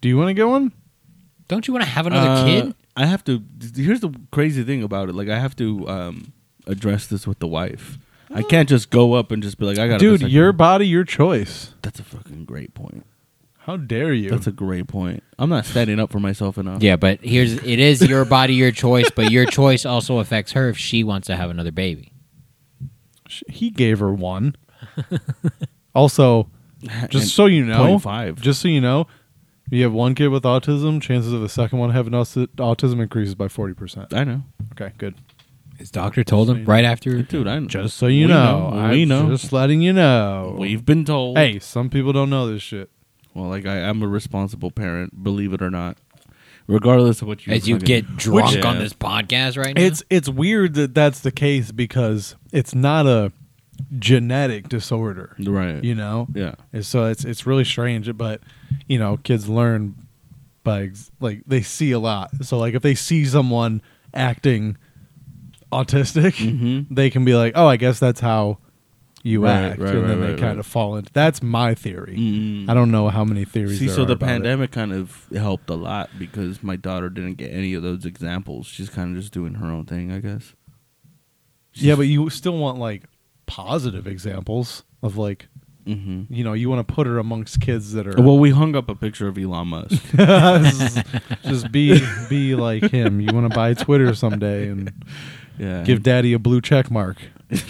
Speaker 5: do you want to get one
Speaker 4: Don't you want to have another
Speaker 3: Uh,
Speaker 4: kid?
Speaker 3: I have to. th- Here's the crazy thing about it. Like, I have to um, address this with the wife. I can't just go up and just be like, I got.
Speaker 5: Dude, your body, your choice.
Speaker 3: That's a fucking great point.
Speaker 5: How dare you?
Speaker 3: That's a great point. I'm not standing up for myself enough.
Speaker 4: Yeah, but here's it is your body, your choice. But your choice also affects her if she wants to have another baby.
Speaker 5: Sh- he gave her one. also, just
Speaker 3: And
Speaker 5: so you know,
Speaker 3: 0.5.
Speaker 5: just so you know, you have one kid with autism, chances of the second one having aus- autism increases by 40%.
Speaker 3: I know,
Speaker 5: Okay, good.
Speaker 4: His doctor told him right after.
Speaker 3: dude. I know.
Speaker 5: Just so you
Speaker 3: We
Speaker 5: know,
Speaker 3: know.
Speaker 5: I'm
Speaker 3: We know.
Speaker 5: just letting you know.
Speaker 3: We've been told.
Speaker 5: hey, some people don't know this shit.
Speaker 3: Well, like I, I'm a responsible parent, believe it or not. Regardless of what you
Speaker 4: As you
Speaker 3: fucking-
Speaker 4: get drunk
Speaker 3: Yeah.
Speaker 4: on this podcast right now,
Speaker 5: It's it's weird that that's the case because it's not a genetic disorder,
Speaker 3: right.
Speaker 5: you know?
Speaker 3: Yeah.
Speaker 5: And so it's it's really strange, but you know, kids learn by ex- like they see a lot. So like if they see someone acting autistic,
Speaker 3: Mhm.
Speaker 5: they can be like, "Oh, I guess that's how you
Speaker 3: Right,
Speaker 5: act,"
Speaker 3: right,
Speaker 5: and
Speaker 3: right,
Speaker 5: then they
Speaker 3: right,
Speaker 5: kind
Speaker 3: right.
Speaker 5: of fall into. That's my theory.
Speaker 3: Mm.
Speaker 5: I don't know how many theories.
Speaker 3: See,
Speaker 5: there
Speaker 3: so
Speaker 5: are
Speaker 3: the
Speaker 5: about it.
Speaker 3: pandemic kind of helped a lot because my daughter didn't get any of those examples. She's kind of just doing her own thing, I guess.
Speaker 5: Yeah, but you still want like positive examples of like
Speaker 3: hmm
Speaker 4: Mm-hmm.
Speaker 5: you know you want to put her amongst kids that are
Speaker 3: Well, we hung up a picture of Elon Musk.
Speaker 5: just be be like him. You want to buy Twitter someday and
Speaker 3: Yeah,
Speaker 5: give daddy a blue check mark.
Speaker 3: you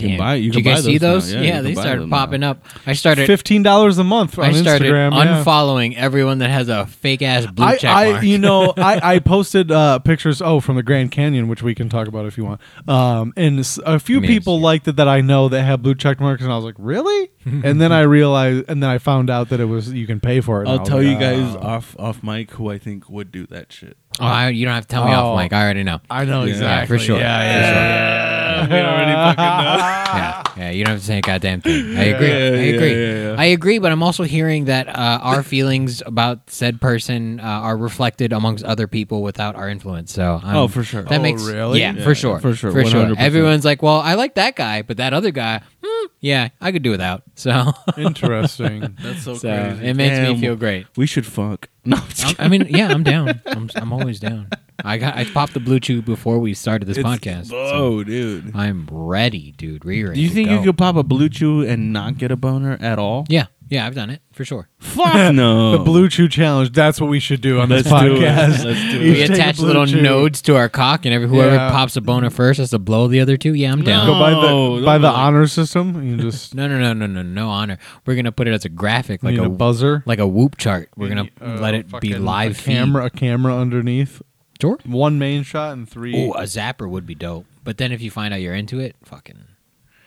Speaker 4: Damn.
Speaker 3: can buy. You
Speaker 4: Did you
Speaker 3: can
Speaker 4: guys
Speaker 3: buy
Speaker 4: see those?
Speaker 3: now.
Speaker 4: Yeah,
Speaker 3: you can
Speaker 4: they
Speaker 3: buy
Speaker 4: started
Speaker 3: them now.
Speaker 4: popping up. I started.
Speaker 5: fifteen dollars a month on
Speaker 4: I started
Speaker 5: Instagram. yeah.
Speaker 4: unfollowing everyone that has a fake ass blue
Speaker 5: I,
Speaker 4: check
Speaker 5: I
Speaker 4: mark.
Speaker 5: you know I, I posted uh, pictures oh from the Grand Canyon which we can talk about if you want um, and s- a few
Speaker 4: I mean,
Speaker 5: people
Speaker 4: it's-
Speaker 5: liked it that I know that have blue check marks and I was like really and then I realized and then I found out that it was you can pay for it and I
Speaker 3: I'll
Speaker 5: was
Speaker 3: tell
Speaker 5: like,
Speaker 3: you guys
Speaker 5: "Oh."
Speaker 3: off off mic who I think would do that shit.
Speaker 4: oh, I, you don't have to tell me
Speaker 5: Oh.
Speaker 4: off, Mike. I already know.
Speaker 5: I know
Speaker 3: Yeah,
Speaker 5: exactly
Speaker 4: for sure.
Speaker 5: yeah
Speaker 4: For
Speaker 5: yeah,
Speaker 4: sure.
Speaker 5: yeah, yeah,
Speaker 4: Yeah, yeah. You don't have to say a goddamn thing. I agree.
Speaker 3: Yeah,
Speaker 4: I
Speaker 3: yeah,
Speaker 4: agree.
Speaker 3: yeah, yeah.
Speaker 4: I agree. But I'm also hearing that uh, our feelings about said person uh, are reflected amongst other people without our influence. So I'm,
Speaker 3: Oh, for sure.
Speaker 4: That
Speaker 5: Oh,
Speaker 4: makes
Speaker 5: really?
Speaker 4: Yeah,
Speaker 3: Yeah,
Speaker 4: for sure.
Speaker 3: for sure,
Speaker 4: For sure.
Speaker 3: 100%.
Speaker 4: Everyone's like, well, I like that guy, but that other guy, hmm, yeah, I could do without. So,
Speaker 5: interesting
Speaker 3: That's
Speaker 4: so it makes me
Speaker 3: Damn,
Speaker 4: feel great.
Speaker 3: We should fuck. No, I'm just
Speaker 4: I'm- I mean, yeah, I'm down. I'm, I'm always down. I got I popped the blue chew before we started this
Speaker 3: kidding.
Speaker 4: podcast. so
Speaker 3: Oh, dude.
Speaker 4: I'm ready, dude. Rearing.
Speaker 3: Do you
Speaker 4: to
Speaker 3: think you
Speaker 4: go.
Speaker 3: could pop a blue chew and not get a boner at all?
Speaker 4: Yeah. Yeah, I've done it for sure.
Speaker 3: Fuck no.
Speaker 5: The Blue Chew Challenge. That's what we should do on this
Speaker 3: Let's do it.
Speaker 5: podcast.
Speaker 3: Let's do
Speaker 5: You
Speaker 3: it.
Speaker 4: We
Speaker 5: should take a
Speaker 4: attach
Speaker 5: blue
Speaker 4: little
Speaker 5: chew.
Speaker 4: nodes to our cock, and every whoever
Speaker 5: Yeah.
Speaker 4: pops a boner first has to blow the other two. Yeah, I'm down.
Speaker 5: Go by
Speaker 3: No,
Speaker 5: the by
Speaker 3: don't
Speaker 5: the
Speaker 3: do that.
Speaker 5: honor system. You just
Speaker 4: No, no, no, no, no, no honor. We're gonna put it as a graphic, like
Speaker 5: need
Speaker 4: a,
Speaker 5: a buzzer.
Speaker 4: like a whoop chart. We're gonna
Speaker 5: Uh,
Speaker 4: let it be
Speaker 5: fucking
Speaker 4: live
Speaker 5: a camera. A camera underneath.
Speaker 4: feed. Sure.
Speaker 5: One main shot and three.
Speaker 4: Ooh, a zapper would be dope. But then if you find out you're into it, fucking,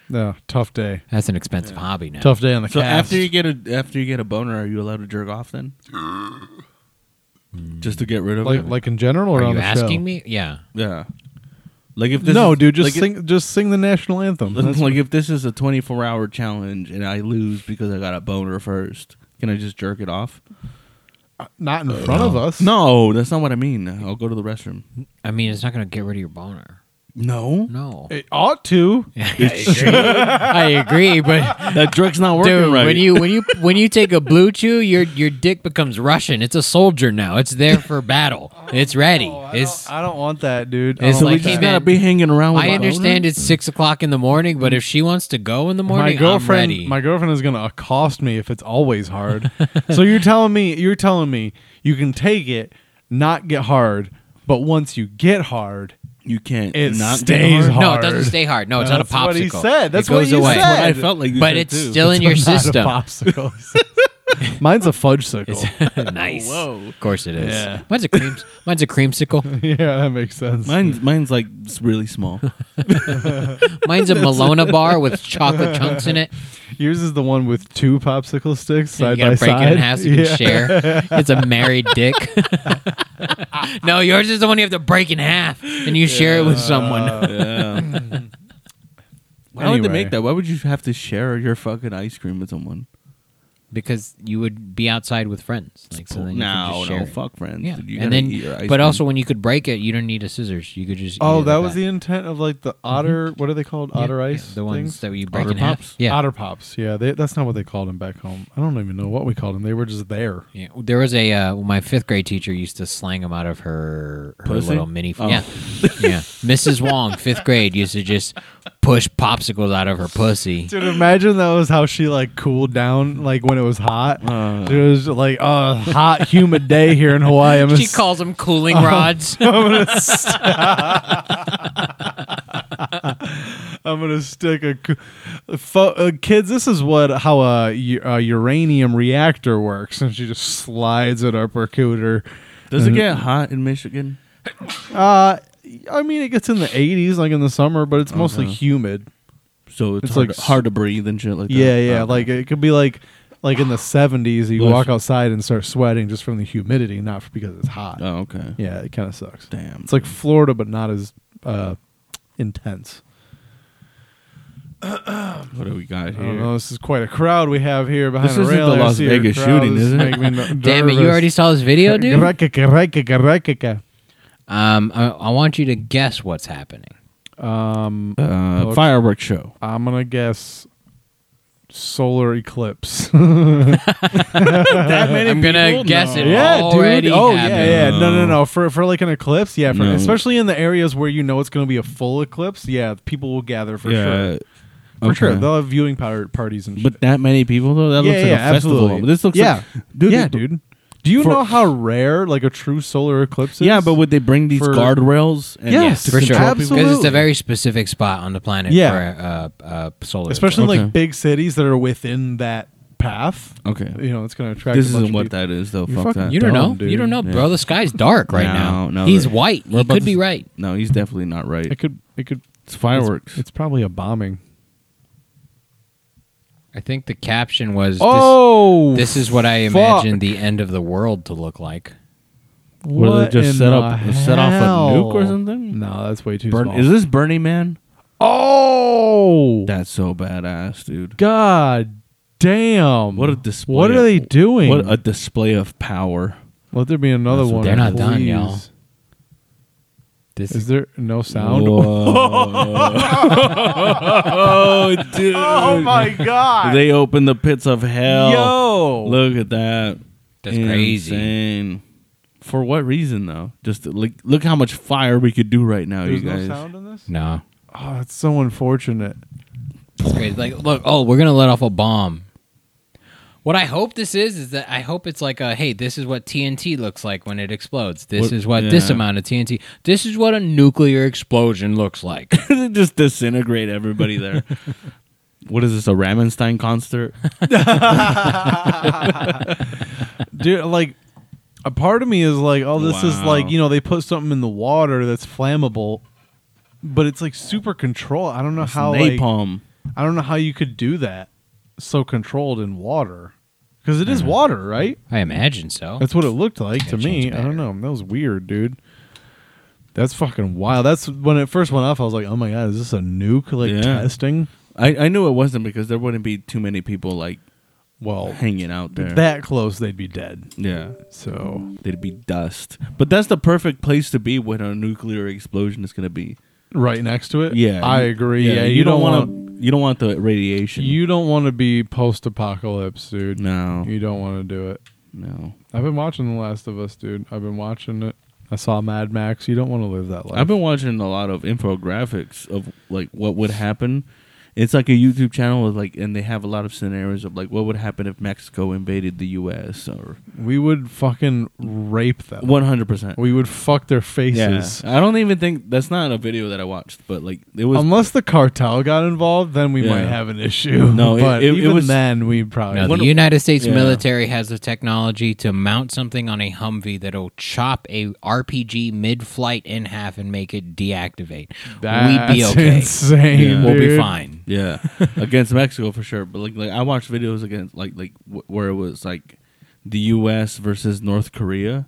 Speaker 5: Yeah, tough day.
Speaker 4: that's an expensive hobby now.
Speaker 5: Tough day on the
Speaker 3: So
Speaker 5: cast.
Speaker 3: after you get a after you get a boner, are you allowed to jerk off then? Mm. Just to get rid of
Speaker 5: like
Speaker 3: it.
Speaker 5: like in general or
Speaker 4: Are
Speaker 5: on
Speaker 4: you
Speaker 5: the show?
Speaker 4: asking me? Yeah.
Speaker 3: yeah. Like if this
Speaker 5: no,
Speaker 3: is-
Speaker 5: dude, just
Speaker 3: like if-
Speaker 5: sing just sing the national anthem. That's-
Speaker 3: like if this is a 24 hour challenge and I lose because I got a boner first, can I just jerk it off?
Speaker 5: not
Speaker 4: Oh,
Speaker 5: in front of us.
Speaker 3: No, that's not what I mean. I'll go to the restroom.
Speaker 4: I mean, it's not gonna get rid of your boner.
Speaker 3: No,
Speaker 4: No.
Speaker 5: It ought to.
Speaker 4: I agree, but
Speaker 3: that drug's not working
Speaker 4: dude,
Speaker 3: right.
Speaker 4: when you when you when you take a blue chew, your your dick becomes Russian. It's a soldier now. It's there for battle. It's ready. It's
Speaker 5: Oh, I don't want that, dude.
Speaker 4: It's
Speaker 5: I don't
Speaker 3: so
Speaker 4: like,
Speaker 3: we
Speaker 5: want
Speaker 4: hey,
Speaker 3: just
Speaker 5: that.
Speaker 4: man,
Speaker 3: gotta be hanging around. With
Speaker 4: I understand it's six o'clock in the morning, but if she wants to go in the morning,
Speaker 5: my girlfriend,
Speaker 4: I'm ready.
Speaker 5: my girlfriend is gonna accost me if it's always hard. so you're telling me, you're telling me, you can take it, not get hard, but once you get hard,
Speaker 3: You can't.
Speaker 5: it
Speaker 3: not
Speaker 5: stays hard.
Speaker 4: no, it doesn't stay hard. No, it's
Speaker 5: No,
Speaker 4: not a popsicle.
Speaker 5: that's what he said. That's
Speaker 4: it goes
Speaker 5: what you
Speaker 4: away.
Speaker 5: said.
Speaker 3: I felt like, you
Speaker 4: But
Speaker 3: said,
Speaker 4: it's
Speaker 3: too.
Speaker 4: still in your
Speaker 5: Not a
Speaker 4: system.
Speaker 5: popsicle. Mine's a fudgesicle.
Speaker 4: nice.
Speaker 3: Whoa.
Speaker 4: Of course it is.
Speaker 5: Yeah.
Speaker 4: Mine's a cream. Mine's a creamsicle.
Speaker 5: yeah, that makes sense.
Speaker 3: Mine's mine's like s- really small.
Speaker 4: Mine's a Malona bar with chocolate chunks in it.
Speaker 5: Yours is the one with two popsicle sticks side
Speaker 4: you gotta
Speaker 5: by
Speaker 4: break
Speaker 5: side.
Speaker 4: it in half so you
Speaker 5: Yeah.
Speaker 4: can share. It's a married dick. no, yours is the one you have to break in half and you share it with someone.
Speaker 3: yeah. Why would they
Speaker 5: Anyway.
Speaker 3: make that? Why would you have to share your fucking ice cream with someone?
Speaker 4: Because you would be outside with friends. Like, so then you
Speaker 3: no,
Speaker 4: could just
Speaker 3: no,
Speaker 4: share it.
Speaker 3: fuck friends.
Speaker 4: Yeah,
Speaker 3: dude. You
Speaker 4: and
Speaker 3: gotta
Speaker 4: then,
Speaker 3: eat your ice
Speaker 4: but
Speaker 3: cream.
Speaker 4: also when you could break it, you don't need a scissors. You could just. eat
Speaker 5: Oh,
Speaker 4: it
Speaker 5: that
Speaker 4: like
Speaker 5: was the intent of like the otter. What are they called?
Speaker 4: Yeah,
Speaker 5: Otter
Speaker 4: yeah,
Speaker 5: ice.
Speaker 4: the ones
Speaker 5: things?
Speaker 4: that you break
Speaker 3: Otter
Speaker 4: in half.
Speaker 3: Pops?
Speaker 4: Yeah,
Speaker 5: Otter pops. Yeah, they, that's not what they called them back home. I don't even know what we called them. They were just there.
Speaker 4: Yeah, there was a uh, my fifth grade teacher used to slang them out of her, her
Speaker 3: Pussy?
Speaker 4: little mini.
Speaker 3: Oh.
Speaker 4: Yeah, yeah. Mrs. Wong, fifth grade, used to just push popsicles out of her pussy.
Speaker 5: Dude, imagine that was how she like cooled down, like when it was hot.
Speaker 3: Uh.
Speaker 5: it was like, oh, hot, humid day here in Hawaii. I'm gonna
Speaker 4: She
Speaker 5: s-
Speaker 4: calls them cooling
Speaker 5: Oh.
Speaker 4: rods.
Speaker 5: I'm gonna, st- I'm gonna stick a, co- fo- uh, kids. This is what how a, u- a uranium reactor works, and she just slides it up her cooter.
Speaker 3: does it get hot in Michigan?
Speaker 5: Uh, I mean, it gets in the 80s, like in the summer, but it's mostly humid.
Speaker 3: So it's,
Speaker 5: It's
Speaker 3: hard,
Speaker 5: like
Speaker 3: to, hard to breathe and shit like that.
Speaker 5: Yeah, yeah.
Speaker 3: Uh,
Speaker 5: Like it could be like like in the 70s, you
Speaker 3: Bless
Speaker 5: walk
Speaker 3: you.
Speaker 5: outside and start sweating just from the humidity, not f- because it's hot.
Speaker 3: Oh, okay.
Speaker 5: Yeah, it kind of sucks.
Speaker 3: Damn.
Speaker 5: It's like Florida, but not as uh, intense.
Speaker 3: What do we got
Speaker 5: I don't
Speaker 3: here?
Speaker 5: know. This is quite a crowd we have here behind
Speaker 3: This
Speaker 5: the
Speaker 3: isn't
Speaker 5: rail.
Speaker 3: the
Speaker 5: I
Speaker 3: Las
Speaker 5: see your
Speaker 3: Vegas
Speaker 5: crowd.
Speaker 3: shooting,
Speaker 5: This
Speaker 3: is it?
Speaker 5: making me n-
Speaker 4: Damn it! You
Speaker 5: nervous.
Speaker 4: already saw this video, dude. Um,
Speaker 5: Rakaka, rakaka, rakaka.
Speaker 4: I, I want you to guess what's happening.
Speaker 5: Um,
Speaker 3: Uh,
Speaker 5: Look.
Speaker 3: fireworks show.
Speaker 5: I'm gonna guess solar eclipse.
Speaker 3: that many
Speaker 4: I'm gonna guess it
Speaker 5: yeah,
Speaker 4: already
Speaker 5: dude. Oh
Speaker 4: happened.
Speaker 5: yeah, yeah. No, no, no. For for like an eclipse, yeah. For,
Speaker 3: No.
Speaker 5: Especially in the areas where you know it's gonna be a full eclipse, yeah. People will gather for sure. For sure, they'll have viewing power parties and shit.
Speaker 3: But that many people though, that
Speaker 5: yeah,
Speaker 3: looks like
Speaker 5: yeah,
Speaker 3: a festival.
Speaker 5: absolutely.
Speaker 3: This looks
Speaker 5: yeah,
Speaker 3: like,
Speaker 5: dude, yeah,
Speaker 3: it-
Speaker 5: dude. Do you
Speaker 3: for-
Speaker 5: know how rare like a true solar eclipse is?
Speaker 3: Yeah, but would they bring these
Speaker 5: For-
Speaker 3: guardrails? And
Speaker 5: Yes,
Speaker 3: to
Speaker 4: for sure,
Speaker 3: control
Speaker 5: Absolutely.
Speaker 4: because it's a very specific spot on the planet
Speaker 5: Yeah.
Speaker 4: for uh, uh, solar,
Speaker 5: especially in,
Speaker 3: Okay.
Speaker 5: like big cities that are within that path.
Speaker 3: Okay.
Speaker 5: you know it's going to attract.
Speaker 3: This
Speaker 5: a bunch
Speaker 3: isn't
Speaker 5: of
Speaker 3: what
Speaker 5: people.
Speaker 3: that is though.
Speaker 5: You're
Speaker 3: Fuck
Speaker 5: fucking-
Speaker 3: that.
Speaker 4: You don't
Speaker 5: Dumb,
Speaker 4: know. You
Speaker 5: dude.
Speaker 4: don't know,
Speaker 3: Yeah.
Speaker 4: bro. The sky's dark right now.
Speaker 3: No, no,
Speaker 4: he's
Speaker 3: they're-
Speaker 4: white.
Speaker 3: we're
Speaker 4: He
Speaker 3: about
Speaker 4: could
Speaker 3: to
Speaker 4: be
Speaker 3: s-
Speaker 4: right.
Speaker 3: No, he's definitely not right.
Speaker 5: It could. It could.
Speaker 3: It's fireworks.
Speaker 5: It's probably a bombing.
Speaker 4: I think the caption was,
Speaker 5: oh,
Speaker 4: this, is what I
Speaker 5: fuck.
Speaker 4: imagined the end of the world to look like."
Speaker 3: Where they
Speaker 5: What
Speaker 3: just
Speaker 5: in
Speaker 3: set up-
Speaker 5: the
Speaker 3: set off a nuke or
Speaker 5: hell?
Speaker 3: something?
Speaker 5: No, that's way too
Speaker 3: Burn-
Speaker 5: small.
Speaker 3: is this Burning Man?
Speaker 5: oh,
Speaker 3: That's so badass, dude.
Speaker 5: god damn!
Speaker 3: What a display!
Speaker 5: What are
Speaker 3: of-
Speaker 5: they doing?
Speaker 3: What a display of power!
Speaker 5: Let there be another
Speaker 3: That's what
Speaker 5: one.
Speaker 4: they're not done,
Speaker 5: please.
Speaker 4: y'all. This
Speaker 5: Is there no sound?
Speaker 3: oh, dude!
Speaker 5: Oh my god!
Speaker 3: They opened the pits of hell.
Speaker 5: Yo,
Speaker 3: Look at that.
Speaker 4: That's crazy.
Speaker 3: Insane. For what reason though? Just to, like look how much fire we could do right now,
Speaker 5: there's
Speaker 3: you
Speaker 5: no
Speaker 3: guys.
Speaker 5: sound in this.
Speaker 4: no.
Speaker 5: Oh, that's so unfortunate.
Speaker 4: It's crazy. Like, look, oh, we're gonna let off a bomb. What I hope this is is that I hope it's like a hey, this is what TNT looks like when it explodes. This
Speaker 3: What-
Speaker 4: is what this
Speaker 3: yeah.
Speaker 4: amount of TNT. This is what a nuclear explosion looks like.
Speaker 3: just disintegrate everybody there. what is this? A Ramenstein concert?
Speaker 5: dude like a part of me is like oh this is like
Speaker 3: Wow.
Speaker 5: you know they put something in the water that's flammable but it's like super controlled i don't know how like,
Speaker 3: Napalm.
Speaker 5: i don't know how you could do that so controlled in water because it is
Speaker 3: Mm-hmm.
Speaker 5: water right
Speaker 4: I imagine so.
Speaker 5: that's what it looked like to
Speaker 4: Change
Speaker 5: me i
Speaker 4: batter.
Speaker 5: don't know that was weird dude that's fucking wild that's when it first went off i was like oh my god is this a nuke like
Speaker 3: Yeah.
Speaker 5: testing
Speaker 3: I, I knew it wasn't because there wouldn't be too many people like
Speaker 5: well
Speaker 3: hanging out there.
Speaker 5: that close they'd be dead
Speaker 3: yeah,
Speaker 5: so
Speaker 3: there'd be dust. But that's the perfect place to be when a nuclear explosion is going to be.
Speaker 5: right next to it
Speaker 3: Yeah,
Speaker 5: i agree yeah,
Speaker 3: you, don't, want to. You don't want the radiation.
Speaker 5: You don't want to be post apocalypse, dude.
Speaker 3: no
Speaker 5: You don't want to do it.
Speaker 3: no.
Speaker 5: I've been watching The Last of Us, dude. I've been watching it. I saw Mad Max. You don't want to live that life.
Speaker 3: I've been watching a lot of infographics of like what would happen. It's like a YouTube channel with like, and they have a lot of scenarios of like what would happen if Mexico invaded the U.S. or
Speaker 5: we would fucking rape them.
Speaker 3: one hundred percent.
Speaker 5: We would fuck their
Speaker 3: Yeah,
Speaker 5: faces.
Speaker 3: I don't even think that's not a video that I watched, but like it was.
Speaker 5: Unless the cartel got involved, then we
Speaker 3: Yeah.
Speaker 5: might have an issue.
Speaker 3: No, it-
Speaker 5: but
Speaker 3: it- it
Speaker 5: even
Speaker 3: was-
Speaker 5: then, we probably.
Speaker 4: Now,
Speaker 3: One
Speaker 4: the
Speaker 3: of-
Speaker 4: United States
Speaker 3: yeah.
Speaker 4: military has the technology to mount something on a Humvee that'll chop a RPG mid-flight in half and make it deactivate.
Speaker 5: That's
Speaker 4: We'd be okay.
Speaker 5: insane.
Speaker 3: Yeah.
Speaker 4: We'll be
Speaker 5: dude.
Speaker 4: fine.
Speaker 3: yeah, against Mexico for sure. But like, like I watched videos against like like w- where it was like the U.S. versus North Korea,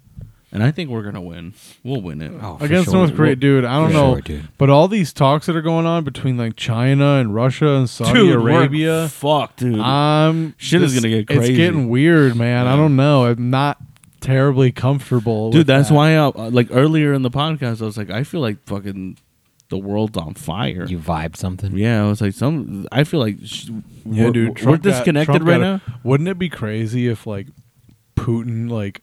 Speaker 3: and I think we're gonna win. We'll win it.
Speaker 4: Oh, for
Speaker 5: Against
Speaker 4: sure.
Speaker 5: North Korea, dude. I don't
Speaker 4: for
Speaker 5: know,
Speaker 4: sure, dude.
Speaker 5: but all these talks that are going on between like China and Russia and Saudi
Speaker 3: we're
Speaker 5: Arabia,
Speaker 3: Fuck, dude.
Speaker 5: Um,
Speaker 3: Shit is gonna get crazy.
Speaker 5: It's getting weird, man. I
Speaker 3: Yeah.
Speaker 5: don't know. I'm not terribly comfortable,
Speaker 3: dude
Speaker 5: with
Speaker 3: that's
Speaker 5: that.
Speaker 3: why I, like earlier in the podcast i was like i feel like fucking the world's on fire
Speaker 4: You vibe something?
Speaker 3: yeah i was like some i feel like sh- we're, we're
Speaker 5: Trump got-
Speaker 3: disconnected
Speaker 5: Trump
Speaker 3: right
Speaker 5: got-
Speaker 3: now
Speaker 5: Wouldn't it be crazy if like Putin like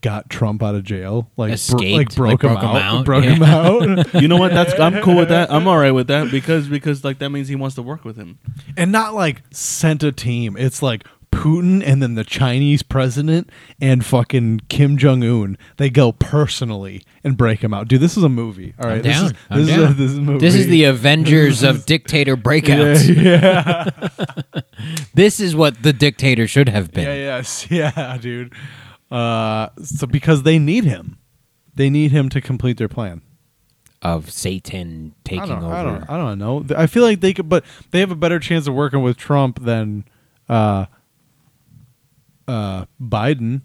Speaker 5: got Trump out of jail, like
Speaker 4: Escaped,
Speaker 5: like broke him out, broke
Speaker 4: yeah.
Speaker 5: him out,
Speaker 3: you know what that's i'm cool with that i'm all right with that because because like that means he wants to work with him
Speaker 5: and not like sent a team. It's like. Putin and then the Chinese president and fucking Kim Jong Un, they go personally and break him out. Dude, this is a movie. All right,
Speaker 4: I'm down.
Speaker 5: this is
Speaker 4: I'm
Speaker 5: this, Is
Speaker 4: down.
Speaker 5: a, this is a movie.
Speaker 4: This is the Avengers of dictator breakouts. this is what the dictator should have been.
Speaker 5: Yeah, yes, yeah, dude. Uh, so because they need him, they need him to complete their plan.
Speaker 4: Of Satan taking
Speaker 5: I don't,
Speaker 4: over.
Speaker 5: I don't, I don't know. I feel like they could, but they have a better chance of working with Trump than uh, uh, Biden.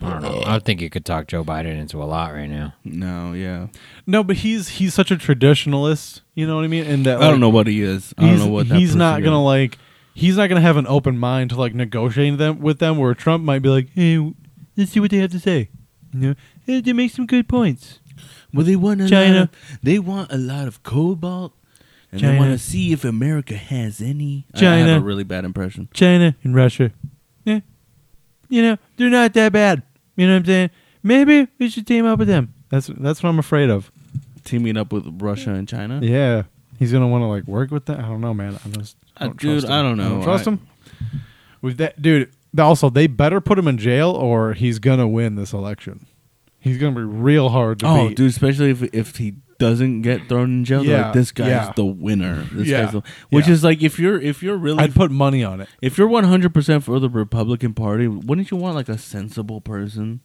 Speaker 4: I don't know. I don't think you could talk Joe Biden into a lot right now.
Speaker 3: no yeah
Speaker 5: No, but he's he's such a traditionalist. You know what I mean? And that
Speaker 3: i don't
Speaker 5: like,
Speaker 3: know what he is i don't
Speaker 5: he's-
Speaker 3: know what that
Speaker 5: he's not
Speaker 3: person
Speaker 5: gonna
Speaker 3: is.
Speaker 5: like. He's not gonna have an open mind to like negotiating them with them. Where Trump might be like, "Hey, w- let's see what they have to say." You know, "Hey, they make some good points.
Speaker 3: well they want a
Speaker 5: China.
Speaker 3: lot of, they want a lot of cobalt and they
Speaker 5: China.
Speaker 3: want to see if america has any I- I
Speaker 5: China.
Speaker 3: have a really bad impression
Speaker 5: China and Russia. Yeah. You know, they're not that bad. You know what I'm saying? Maybe we should team up with them. That's that's what I'm afraid of.
Speaker 3: teaming up with russia and china
Speaker 5: Yeah. He's gonna want to like work with them. I don't know, man. I just I
Speaker 3: Uh,
Speaker 5: don't
Speaker 3: dude,
Speaker 5: trust him.
Speaker 3: I don't know.
Speaker 5: trust
Speaker 3: I-
Speaker 5: him. With that dude, also they better put him in jail or he's gonna win this election. He's gonna be real hard to
Speaker 3: Oh,
Speaker 5: beat.
Speaker 3: dude, especially if if he doesn't get thrown in jail, they're
Speaker 5: Yeah,
Speaker 3: like this guy's
Speaker 5: yeah.
Speaker 3: the winner. This
Speaker 5: Yeah,
Speaker 3: guy's the, which
Speaker 5: yeah.
Speaker 3: is like if you're if you're really
Speaker 5: I'd put money on it.
Speaker 3: if you're 100% for the Republican Party, wouldn't you want like a sensible person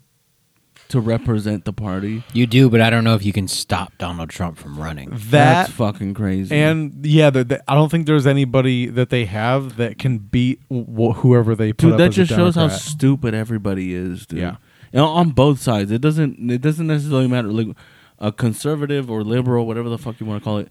Speaker 3: to represent the party?
Speaker 4: You do, but I don't know if you can stop Donald Trump from running.
Speaker 5: That
Speaker 3: That's fucking crazy.
Speaker 5: and yeah, the, the, I don't think there's anybody that they have that can beat wh- whoever they put
Speaker 3: dude,
Speaker 5: up
Speaker 3: that
Speaker 5: as a
Speaker 3: just shows how
Speaker 5: Democrat.
Speaker 3: stupid everybody is, dude.
Speaker 5: Yeah.
Speaker 3: And on both sides, it doesn't it doesn't necessarily matter like a conservative or liberal, whatever the fuck you want to call it.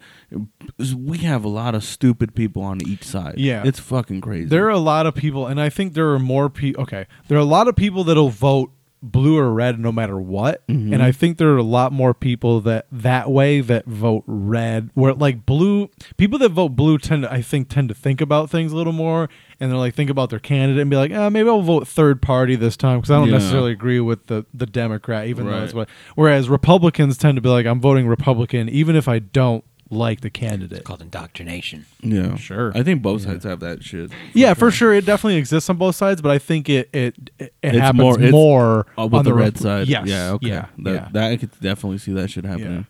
Speaker 3: We have a lot of stupid people on each side.
Speaker 5: Yeah.
Speaker 3: it's fucking crazy.
Speaker 5: There are a lot of people, and I think there are more people. Okay, there are a lot of people that'll vote blue or red no matter what,
Speaker 3: Mm-hmm.
Speaker 5: and I think there are a lot more people that that way that vote red. Where like blue people that vote blue tend to, I think, tend to think about things a little more, and they're like think about their candidate and be like, ah, maybe I'll vote third party this time because I don't
Speaker 3: Yeah.
Speaker 5: necessarily agree with the the Democrat, even though
Speaker 3: Right.
Speaker 5: it's what. Whereas Republicans tend to be like, I'm voting Republican even if I don't like the candidate.
Speaker 4: It's called indoctrination.
Speaker 3: Yeah,
Speaker 5: Sure.
Speaker 3: I think both sides have that shit.
Speaker 5: Yeah, for sure, it definitely exists on both sides, but I think it it it happens
Speaker 3: more-
Speaker 5: more,
Speaker 3: it's- Uh, with
Speaker 5: on
Speaker 3: the,
Speaker 5: the
Speaker 3: red
Speaker 5: Rep-
Speaker 3: side.
Speaker 5: Yes,
Speaker 3: Yeah. Okay.
Speaker 5: yeah,
Speaker 3: that,
Speaker 5: yeah.
Speaker 3: that I could definitely see that shit happening.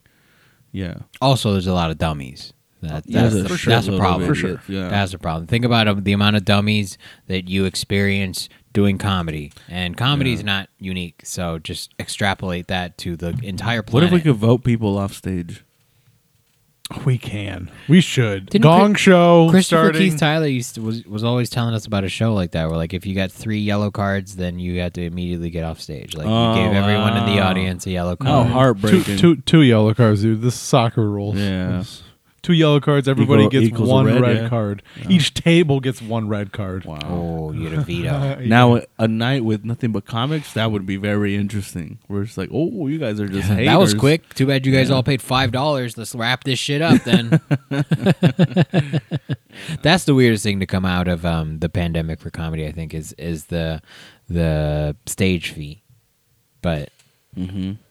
Speaker 3: Yeah.
Speaker 4: Also, there's a lot of dummies. That,
Speaker 3: Yeah,
Speaker 4: that's
Speaker 3: for
Speaker 4: the,
Speaker 3: sure.
Speaker 4: that's a
Speaker 3: Little
Speaker 4: problem.
Speaker 3: bit, For sure. yeah.
Speaker 4: That's a problem. Think about um, the amount of dummies that you experience doing comedy, and comedy is not unique. So just extrapolate that to the entire
Speaker 3: What
Speaker 4: planet.
Speaker 3: if we could vote people off stage?
Speaker 5: we can, we should.
Speaker 4: Didn't
Speaker 5: Gong
Speaker 4: Chris-
Speaker 5: show
Speaker 4: Christopher
Speaker 5: starting.
Speaker 4: Keith Tyler used to, was was always telling us about a show like that, where like if you got three yellow cards, then you had to immediately get off stage. Like
Speaker 3: Oh,
Speaker 4: you gave everyone in the
Speaker 3: wow.
Speaker 4: audience a yellow
Speaker 3: Oh,
Speaker 4: card.
Speaker 5: two,
Speaker 3: heartbreaking.
Speaker 5: two, two yellow cards, dude. This is soccer rules.
Speaker 3: Yeah.
Speaker 5: Two yellow cards. Everybody
Speaker 3: Equal-
Speaker 5: gets
Speaker 3: equals a
Speaker 5: one
Speaker 3: red,
Speaker 5: red,
Speaker 3: yeah.
Speaker 5: card. Each table gets one red card.
Speaker 3: Wow.
Speaker 4: Oh, you had a veto.
Speaker 3: Now a, a night with nothing but comics that would be very interesting. We're just like, oh, you guys are just haters.
Speaker 4: That was quick. Too bad you guys all paid five dollars. Let's wrap this shit up then. That's the weirdest thing to come out of um, the pandemic for comedy. I think is is the the stage fee, but.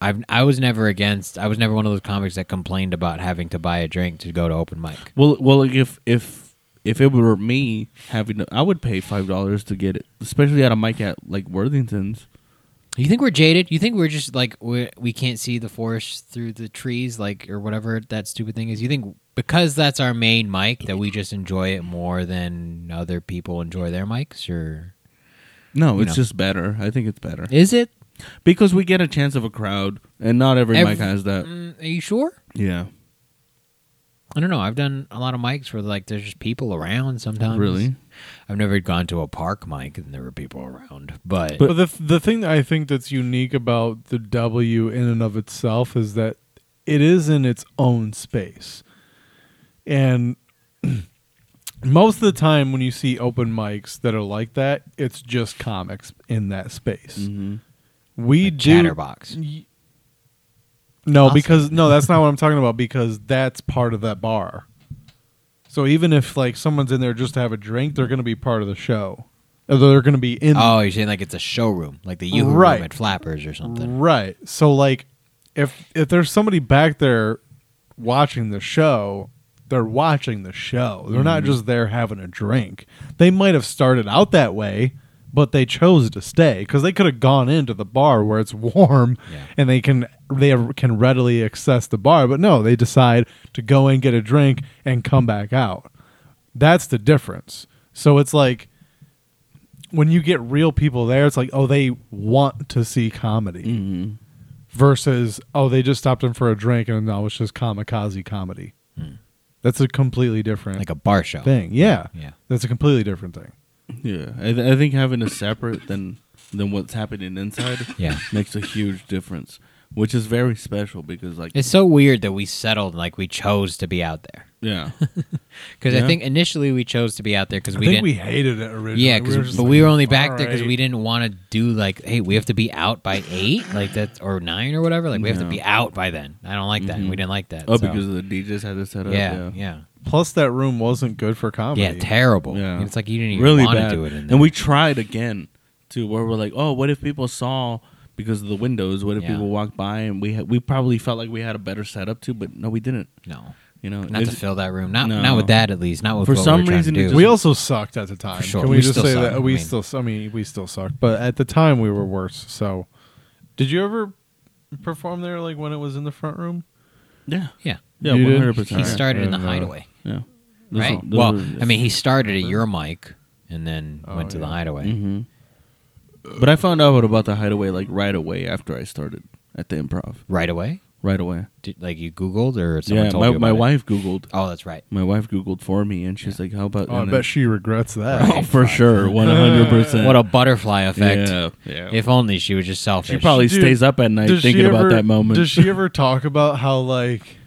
Speaker 4: I've I was never against. I was never one of those comics that complained about having to buy a drink to go to open mic.
Speaker 3: Well, well, like if if if it were me having, to, I would pay five dollars to get it, especially at a mic at like Worthington's.
Speaker 4: You think we're jaded? You think we're just like we we can't see the forest through the trees, like or whatever that stupid thing is? You think because that's our main mic that we just enjoy it more than other people enjoy their mics, or
Speaker 3: No, it's
Speaker 4: know.
Speaker 3: just better. I think it's better
Speaker 4: is it?
Speaker 3: because we get a chance of a crowd, and not every,
Speaker 4: Every-
Speaker 3: mic has that.
Speaker 4: Mm, are you sure?
Speaker 3: Yeah,
Speaker 4: I don't know. I've done a lot of mics where like there's just people around sometimes.
Speaker 3: Really?
Speaker 4: I've never gone to a park mic and there were people around, but,
Speaker 5: But the the thing that I think that's unique about the W in and of itself is that it is in its own space, and most of the time when you see open mics that are like that, it's just comics in that space. We do
Speaker 4: Mm-hmm. Chatterbox.
Speaker 5: Y- No,
Speaker 4: Awesome.
Speaker 5: because no, that's not what I'm talking about. Because that's part of that bar. So even if like someone's in there just to have a drink, they're going to be part of the show. Or They're going to be in
Speaker 4: Oh, you're saying like it's a showroom, like the Yoo-Hoo
Speaker 5: Right.
Speaker 4: room at Flappers or something.
Speaker 5: Right. So like if if there's somebody back there watching the show, they're watching the show. They're not
Speaker 4: Mm-hmm.
Speaker 5: just there having a drink. They might have started out that way, but they chose to stay cuz they could have gone into the bar where it's warm
Speaker 4: Yeah.
Speaker 5: and they can they can readily access the bar, but no, they decide to go in get a drink and come back out. That's the difference. So it's like when you get real people there, it's like, oh, they want to see comedy
Speaker 4: Mm-hmm.
Speaker 5: versus, oh, they just stopped in for a drink and now it's just kamikaze comedy. That's a completely different
Speaker 4: Hmm. Like a bar show.
Speaker 5: thing. Yeah.
Speaker 4: Yeah.
Speaker 5: That's a completely different thing.
Speaker 3: yeah. I, th- I think having a separate than than what's happening inside
Speaker 4: Yeah.
Speaker 3: makes a huge difference, which is very special because like
Speaker 4: It's so weird that we settled, like we chose to be out there.
Speaker 3: yeah.
Speaker 4: Because
Speaker 3: Yeah.
Speaker 4: I think initially we chose to be out there because
Speaker 5: I
Speaker 4: we
Speaker 5: think
Speaker 4: didn't.
Speaker 5: we hated it originally.
Speaker 4: yeah,
Speaker 5: were
Speaker 4: because
Speaker 5: just
Speaker 4: but
Speaker 5: like,
Speaker 4: we were only back
Speaker 5: all
Speaker 4: there because we
Speaker 5: right.
Speaker 4: didn't want to do like, hey, we have to be out by eight, like that, or nine or whatever. Like we have to
Speaker 3: Yeah.
Speaker 4: be out by then. I don't like that. and We didn't like that.
Speaker 3: Oh,
Speaker 4: so-
Speaker 3: because the DJs had to set up.
Speaker 4: yeah, yeah,
Speaker 5: Plus, that room wasn't good for comedy.
Speaker 4: yeah, terrible.
Speaker 3: Yeah.
Speaker 4: It's like you didn't even
Speaker 3: really
Speaker 4: want to
Speaker 3: bad.
Speaker 4: do it. In there.
Speaker 3: and we tried again to where we're like, oh, what if people saw because of the windows? What if
Speaker 4: Yeah.
Speaker 3: people walked by and we ha- we probably felt like we had a better setup too, but no, we didn't.
Speaker 4: no,
Speaker 3: You know,
Speaker 4: not to
Speaker 3: It's-
Speaker 4: fill that room. Not
Speaker 3: No.
Speaker 4: not with that at least. Not with
Speaker 3: For
Speaker 4: what
Speaker 3: some
Speaker 4: we were trying
Speaker 3: reason
Speaker 4: to
Speaker 3: it
Speaker 4: do.
Speaker 3: just-
Speaker 5: we also sucked at the time.
Speaker 4: sure.
Speaker 5: Can we,
Speaker 4: We
Speaker 5: just
Speaker 4: still
Speaker 5: say
Speaker 4: suck.
Speaker 5: that
Speaker 4: I
Speaker 5: we
Speaker 4: mean-
Speaker 5: still? I mean, we still sucked, but at the time we were worse. So, did you ever perform there, like when it was in the front room?
Speaker 3: yeah,
Speaker 4: yeah,
Speaker 3: yeah,
Speaker 5: You
Speaker 3: one
Speaker 5: did?
Speaker 3: hundred percent.
Speaker 4: he started in the
Speaker 5: And, uh,
Speaker 4: hideaway.
Speaker 3: Yeah, Those
Speaker 4: Right.
Speaker 3: are- those
Speaker 4: Well,
Speaker 3: are-
Speaker 4: I mean, he started at your mic and then
Speaker 5: Oh,
Speaker 4: went to the
Speaker 5: yeah.
Speaker 4: hideaway.
Speaker 3: Mhm. Mm-hmm. But I found out about the hideaway like right away after I started at the improv.
Speaker 4: Right away?
Speaker 3: Right away.
Speaker 4: Did, like you Googled or someone
Speaker 3: yeah,
Speaker 4: told
Speaker 3: my,
Speaker 4: you about
Speaker 3: my
Speaker 4: it?
Speaker 3: wife googled.
Speaker 4: Oh, that's right.
Speaker 3: My wife googled for me, and she's like, "How about?"
Speaker 5: Oh, I
Speaker 3: and
Speaker 5: bet
Speaker 3: then-
Speaker 5: she regrets that.
Speaker 3: Oh, for sure, one hundred percent.
Speaker 4: What a butterfly effect.
Speaker 3: Yeah, yeah.
Speaker 4: If only she was just selfish.
Speaker 3: She probably
Speaker 5: Dude,
Speaker 3: stays up at night
Speaker 5: Does she
Speaker 3: thinking about
Speaker 5: ever-
Speaker 3: that moment.
Speaker 5: Does she ever talk about how like,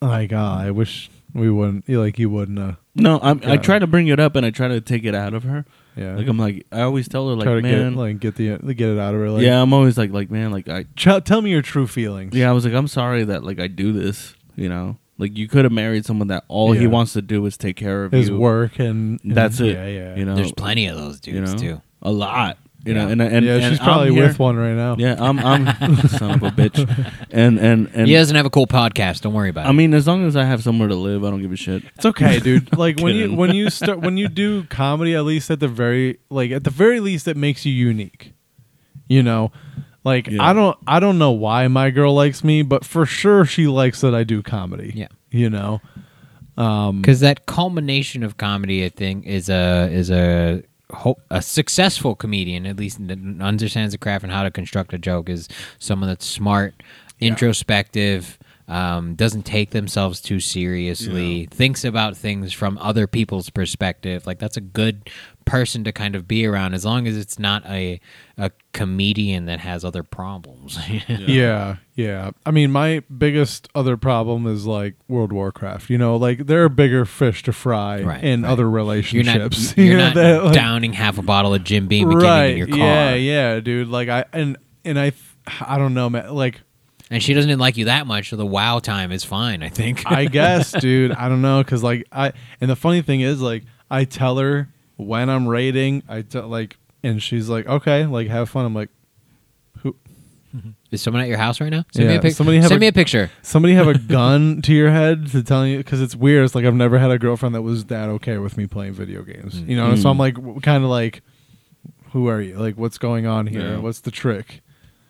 Speaker 5: like ah, I wish we wouldn't, like you wouldn't, uh,
Speaker 3: no, I'm, I
Speaker 5: Yeah.
Speaker 3: try to bring it up and I try to take it out of her.
Speaker 5: yeah,
Speaker 3: Like I'm like I always tell her
Speaker 5: try to
Speaker 3: like man,
Speaker 5: get like get the get it out of her. Like,
Speaker 3: yeah, I'm always like like man, like I
Speaker 5: Ch- tell me your true feelings.
Speaker 3: yeah, I was like I'm sorry that like I do this, you know. Like you could have married someone that all he
Speaker 5: Yeah.
Speaker 3: wants to do is take care of
Speaker 5: his
Speaker 3: you.
Speaker 5: work and, and-
Speaker 3: That's it.
Speaker 5: Yeah, yeah.
Speaker 3: uh, You know,
Speaker 4: There's plenty of those dudes
Speaker 3: you know?
Speaker 4: too.
Speaker 3: A lot. You know, and and
Speaker 5: yeah,
Speaker 3: and
Speaker 5: she's
Speaker 3: I'm
Speaker 5: probably
Speaker 3: here-
Speaker 5: with one right now.
Speaker 3: Yeah, I'm I'm son of a bitch, and and and
Speaker 4: he doesn't have a cool podcast. Don't worry about
Speaker 3: I mean, as long as I have somewhere to live, I don't give a shit.
Speaker 5: It's okay, dude. Like when you
Speaker 3: kidding.
Speaker 5: when you start when you do comedy, at least at the very like at the very least, it makes you unique. You know, like
Speaker 3: Yeah.
Speaker 5: I don't I don't know why my girl likes me, but for sure she likes that I do comedy.
Speaker 4: Yeah.
Speaker 5: you know,
Speaker 4: it because that culmination of comedy, I think, is a is a ho- a successful comedian at least that understands the craft and how to construct a joke is someone that's smart, introspective. Um, doesn't take themselves too seriously. Thinks about things from other people's perspective. Like that's a good person to kind of be around, as long as it's not a a comedian that has other problems.
Speaker 5: Yeah, yeah. I mean, my biggest other problem is like World Warcraft. You know, like there are bigger fish to fry
Speaker 4: Right,
Speaker 5: in
Speaker 4: right.
Speaker 5: other
Speaker 4: You're not,
Speaker 5: relationships.
Speaker 4: you're
Speaker 5: know,
Speaker 4: not
Speaker 5: that, like-
Speaker 4: downing half a bottle of Jim Beam and
Speaker 5: right?
Speaker 4: getting it in your car.
Speaker 5: Yeah, yeah, dude. Like I and and I, I don't know, man. Like
Speaker 4: And she doesn't like you that much, so the wow time is fine, I think.
Speaker 5: I guess, dude. I don't know, cause like I and the funny thing is, like I tell her when I'm rating, I tell like, and she's like, okay, like have fun. I'm like, who?
Speaker 4: is someone at your house right now? Send me
Speaker 5: Yeah,
Speaker 4: a picture.
Speaker 5: somebody have
Speaker 4: Send
Speaker 5: a-
Speaker 4: me a picture.
Speaker 5: Somebody have a gun to your head to tell you because it's weird. It's like I've never had a girlfriend that was that okay with me playing video games. You know,
Speaker 3: Mm.
Speaker 5: so I'm like, kind of like, who are you? Like, what's going on here?
Speaker 3: Yeah.
Speaker 5: What's the trick?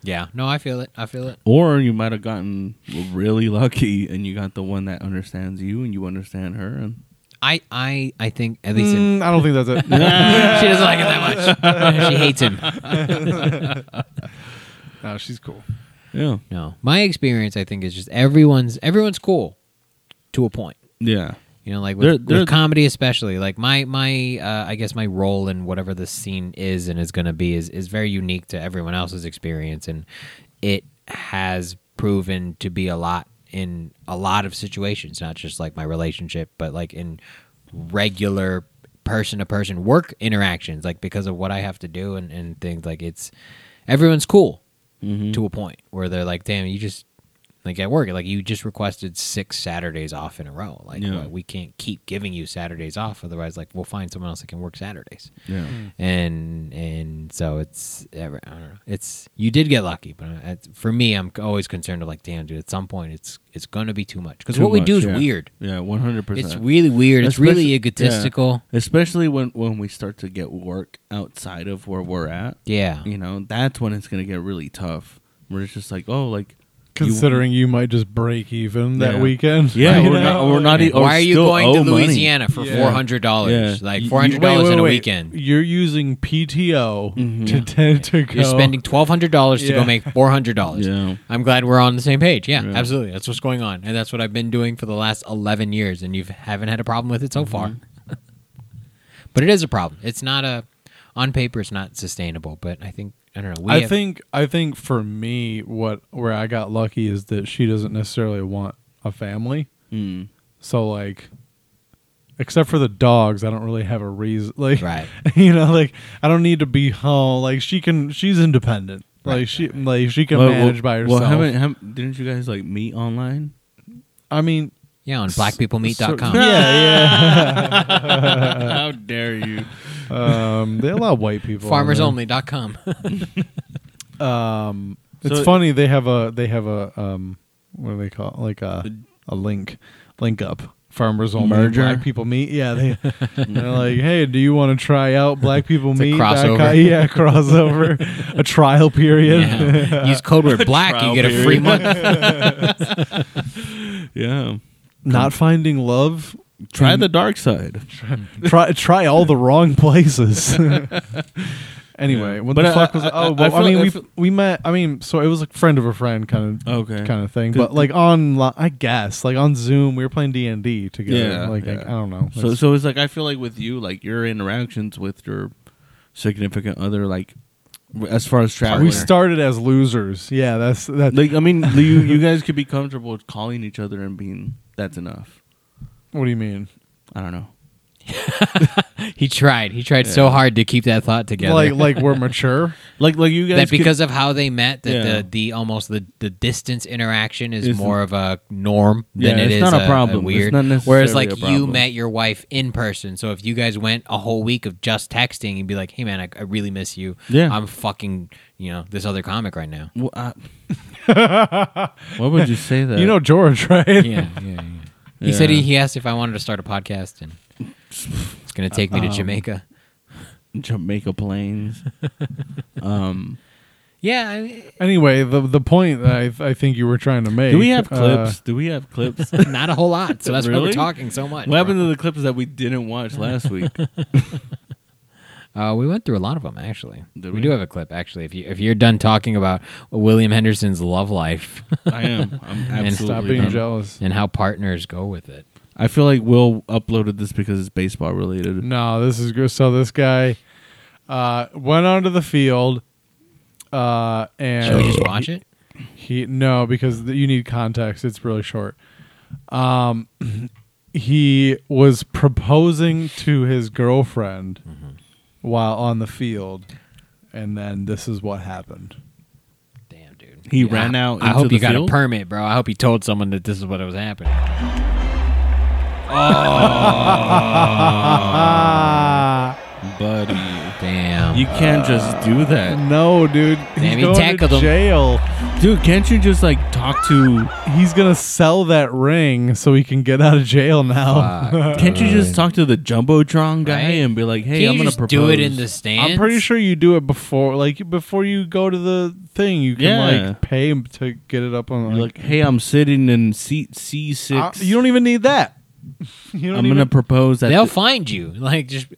Speaker 4: Yeah. No, I feel it. I feel it.
Speaker 3: Or you might have gotten really lucky, and you got the one that understands you, and you understand her, and
Speaker 4: I I I think at least in,
Speaker 5: Mm, I don't think that's it.
Speaker 4: she doesn't like him that much. she hates him.
Speaker 5: no, she's cool.
Speaker 3: yeah,
Speaker 4: No. My experience I think is just everyone's everyone's cool to a point.
Speaker 3: yeah,
Speaker 4: You know, like
Speaker 3: There-
Speaker 4: with,
Speaker 3: there-
Speaker 4: with comedy, especially like my my uh, I guess my role in whatever this scene is and is going to be is is very unique to everyone else's experience, and it has proven to be a lot in a lot of situations, not just like my relationship, but like in regular person to person work interactions, like because of what I have to do and and things like it's everyone's cool
Speaker 3: Mm-hmm.
Speaker 4: to a point where they're like, damn, you just like at work, like you just requested six Saturdays off in a row. Like
Speaker 3: Yeah.
Speaker 4: well, we can't keep giving you Saturdays off, otherwise, like we'll find someone else that can work Saturdays.
Speaker 3: yeah.
Speaker 5: Hmm.
Speaker 4: And and so it's I don't know. It's you did get lucky, but uh, it's- for me, I'm always concerned of like, damn, dude, at some point, it's it's gonna be too much because
Speaker 3: Too
Speaker 4: what we do
Speaker 3: much,
Speaker 4: is
Speaker 3: yeah.
Speaker 4: weird.
Speaker 3: Yeah, one hundred percent.
Speaker 4: It's really weird. It's really egotistical.
Speaker 3: Especially when when we start to get work outside of where we're at,
Speaker 4: Yeah.
Speaker 3: you know, that's when it's gonna get really tough. Where it's just like, oh, like
Speaker 5: Considering you, might just break even that
Speaker 3: Yeah.
Speaker 5: weekend.
Speaker 3: yeah,
Speaker 5: You
Speaker 3: we're
Speaker 5: know?
Speaker 3: not, we're not. e- or
Speaker 4: Why are you
Speaker 3: still
Speaker 4: going to
Speaker 3: owe money.
Speaker 4: Louisiana for
Speaker 5: Yeah.
Speaker 4: four hundred dollars?
Speaker 3: Yeah.
Speaker 4: Like
Speaker 3: You-
Speaker 4: four
Speaker 5: You-
Speaker 4: hundred
Speaker 5: wait,
Speaker 4: dollars
Speaker 5: wait,
Speaker 4: in a
Speaker 5: wait.
Speaker 4: weekend.
Speaker 5: You're using PTO
Speaker 3: Mm-hmm.
Speaker 5: to tend to go.
Speaker 4: You're spending twelve hundred dollars to
Speaker 5: Yeah.
Speaker 4: go make four hundred dollars.
Speaker 3: Yeah.
Speaker 4: I'm glad we're on the same page. Yeah,
Speaker 3: Yeah.
Speaker 4: absolutely. That's what's going on, and that's what I've been doing for the last eleven years, and you haven't had a problem with it
Speaker 3: Mm-hmm.
Speaker 4: so far. but it is a problem. It's not a on paper. It's not sustainable. But I think I don't know. We
Speaker 5: I
Speaker 4: have-
Speaker 5: think I think for me, what where I got lucky is that she doesn't necessarily want a family.
Speaker 3: Mm.
Speaker 5: So like, except for the dogs, I don't really have a reason. Like,
Speaker 4: Right.
Speaker 5: you know, like I don't need to be home. Like she can, she's independent.
Speaker 4: Right,
Speaker 5: like she, like she can manage by herself.
Speaker 3: Well, haven't, haven't didn't you guys like meet online?
Speaker 5: I mean,
Speaker 4: yeah on blackpeoplemeet.com.
Speaker 5: so- yeah,
Speaker 3: How dare you?
Speaker 5: yeah. Um, they allow white people. on there.
Speaker 4: Farmersonly.com.
Speaker 5: Um, it's
Speaker 3: So-
Speaker 5: funny they have a they have a um, what do they call it? like a a link link up farmers only
Speaker 3: Merger?
Speaker 5: black people meet. Yeah, they they're like, hey, do you want to try out black people
Speaker 4: a
Speaker 5: meet?
Speaker 4: crossover.
Speaker 5: Yeah, crossover, a trial period.
Speaker 4: Yeah. Use code word black. You
Speaker 3: Trial
Speaker 4: get a free month.
Speaker 3: Yeah,
Speaker 5: Not finding love.
Speaker 3: try the dark side.
Speaker 5: Try try all the wrong places. Anyway, what
Speaker 3: But
Speaker 5: the
Speaker 3: I-
Speaker 5: fuck was?
Speaker 3: I- I-
Speaker 5: oh, well, I,
Speaker 3: I feel-
Speaker 5: mean,
Speaker 3: I
Speaker 5: we
Speaker 3: feel-
Speaker 5: we met. I mean, so it was like friend of a friend kind of
Speaker 3: Okay,
Speaker 5: kind of thing.
Speaker 3: Did-
Speaker 5: But like on, I guess, like on Zoom, we were playing D and D together.
Speaker 3: Yeah,
Speaker 5: like,
Speaker 3: yeah.
Speaker 5: I don't know.
Speaker 3: So
Speaker 5: It's-
Speaker 3: so it's like I feel like with you, like your interactions with your significant other, like w- as far as traveling,
Speaker 5: we started as losers. Yeah, that's that.
Speaker 3: like I mean, you you guys could be comfortable with calling each other and being that's enough.
Speaker 5: what do you mean?
Speaker 3: I don't know.
Speaker 4: He tried. He tried so hard to keep that thought together.
Speaker 5: Like like we're mature.
Speaker 3: Like like you guys
Speaker 4: that
Speaker 3: could-
Speaker 4: because of how they met, that
Speaker 3: Yeah.
Speaker 4: the, the almost the, the distance interaction is
Speaker 3: It's-
Speaker 4: more of a norm than
Speaker 3: Yeah,
Speaker 4: it
Speaker 3: it's
Speaker 4: is
Speaker 3: not a
Speaker 4: a,
Speaker 3: problem. It's
Speaker 4: weird.
Speaker 3: not
Speaker 4: Whereas
Speaker 3: necessarily
Speaker 4: like
Speaker 3: a
Speaker 4: you
Speaker 3: problem.
Speaker 4: met your wife in person, so if you guys went a whole week of just texting, you'd be like, "Hey man, I, I really miss you.
Speaker 3: Yeah.
Speaker 4: I'm fucking you know this other comic right now."
Speaker 3: Well, I- why uh, would you say that?
Speaker 5: You know George, right?
Speaker 4: yeah, yeah, yeah. He said he, he asked if I wanted to start a podcast, and it's gonna take
Speaker 3: Um,
Speaker 4: me to Jamaica.
Speaker 3: Jamaica planes. um,
Speaker 4: Yeah, I,
Speaker 5: Anyway, the the point that I I think you were trying to make.
Speaker 3: do we have
Speaker 5: uh,
Speaker 3: clips? do we have clips?
Speaker 4: not a whole lot. So that's why we're
Speaker 3: Really?
Speaker 4: talking so much.
Speaker 3: what happened to the clips that we didn't watch last week?
Speaker 4: Uh, we went through a lot of them actually.
Speaker 3: Did
Speaker 4: we?
Speaker 3: we?
Speaker 4: do have a clip actually. If you if you're done talking about William Henderson's love life
Speaker 3: I am. I'm absolutely.
Speaker 5: Stop being
Speaker 3: done.
Speaker 5: jealous.
Speaker 4: and how partners go with it,
Speaker 3: I feel like Will uploaded this because it's baseball related.
Speaker 5: No, this is good. So this guy uh, went onto the field, uh, and
Speaker 4: should we just watch it?
Speaker 5: He no, because th- you need context. It's really short. Um, he was proposing to his girlfriend
Speaker 4: Mm-hmm.
Speaker 5: while on the field, and then this is what happened.
Speaker 4: Damn, dude.
Speaker 3: He ran out
Speaker 4: I
Speaker 3: into
Speaker 4: hope
Speaker 3: the
Speaker 4: you got
Speaker 3: field?
Speaker 4: a permit, bro. I hope you told someone that this is what was happening.
Speaker 3: Oh. Buddy,
Speaker 4: Damn.
Speaker 3: you can't just do that,
Speaker 5: No, dude, he's
Speaker 4: Damn, he
Speaker 5: going
Speaker 4: tackled
Speaker 5: to
Speaker 4: him.
Speaker 5: jail.
Speaker 3: dude. Can't you just like talk to?
Speaker 5: He's gonna sell that ring so he can get out of jail now.
Speaker 4: Fuck,
Speaker 3: Can't you
Speaker 4: dude.
Speaker 3: just talk to the jumbotron guy
Speaker 4: Right?
Speaker 3: and be like, "Hey,
Speaker 4: Can you
Speaker 3: I'm gonna
Speaker 4: just
Speaker 3: propose."
Speaker 4: do it in the stands?
Speaker 5: I'm pretty sure you do it before, like before you go to the thing. You can
Speaker 3: Yeah.
Speaker 5: like pay him to get it up on.
Speaker 3: You're
Speaker 5: Like,
Speaker 3: like, "Hey, I'm sitting in seat C
Speaker 5: uh,
Speaker 3: six.
Speaker 5: you don't even need that. You don't
Speaker 3: I'm
Speaker 5: even
Speaker 3: gonna propose that."
Speaker 4: They'll
Speaker 3: the-
Speaker 4: find you. Like just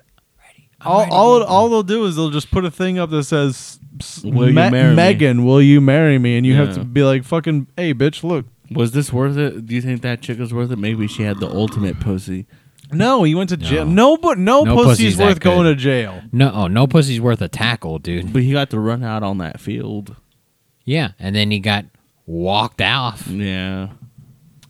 Speaker 5: all all, all they'll do is they'll just put a thing up that says s-
Speaker 3: Will you
Speaker 5: Me-
Speaker 3: marry me?
Speaker 5: Megan, will you marry me? And you have
Speaker 3: Yeah.
Speaker 5: to be like, fucking, hey, bitch, look.
Speaker 3: was this worth it? Do you think that chick was worth it? Maybe she had the ultimate pussy.
Speaker 5: No, he went to jail. No, but no,
Speaker 4: No pussy's
Speaker 5: pussy's
Speaker 4: that
Speaker 5: worth going
Speaker 4: good.
Speaker 5: to jail.
Speaker 4: no. Oh, no pussy's worth a tackle, dude.
Speaker 3: But he got to run out on that field.
Speaker 4: Yeah, and then he got walked off.
Speaker 3: Yeah.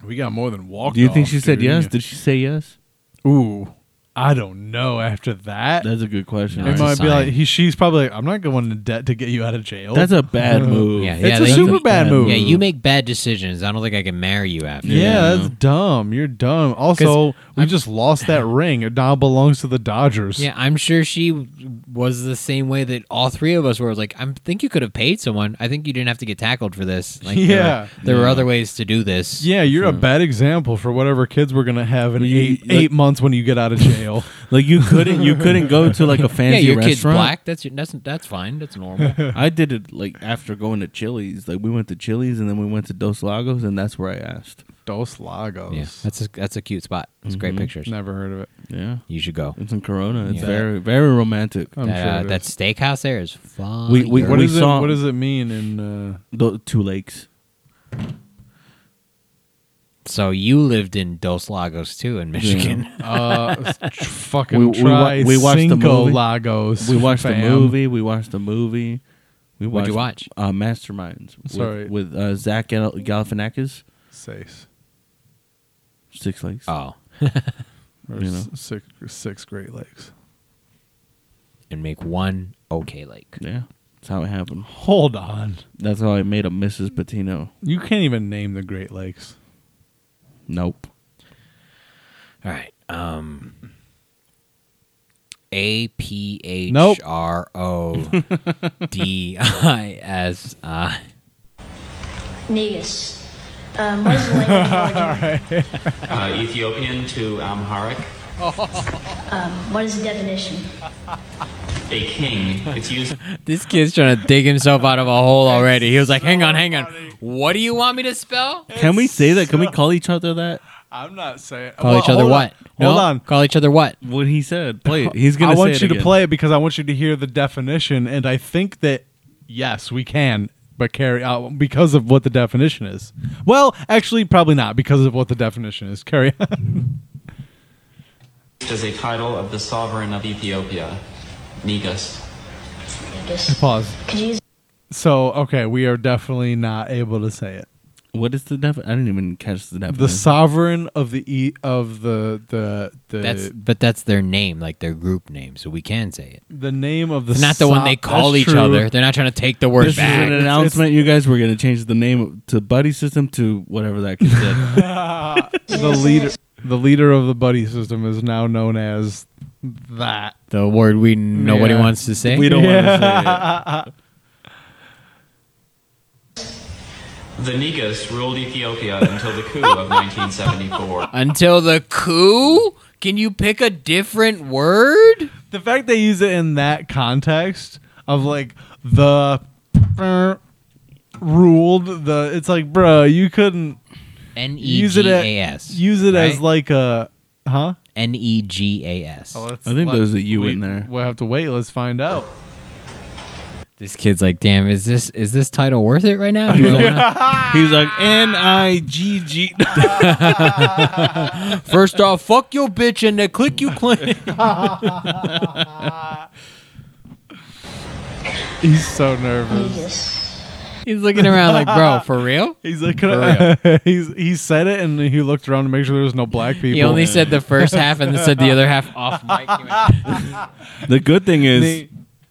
Speaker 5: We got more than walk.
Speaker 3: Do you think she said yes? Did she say yes?
Speaker 5: Ooh, I don't know. After that,
Speaker 3: That's a good question.
Speaker 5: it
Speaker 4: That's
Speaker 3: right?
Speaker 4: a
Speaker 5: might be
Speaker 4: sign.
Speaker 5: like he, she's probably like, I'm not going to debt to get you out of jail.
Speaker 3: That's a bad move.
Speaker 4: Yeah,
Speaker 5: it's
Speaker 4: yeah,
Speaker 5: a
Speaker 4: they-
Speaker 5: super bad move.
Speaker 4: Yeah, you make bad decisions. I don't think I can marry you after.
Speaker 5: Yeah,
Speaker 3: Yeah.
Speaker 5: that's dumb. You're dumb. Also, we just lost that ring. It now belongs to the Dodgers.
Speaker 4: Yeah, I'm sure she was the same way that all three of us were. Like, I think you could have paid someone. I think you didn't have to get tackled for this. Like, there
Speaker 5: Yeah.
Speaker 4: were- there were other ways to do this.
Speaker 5: Yeah, you're a bad example for whatever kids we're gonna have in
Speaker 3: Well, you-
Speaker 5: eight,
Speaker 3: like-
Speaker 5: eight months when you get out of jail.
Speaker 3: Like you couldn't you couldn't go to like a fancy
Speaker 4: yeah, your kid's
Speaker 3: restaurant.
Speaker 4: black. That's your, that's that's fine. That's normal.
Speaker 3: I did it like after going to Chili's. Like we went to Chili's and then we went to Dos Lagos and that's where I asked.
Speaker 5: Dos Lagos.
Speaker 4: yeah, that's a, that's a cute spot. It's great
Speaker 5: Mm-hmm.
Speaker 4: pictures.
Speaker 5: Never heard of it.
Speaker 3: Yeah.
Speaker 4: You should go.
Speaker 3: It's in Corona. It's
Speaker 4: Yeah.
Speaker 3: very very romantic.
Speaker 5: I'm
Speaker 4: That,
Speaker 5: sure
Speaker 4: uh,
Speaker 5: it
Speaker 4: that
Speaker 5: is.
Speaker 4: steakhouse there is fun.
Speaker 3: We- we-
Speaker 5: What
Speaker 3: We
Speaker 5: is it?
Speaker 3: saw-
Speaker 5: What does it mean? In uh,
Speaker 3: The two lakes.
Speaker 4: so you lived in Dos Lagos too in Michigan.
Speaker 5: uh, tr- fucking
Speaker 3: We- we wa-
Speaker 5: try
Speaker 3: we watched the
Speaker 5: Cinco
Speaker 3: movie.
Speaker 5: Lagos.
Speaker 3: We watched
Speaker 5: fam.
Speaker 3: the movie. We watched the movie. We
Speaker 4: What'd
Speaker 3: watched,
Speaker 4: you watch?
Speaker 3: Uh, Masterminds. with-
Speaker 5: Sorry.
Speaker 3: with, uh, Zach Gal- Galifianakis.
Speaker 5: Six.
Speaker 3: Six Lakes.
Speaker 4: Oh,
Speaker 5: Or
Speaker 3: You
Speaker 5: s-
Speaker 3: know.
Speaker 5: six, six Great Lakes.
Speaker 4: and make one okay lake.
Speaker 3: Yeah, that's how it happened.
Speaker 5: Hold on.
Speaker 3: That's how I made a Mrs. Patino.
Speaker 5: You can't even name the Great Lakes.
Speaker 3: Nope.
Speaker 4: All right. Um A P
Speaker 5: Nope.
Speaker 4: H R O D I S I.
Speaker 6: Negus. Um, what is the language of origin?
Speaker 7: uh, Ethiopian to Amharic.
Speaker 6: What is the definition?
Speaker 7: A king. It's used
Speaker 4: This kid's trying to dig himself out of a hole already. He was like, "Hang on, hang on. What do you want me to spell?"
Speaker 3: Can we say that? Can we call each other that?
Speaker 5: I'm not saying.
Speaker 4: Call each other what?
Speaker 5: Hold
Speaker 4: no?
Speaker 5: on.
Speaker 4: Call each other what?
Speaker 3: What he said. Play it. He's gonna.
Speaker 5: I
Speaker 3: say
Speaker 5: want
Speaker 3: it
Speaker 5: you to
Speaker 3: again.
Speaker 5: play it because I want you to hear the definition, and I think that yes, we can, but carry out because of what the definition is. Well, actually, probably not because of what the definition is. Carry on.
Speaker 7: as a title of the sovereign of Ethiopia, Negus.
Speaker 6: Negus.
Speaker 5: Pause.
Speaker 6: Could you use
Speaker 5: So, okay, we are definitely not able to say it.
Speaker 3: What is the def? I didn't even catch the definition.
Speaker 5: The sovereign of the e- of the the the
Speaker 4: That's but that's their name, like their group name, so we can say it.
Speaker 5: the name of the
Speaker 4: It's not the one
Speaker 5: so-
Speaker 4: they call
Speaker 5: that's
Speaker 4: each
Speaker 5: true.
Speaker 4: other. They're not trying to take the word
Speaker 3: this is
Speaker 4: back.
Speaker 3: an announcement, you guys. We're gonna change the name of- to Buddy System to whatever that kid said.
Speaker 5: The leader the leader of the buddy system is now known as that.
Speaker 4: the word we nobody
Speaker 5: Yeah.
Speaker 4: wants to say.
Speaker 3: we don't want
Speaker 7: The Negus ruled Ethiopia until the coup of 1974.
Speaker 4: until the coup. Can you pick a different word?
Speaker 5: The fact they use it in that context of like the ruled the it's like bruh you couldn't
Speaker 4: N e
Speaker 5: use it
Speaker 4: g
Speaker 5: at,
Speaker 4: a s.
Speaker 5: use it as
Speaker 4: right?
Speaker 5: like a huh
Speaker 4: N e g a s.
Speaker 3: I think there's a U
Speaker 5: Oh, we-
Speaker 3: in there.
Speaker 5: We'll have to wait. Let's find out.
Speaker 4: This kid's like, damn, is this is this title worth it right now? You don't wanna-
Speaker 3: to say it. He's like N I G G.
Speaker 4: First off, fuck your bitch and then click you click.
Speaker 5: He's so nervous.
Speaker 6: Negus.
Speaker 4: He's looking around like, bro, for real?
Speaker 5: He's like, Can I-" he's he said it and he looked around to make sure there was no black people.
Speaker 4: He only said the first half and then said the other half off mic. He went,
Speaker 3: The good thing is,
Speaker 5: They-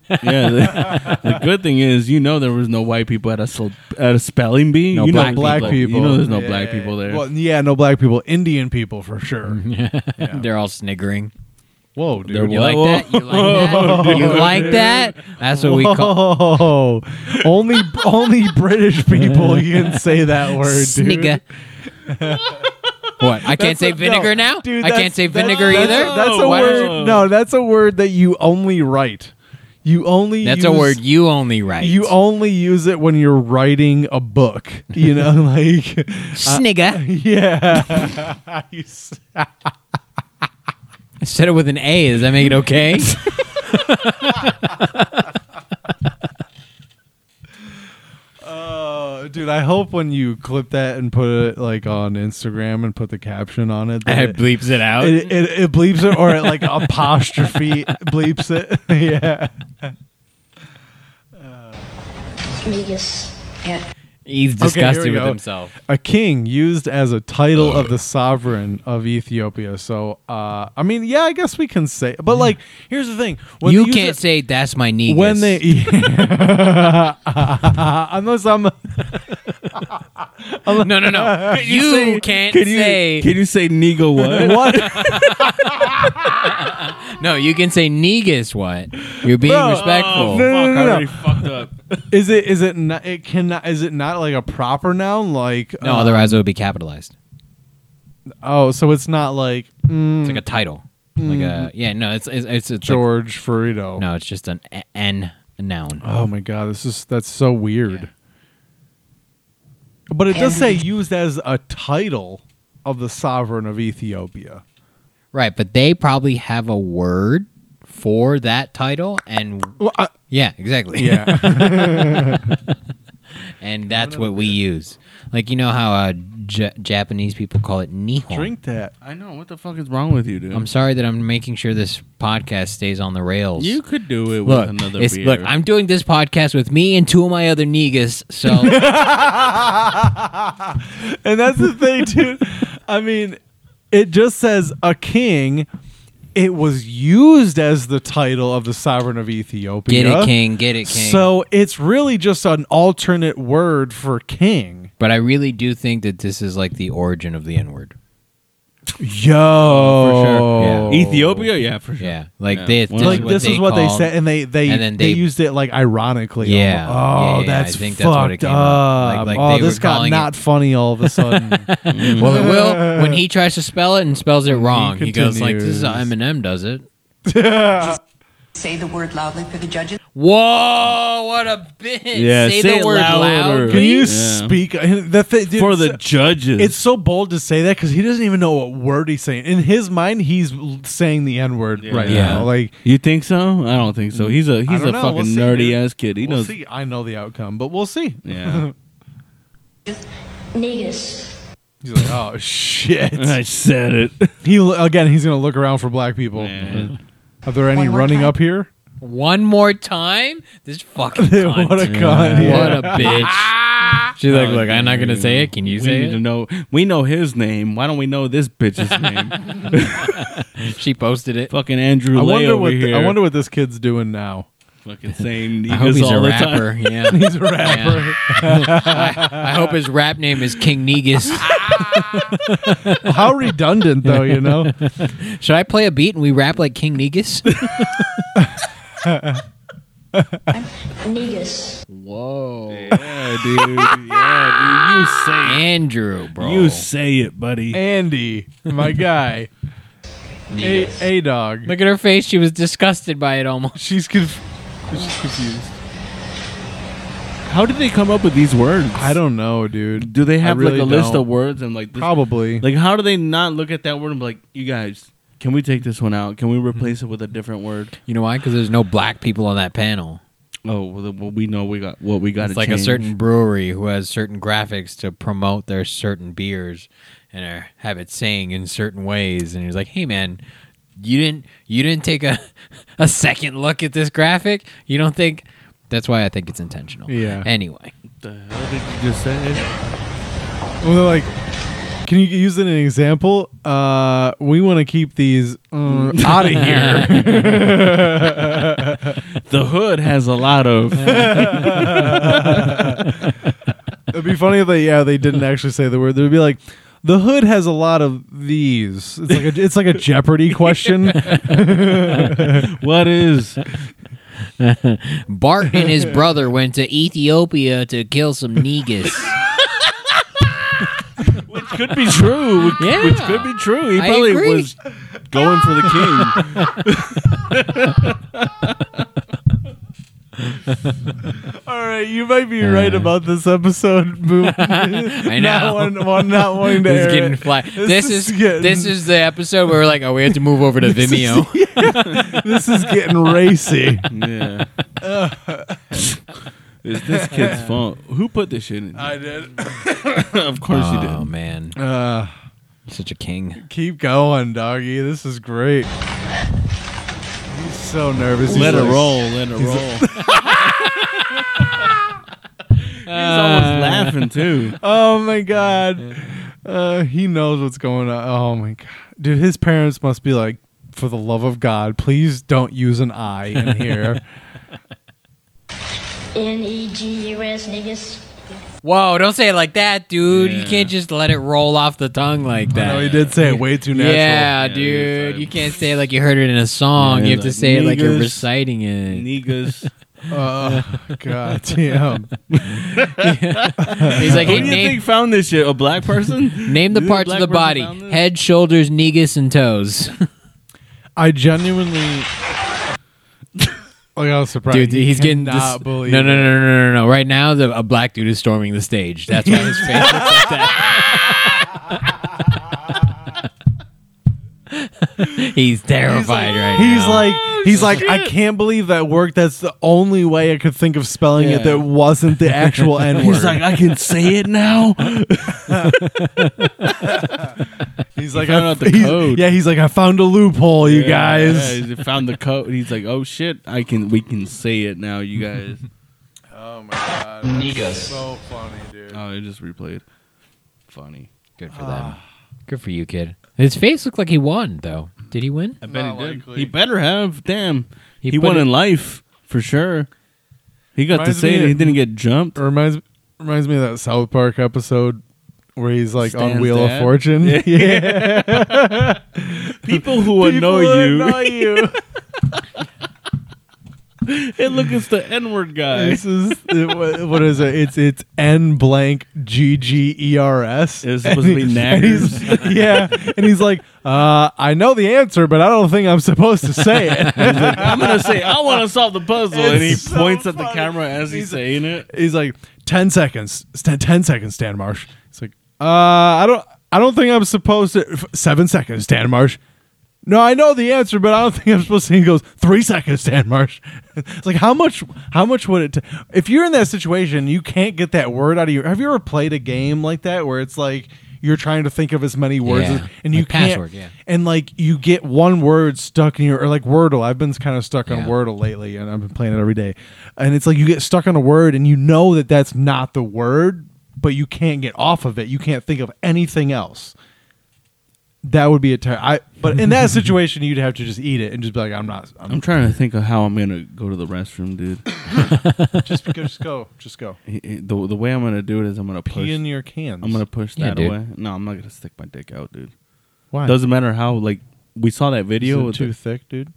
Speaker 3: yeah. The, the good thing is, you know, there was no white people at a sl- at a spelling bee.
Speaker 4: No
Speaker 3: you know,
Speaker 4: black
Speaker 5: black people.
Speaker 3: You know, there's no
Speaker 5: Yeah.
Speaker 3: black people there.
Speaker 5: Well, yeah, no black people. Indian people for sure. Yeah.
Speaker 4: They're all sniggering.
Speaker 5: Whoa, dude.
Speaker 3: They're
Speaker 4: You
Speaker 3: Whoa.
Speaker 4: like that? You like that? You like that? That's what we call
Speaker 5: Whoa. Oh, only only British people you can say that word, dude.
Speaker 4: snigger. what? I can't say
Speaker 5: No,
Speaker 4: vinegar now?
Speaker 5: dude,
Speaker 4: I
Speaker 5: that's-
Speaker 4: can't say
Speaker 5: that's-
Speaker 4: vinegar
Speaker 5: that's-
Speaker 4: either?
Speaker 5: That's a
Speaker 3: Why?
Speaker 5: word. No, that's a word that you only write. You only
Speaker 4: That's a
Speaker 5: use-
Speaker 4: word you only write.
Speaker 5: You only use it when you're writing a book, you know, like
Speaker 4: snigger.
Speaker 5: yeah. You s-
Speaker 4: I said it with an A. Does that make it okay?
Speaker 5: Oh, dude, I hope when you clip that and put it like on Instagram and put the caption on it, that
Speaker 4: I
Speaker 5: it,
Speaker 4: bleeps it out.
Speaker 5: it, it, it bleeps it or it like apostrophe bleeps it. yeah.
Speaker 6: Negus.
Speaker 4: He's
Speaker 5: we
Speaker 4: disgusted with
Speaker 5: go.
Speaker 4: himself.
Speaker 5: a king used as a title of the sovereign of Ethiopia. So, uh, I mean, yeah, I guess we can say, but like, here's the thing: when
Speaker 4: you
Speaker 5: they use
Speaker 4: can't
Speaker 5: it-
Speaker 4: say that's my negus.
Speaker 5: when they unless I'm
Speaker 4: no no no you
Speaker 3: say-
Speaker 4: can't
Speaker 3: can you,
Speaker 4: say
Speaker 3: Can you say Nigo what?
Speaker 5: what
Speaker 4: no you can say negus what you're being
Speaker 5: Bro.
Speaker 4: respectful
Speaker 5: No, no, no, no.
Speaker 3: fucked up.
Speaker 5: is it? Is it not? It cannot. Is it not like a proper noun? Like
Speaker 4: no
Speaker 5: uh,
Speaker 4: otherwise it would be capitalized
Speaker 5: Oh, so it's not like mm,
Speaker 4: it's like a title like a yeah no it's it's it's, it's like-
Speaker 5: George Furito.
Speaker 4: no it's just an a- an a noun
Speaker 5: Oh my god, this is that's so weird. But it does say used as a title of the sovereign of Ethiopia.
Speaker 4: right but they probably have a word for that title and
Speaker 5: Well, I-
Speaker 4: yeah exactly
Speaker 5: yeah.
Speaker 4: and that's what we use like you know how uh, J- Japanese people call it nihon
Speaker 5: Drink that.
Speaker 3: I know what the fuck is wrong with you, dude.
Speaker 4: I'm sorry that I'm making sure this podcast stays on the rails.
Speaker 3: you could do it
Speaker 4: look,
Speaker 3: with another
Speaker 4: it's-
Speaker 3: beer.
Speaker 4: look, I'm doing this podcast with me and two of my other niggas, so
Speaker 5: And that's the thing, dude. I mean, it just says a king. It was used as the title of the sovereign of Ethiopia.
Speaker 4: get it, King, get it, King.
Speaker 5: So it's really just an alternate word for king.
Speaker 4: but I really do think that this is like the origin of the N word.
Speaker 5: Yo, Oh,
Speaker 3: for sure. Ethiopia, yeah, for sure.
Speaker 4: Yeah, like
Speaker 3: Yeah.
Speaker 4: they,
Speaker 3: Well,
Speaker 5: like this
Speaker 4: they
Speaker 5: is what they
Speaker 4: called-
Speaker 5: said, and they they
Speaker 4: and then
Speaker 5: they,
Speaker 4: they-
Speaker 5: used it like ironically.
Speaker 4: Yeah,
Speaker 5: Oh,
Speaker 4: yeah, yeah,
Speaker 5: that's
Speaker 4: I think
Speaker 5: fucked
Speaker 4: that's what it came
Speaker 5: up.
Speaker 4: up. Like- like
Speaker 5: oh,
Speaker 4: they
Speaker 5: this
Speaker 4: were
Speaker 5: got
Speaker 4: calling
Speaker 5: not funny all of a sudden.
Speaker 4: Well, it will when he tries to spell it and spells it wrong. He, goes like, "This is how
Speaker 5: continues.
Speaker 4: Eminem does it."
Speaker 8: Say the word loudly for the judges.
Speaker 4: Whoa, what a bitch!
Speaker 3: Yeah,
Speaker 4: say,
Speaker 3: say
Speaker 4: the
Speaker 3: it
Speaker 4: word
Speaker 3: louder.
Speaker 4: loudly.
Speaker 5: Can you
Speaker 3: Yeah.
Speaker 5: speak the thi- dude,
Speaker 3: For the
Speaker 5: it's-
Speaker 3: judges,
Speaker 5: It's so bold to say that because he doesn't even know what word he's saying. In his mind, he's l- saying the n word right
Speaker 3: Yeah.
Speaker 5: now. Like
Speaker 3: you think so? I don't think so. He's a
Speaker 5: Mm. I
Speaker 3: he's
Speaker 5: don't
Speaker 3: a
Speaker 5: know.
Speaker 3: fucking
Speaker 5: We'll see,
Speaker 3: nerdy
Speaker 5: dude.
Speaker 3: ass kid. He
Speaker 5: we'll
Speaker 3: knows.
Speaker 5: see. I know the outcome, but we'll see.
Speaker 3: Yeah.
Speaker 6: Negus.
Speaker 5: He's like, oh shit.
Speaker 3: I said it.
Speaker 5: he lo- again. He's gonna look around for black people.
Speaker 3: Man.
Speaker 5: Are there any
Speaker 8: One more
Speaker 5: running
Speaker 8: time.
Speaker 5: up here?
Speaker 4: One more time, this fucking
Speaker 5: what a
Speaker 4: cunt.
Speaker 5: cunt. yeah.
Speaker 4: What a bitch. She's like,
Speaker 3: Oh,
Speaker 4: look, I'm not gonna
Speaker 3: dude.
Speaker 4: say it. Can you
Speaker 3: we
Speaker 4: say
Speaker 3: need to
Speaker 4: it?
Speaker 3: know. We know his name. Why don't we know this bitch's name?
Speaker 4: She posted it.
Speaker 3: Fucking Andrew
Speaker 5: I
Speaker 3: Lay
Speaker 5: wonder
Speaker 3: over
Speaker 5: what
Speaker 3: here.
Speaker 5: I wonder what this kid's doing now.
Speaker 3: Fucking saying
Speaker 4: I hope
Speaker 3: niggas
Speaker 4: he's
Speaker 3: all
Speaker 4: a
Speaker 3: the time.
Speaker 4: rapper. Yeah, he's a rapper. I, I hope his rap name is King Negus.
Speaker 5: How redundant though, you know?
Speaker 4: Should I play a beat and we rap like King Negus?
Speaker 6: Negus.
Speaker 4: Whoa,
Speaker 5: Oh.
Speaker 3: Yeah, dude. Yeah, dude. You say it.
Speaker 4: Andrew, bro.
Speaker 3: You say it, buddy.
Speaker 5: Andy, my guy, a
Speaker 7: Negus.
Speaker 5: a dog.
Speaker 4: Look at her face. She was disgusted by it almost.
Speaker 5: She's conf- she's confused.
Speaker 3: How did they come up with these words?
Speaker 5: I don't know, dude.
Speaker 3: Do they
Speaker 5: I
Speaker 3: have
Speaker 5: really
Speaker 3: like a list
Speaker 5: don't.
Speaker 3: of words and like this,
Speaker 5: Probably.
Speaker 3: like how do they not look at that word and be like, you guys, can we take this one out? Can we
Speaker 5: Mm-hmm.
Speaker 3: replace it with a different word?
Speaker 4: You know why? Because there's no black people on that panel.
Speaker 3: Oh, well, then, well, we know we got what we got.
Speaker 4: It's like a certain brewery who has certain graphics to promote their certain beers and are, have it saying in certain ways. And he's like, "Hey, man, you didn't you didn't take a a second look at this graphic. You don't think." That's why I think it's intentional.
Speaker 5: Yeah.
Speaker 4: Anyway,
Speaker 3: The hell did you just say?
Speaker 5: Well, they're like, can you use it as an example? Uh, we want to keep these uh, out of here.
Speaker 3: The hood has a lot of.
Speaker 5: It'd be funny if they yeah they didn't actually say the word. They'd be like, the hood has a lot of these. It's like a, it's like a Jeopardy question.
Speaker 3: what is?
Speaker 4: Bart and his brother went to Ethiopia to kill some negus.
Speaker 3: Which could be true. Which,
Speaker 4: Yeah.
Speaker 3: which could be true. He
Speaker 4: I
Speaker 3: probably
Speaker 4: agree.
Speaker 3: was going for the king.
Speaker 5: All right, you might be right
Speaker 3: Uh.
Speaker 5: about this episode. Boom.
Speaker 4: I
Speaker 5: not
Speaker 4: know.
Speaker 5: one, one, not wanting to.
Speaker 4: This
Speaker 5: air
Speaker 4: is getting
Speaker 5: it.
Speaker 4: fly. This, is
Speaker 5: getting-
Speaker 4: this is the episode where we're like, oh, we have to move over to Vimeo.
Speaker 5: this is getting racy.
Speaker 3: Yeah. Is this kid's phone? Who put this shit in?
Speaker 5: did.
Speaker 3: of course you
Speaker 4: Oh
Speaker 3: did.
Speaker 4: man,
Speaker 5: Uh,
Speaker 4: You're such a king.
Speaker 5: keep going, doggy. This is great. He's so nervous.
Speaker 3: Let
Speaker 5: He's
Speaker 3: it
Speaker 5: like-
Speaker 3: roll. Let it roll. He's almost laughing too.
Speaker 5: Oh my god. Uh, he knows what's going on. Oh my god, dude. His parents must be like, for the love of God, please don't use an I in here.
Speaker 6: N E G U S. Negus.
Speaker 4: Whoa! Don't say it like that, dude. You
Speaker 3: Yeah.
Speaker 4: can't just let it roll off the tongue like that.
Speaker 5: no, he did say it way too natural.
Speaker 4: Yeah,
Speaker 3: Yeah,
Speaker 4: dude.
Speaker 3: it's like-
Speaker 4: you can't say it like you heard it in a song.
Speaker 3: Yeah,
Speaker 4: you have to
Speaker 3: like,
Speaker 4: say it like you're
Speaker 3: niggas,
Speaker 4: reciting it.
Speaker 3: Niggas.
Speaker 5: Oh god damn.
Speaker 4: He's like, hey,
Speaker 3: Who do you
Speaker 4: name,
Speaker 3: think found this shit? A black person?
Speaker 4: name the
Speaker 3: Dude,
Speaker 4: parts of the
Speaker 3: black person
Speaker 4: body:
Speaker 3: found this?
Speaker 4: head, shoulders, negus, and toes.
Speaker 5: I genuinely. Like I was surprised.
Speaker 4: dude,
Speaker 5: He
Speaker 4: he's getting
Speaker 5: cannot
Speaker 4: dis-
Speaker 5: believe.
Speaker 4: no, no, no,
Speaker 5: it.
Speaker 4: no, no, no, no. Right now, the, a black dude is storming the stage. That's why his face looks like that. he's terrified right now.
Speaker 5: He's like, he's like, I can't believe that worked. That's the only way I could think of spelling it
Speaker 3: Yeah.
Speaker 5: that wasn't the actual N word.
Speaker 3: He's like, I can say it now.
Speaker 5: he's like,
Speaker 3: found
Speaker 5: I-
Speaker 3: out the
Speaker 5: he's-
Speaker 3: code.
Speaker 5: Yeah, he's like, I found a loophole, you
Speaker 3: Yeah,
Speaker 5: guys.
Speaker 3: yeah, he found the code. He's like, oh shit, I can. We can say it now, you guys.
Speaker 5: Oh my god,
Speaker 7: Negus.
Speaker 5: funny, dude.
Speaker 3: Oh, it just replayed. Funny.
Speaker 4: Good for them. Good for you, kid. His face looked like he won, though. Did he win?
Speaker 3: I bet
Speaker 5: Not
Speaker 3: he did.
Speaker 5: likely.
Speaker 3: He better have. Damn. He,
Speaker 4: put
Speaker 3: won
Speaker 4: it-
Speaker 3: in life for sure. He got
Speaker 5: Reminds
Speaker 3: to say
Speaker 5: me
Speaker 3: it. He
Speaker 5: of-
Speaker 3: didn't get jumped.
Speaker 5: It reminds reminds me of that South Park episode where he's like on
Speaker 3: Stan's
Speaker 5: Wheel of
Speaker 3: dad?
Speaker 5: Fortune. yeah,
Speaker 3: People who
Speaker 5: People
Speaker 3: annoy you.
Speaker 5: annoy you.
Speaker 3: and look, it's the N word guy.
Speaker 5: this is it, wa- what is it? It's it's N blank G G E R S.
Speaker 3: It was supposed to be
Speaker 5: And he's-
Speaker 3: naggers.
Speaker 5: yeah, and he's like, uh, I know the answer, but I don't think I'm supposed to say it.
Speaker 3: I'm gonna say I want to solve the puzzle,
Speaker 5: It's
Speaker 3: and he
Speaker 5: so
Speaker 3: points at the
Speaker 5: funny.
Speaker 3: camera as he's,
Speaker 5: He's-
Speaker 3: saying it.
Speaker 5: he's like, ten seconds, Stan, ten seconds, Stan Marsh. He's like, uh, I don't, I don't think I'm supposed to. f- seven seconds, Stan Marsh. No, I know the answer, but I don't think I'm supposed to. He goes three seconds, Stan Marsh. It's like how much, how much would it? T- if you're in that situation, you can't get that word out of your. Have you ever played a game like that where it's like you're trying to think of as many words
Speaker 4: Yeah.
Speaker 5: as, and you
Speaker 4: Like
Speaker 5: can't
Speaker 4: password, yeah.
Speaker 5: and like you get one word stuck in your or like Wordle. I've been kind of stuck on
Speaker 4: Yeah.
Speaker 5: Wordle lately, and I've been playing it every day. And it's like you get stuck on a word, and you know that that's not the word, but you can't get off of it. You can't think of anything else. That would be a ter- I but in that situation, you'd have to just eat it and just be like, I'm not. I'm,
Speaker 3: I'm trying to think of how I'm gonna go to the restroom, dude.
Speaker 5: just just go, just go.
Speaker 3: It- it- the the way I'm gonna do it is I'm gonna push.
Speaker 5: Pee in your cans.
Speaker 3: I'm gonna push
Speaker 4: Yeah,
Speaker 3: that
Speaker 4: dude.
Speaker 3: away. No, I'm not gonna stick my dick out, dude.
Speaker 5: Why?
Speaker 3: Doesn't matter how. Like we saw that video.
Speaker 5: Is it
Speaker 3: with
Speaker 5: too
Speaker 3: the,
Speaker 5: thick, dude?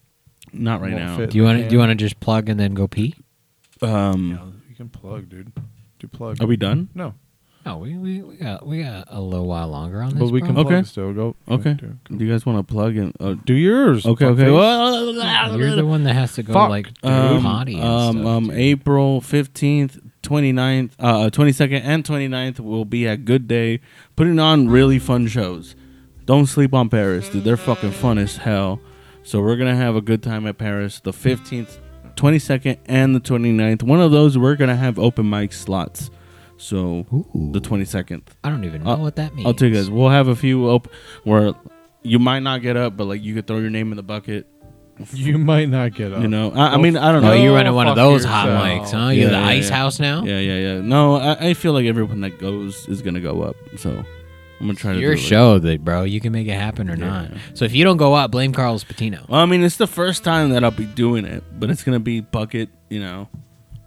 Speaker 3: not right
Speaker 5: Won't
Speaker 3: now.
Speaker 5: fit.
Speaker 4: Do you want to? Do you want to just plug and then go pee?
Speaker 3: Um,
Speaker 5: You can plug, dude. Do plug.
Speaker 3: are we done?
Speaker 5: No.
Speaker 4: Oh, we we, we got we got a little while longer on this.
Speaker 5: But we can
Speaker 4: bro.
Speaker 5: plug
Speaker 3: Okay.
Speaker 5: still. Go.
Speaker 3: Okay.
Speaker 5: Do,
Speaker 3: Do you guys want to plug in? Uh,
Speaker 5: do yours.
Speaker 3: okay.
Speaker 5: fuck
Speaker 3: Okay.
Speaker 5: face.
Speaker 4: You're the one that has to go
Speaker 5: Fuck,
Speaker 4: like
Speaker 3: um,
Speaker 4: potty. And
Speaker 3: um,
Speaker 4: stuff,
Speaker 3: um,
Speaker 4: dude.
Speaker 3: April 15th, 29th, uh, 22nd, and 29th will be at Good Day, putting on really fun shows. Don't sleep on Paris, dude. They're fucking fun as hell. So we're going to have a good time at Paris the 15th, 22nd, and the 29th. One of those, we're going to have open mic slots. So
Speaker 4: Ooh.
Speaker 3: the 22nd.
Speaker 4: I don't even know
Speaker 3: I'll-
Speaker 4: what that means.
Speaker 3: I'll tell you guys. We'll have a few op- where you might not get up, but like you could throw your name in the bucket.
Speaker 5: You might not get
Speaker 4: Uh,
Speaker 5: up.
Speaker 3: You know, I, I mean, I don't
Speaker 4: Oh,
Speaker 3: know.
Speaker 4: you're running one of
Speaker 5: fuck
Speaker 4: those hot
Speaker 5: yourself.
Speaker 4: mics, huh? You're
Speaker 3: Yeah,
Speaker 4: the
Speaker 3: yeah,
Speaker 4: ice
Speaker 3: yeah.
Speaker 4: house now.
Speaker 3: Yeah, yeah, yeah. No, I, I feel like everyone that goes is gonna go up. So I'm gonna try to
Speaker 4: Your
Speaker 3: do it.
Speaker 4: show, that bro. You can make it happen or not. So if you don't go out, blame Carlos Patino.
Speaker 3: Well, I mean, it's the first time that I'll be doing it, but it's gonna be bucket, you know,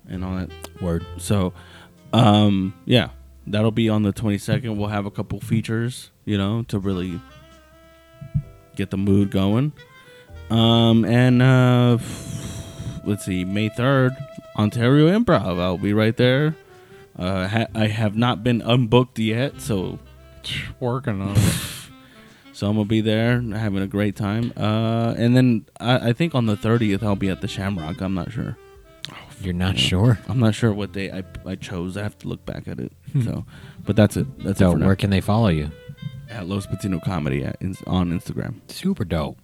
Speaker 3: and all that.
Speaker 4: Word.
Speaker 3: So, um, yeah, that'll be on the 22nd. We'll have a couple features, you know, to really get the mood going. Um, and uh, let's see, May 3rd, Ontario Improv. I'll be right there. Uh, ha- I have not been unbooked yet, so
Speaker 5: Working on it.
Speaker 3: So I'm gonna be there, having a great time. Uh, and then I, I think on the 30th I'll be at the Shamrock. I'm not sure. Oh,
Speaker 4: You're not sure.
Speaker 3: I'm not sure what day I, I chose. I have to look back at it.
Speaker 5: Hmm.
Speaker 3: So, but that's it. That's
Speaker 4: So
Speaker 3: it for now.
Speaker 4: where can they follow you?
Speaker 3: at Los Patino Comedy at, in, on Instagram.
Speaker 4: Super dope.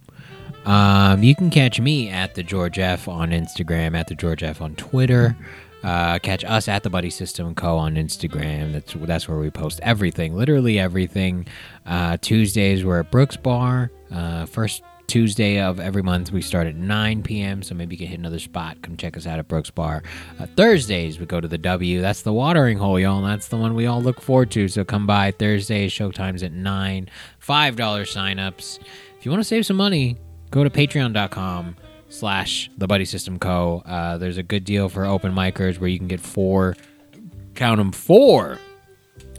Speaker 4: Um, you can catch me at the George F on Instagram, at the George F on Twitter. Uh, catch us at the Buddy System Co on Instagram. That's that's where we post everything, literally everything. Uh, Tuesdays we're at Brooks Bar. Uh, first Tuesday of every month we start at 9 p.m. So maybe you can hit another spot. Come check us out at Brooks Bar. Uh, Thursdays we go to the W. That's the watering hole, y'all. and That's the one we all look forward to. So come by Thursday. Show times at nine. Five dollar sign ups. If you want to save some money, go to patreon.com slash the buddy system co. Uh, there's a good deal for open micers where you can get four, count them, four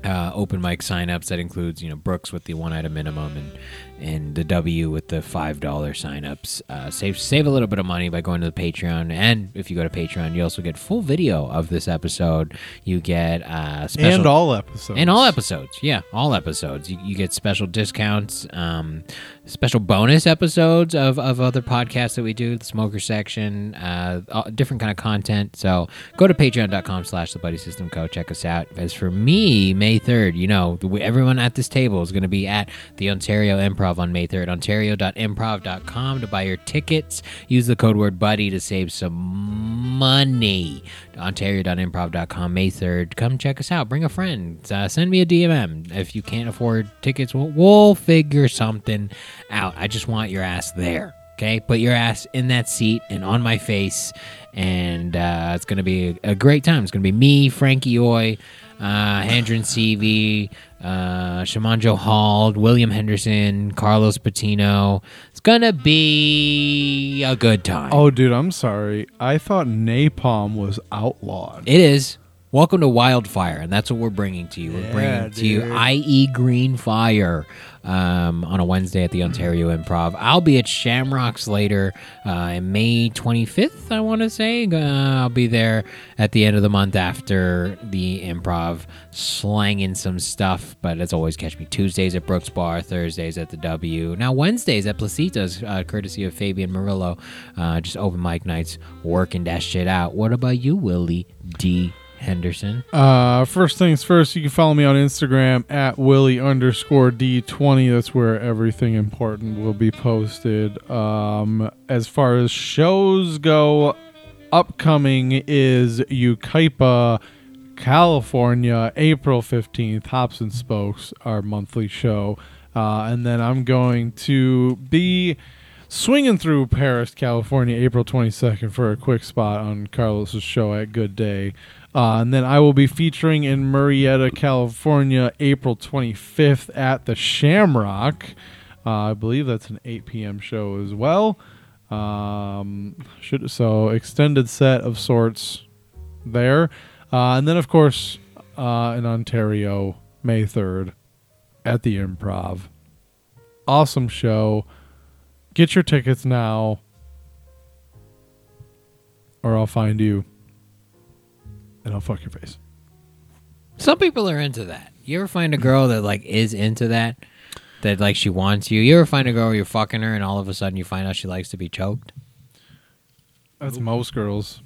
Speaker 4: uh, open mic signups. That includes, you know, Brooks with the one item minimum and and the W with the five dollar signups. Uh, save save a little bit of money by going to the Patreon, and if you go to Patreon, you also get full video of this episode. You get uh, special
Speaker 5: and all episodes.
Speaker 4: and all episodes, yeah, all episodes. You, you get special discounts, um, special bonus episodes of, of other podcasts that we do, the smoker section, uh, all- different kind of content. So go to patreon.com slash the buddy system co. Check us out. As for me, May 3rd, you know, the- everyone at this table is going to be at the Ontario Improv on May 3rd, ontario.improv.com to buy your tickets. Use the code word buddy to save some money. Ontario.improv.com, May 3rd. Come check us out. Bring a friend. Uh, send me a DMM. If you can't afford tickets, we'll, we'll figure something out. I just want your ass there. Okay? Put your ass in that seat and on my face. And uh, it's going to be a great time. It's going to be me, Frankie Oy, uh, Handrin CV, uh, Shamanjo Hall, William Henderson, Carlos Patino. It's going to be a good time.
Speaker 5: Oh, dude, I'm sorry. I thought napalm was outlawed.
Speaker 4: It is. Welcome to Wildfire, and that's what we're bringing to you. We're bringing to you IE Green Fire um, on a Wednesday at the Ontario Improv. I'll be at Shamrocks later, uh, May 25th, I want to say. Uh, I'll be there at the end of the month after the improv, slanging some stuff. But as always, catch me Tuesdays at Brooks Bar, Thursdays at the W. Now, Wednesdays at Placitas, uh, courtesy of Fabian Murillo. Uh, just open mic nights, working that shit out. What about you, Willie D. Henderson?
Speaker 5: Uh, first things first, you can follow me on Instagram at Willie underscore D20. That's where everything important will be posted. Um, as far as shows go, upcoming is Ukaipa California, April 15th, Hops and Spokes, our monthly show. Uh, and then I'm going to be swinging through Paris, California, April 22nd for a quick spot on Carlos's show at Good Day. Uh, and then I will be featuring in Murrieta, California, April 25th at the Shamrock. Uh, I believe that's an 8 p.m. show as well. Um, should, so extended set of sorts there. Uh, and then, of course, uh, in Ontario, May 3rd at the Improv. Awesome show. Get your tickets now, or I'll find you and I'll fuck your face.
Speaker 4: Some people are into that. You ever find a girl that like is into that? That like she wants you. You ever find a girl where you're fucking her and all of a sudden you find out she likes to be choked?
Speaker 5: That's most girls.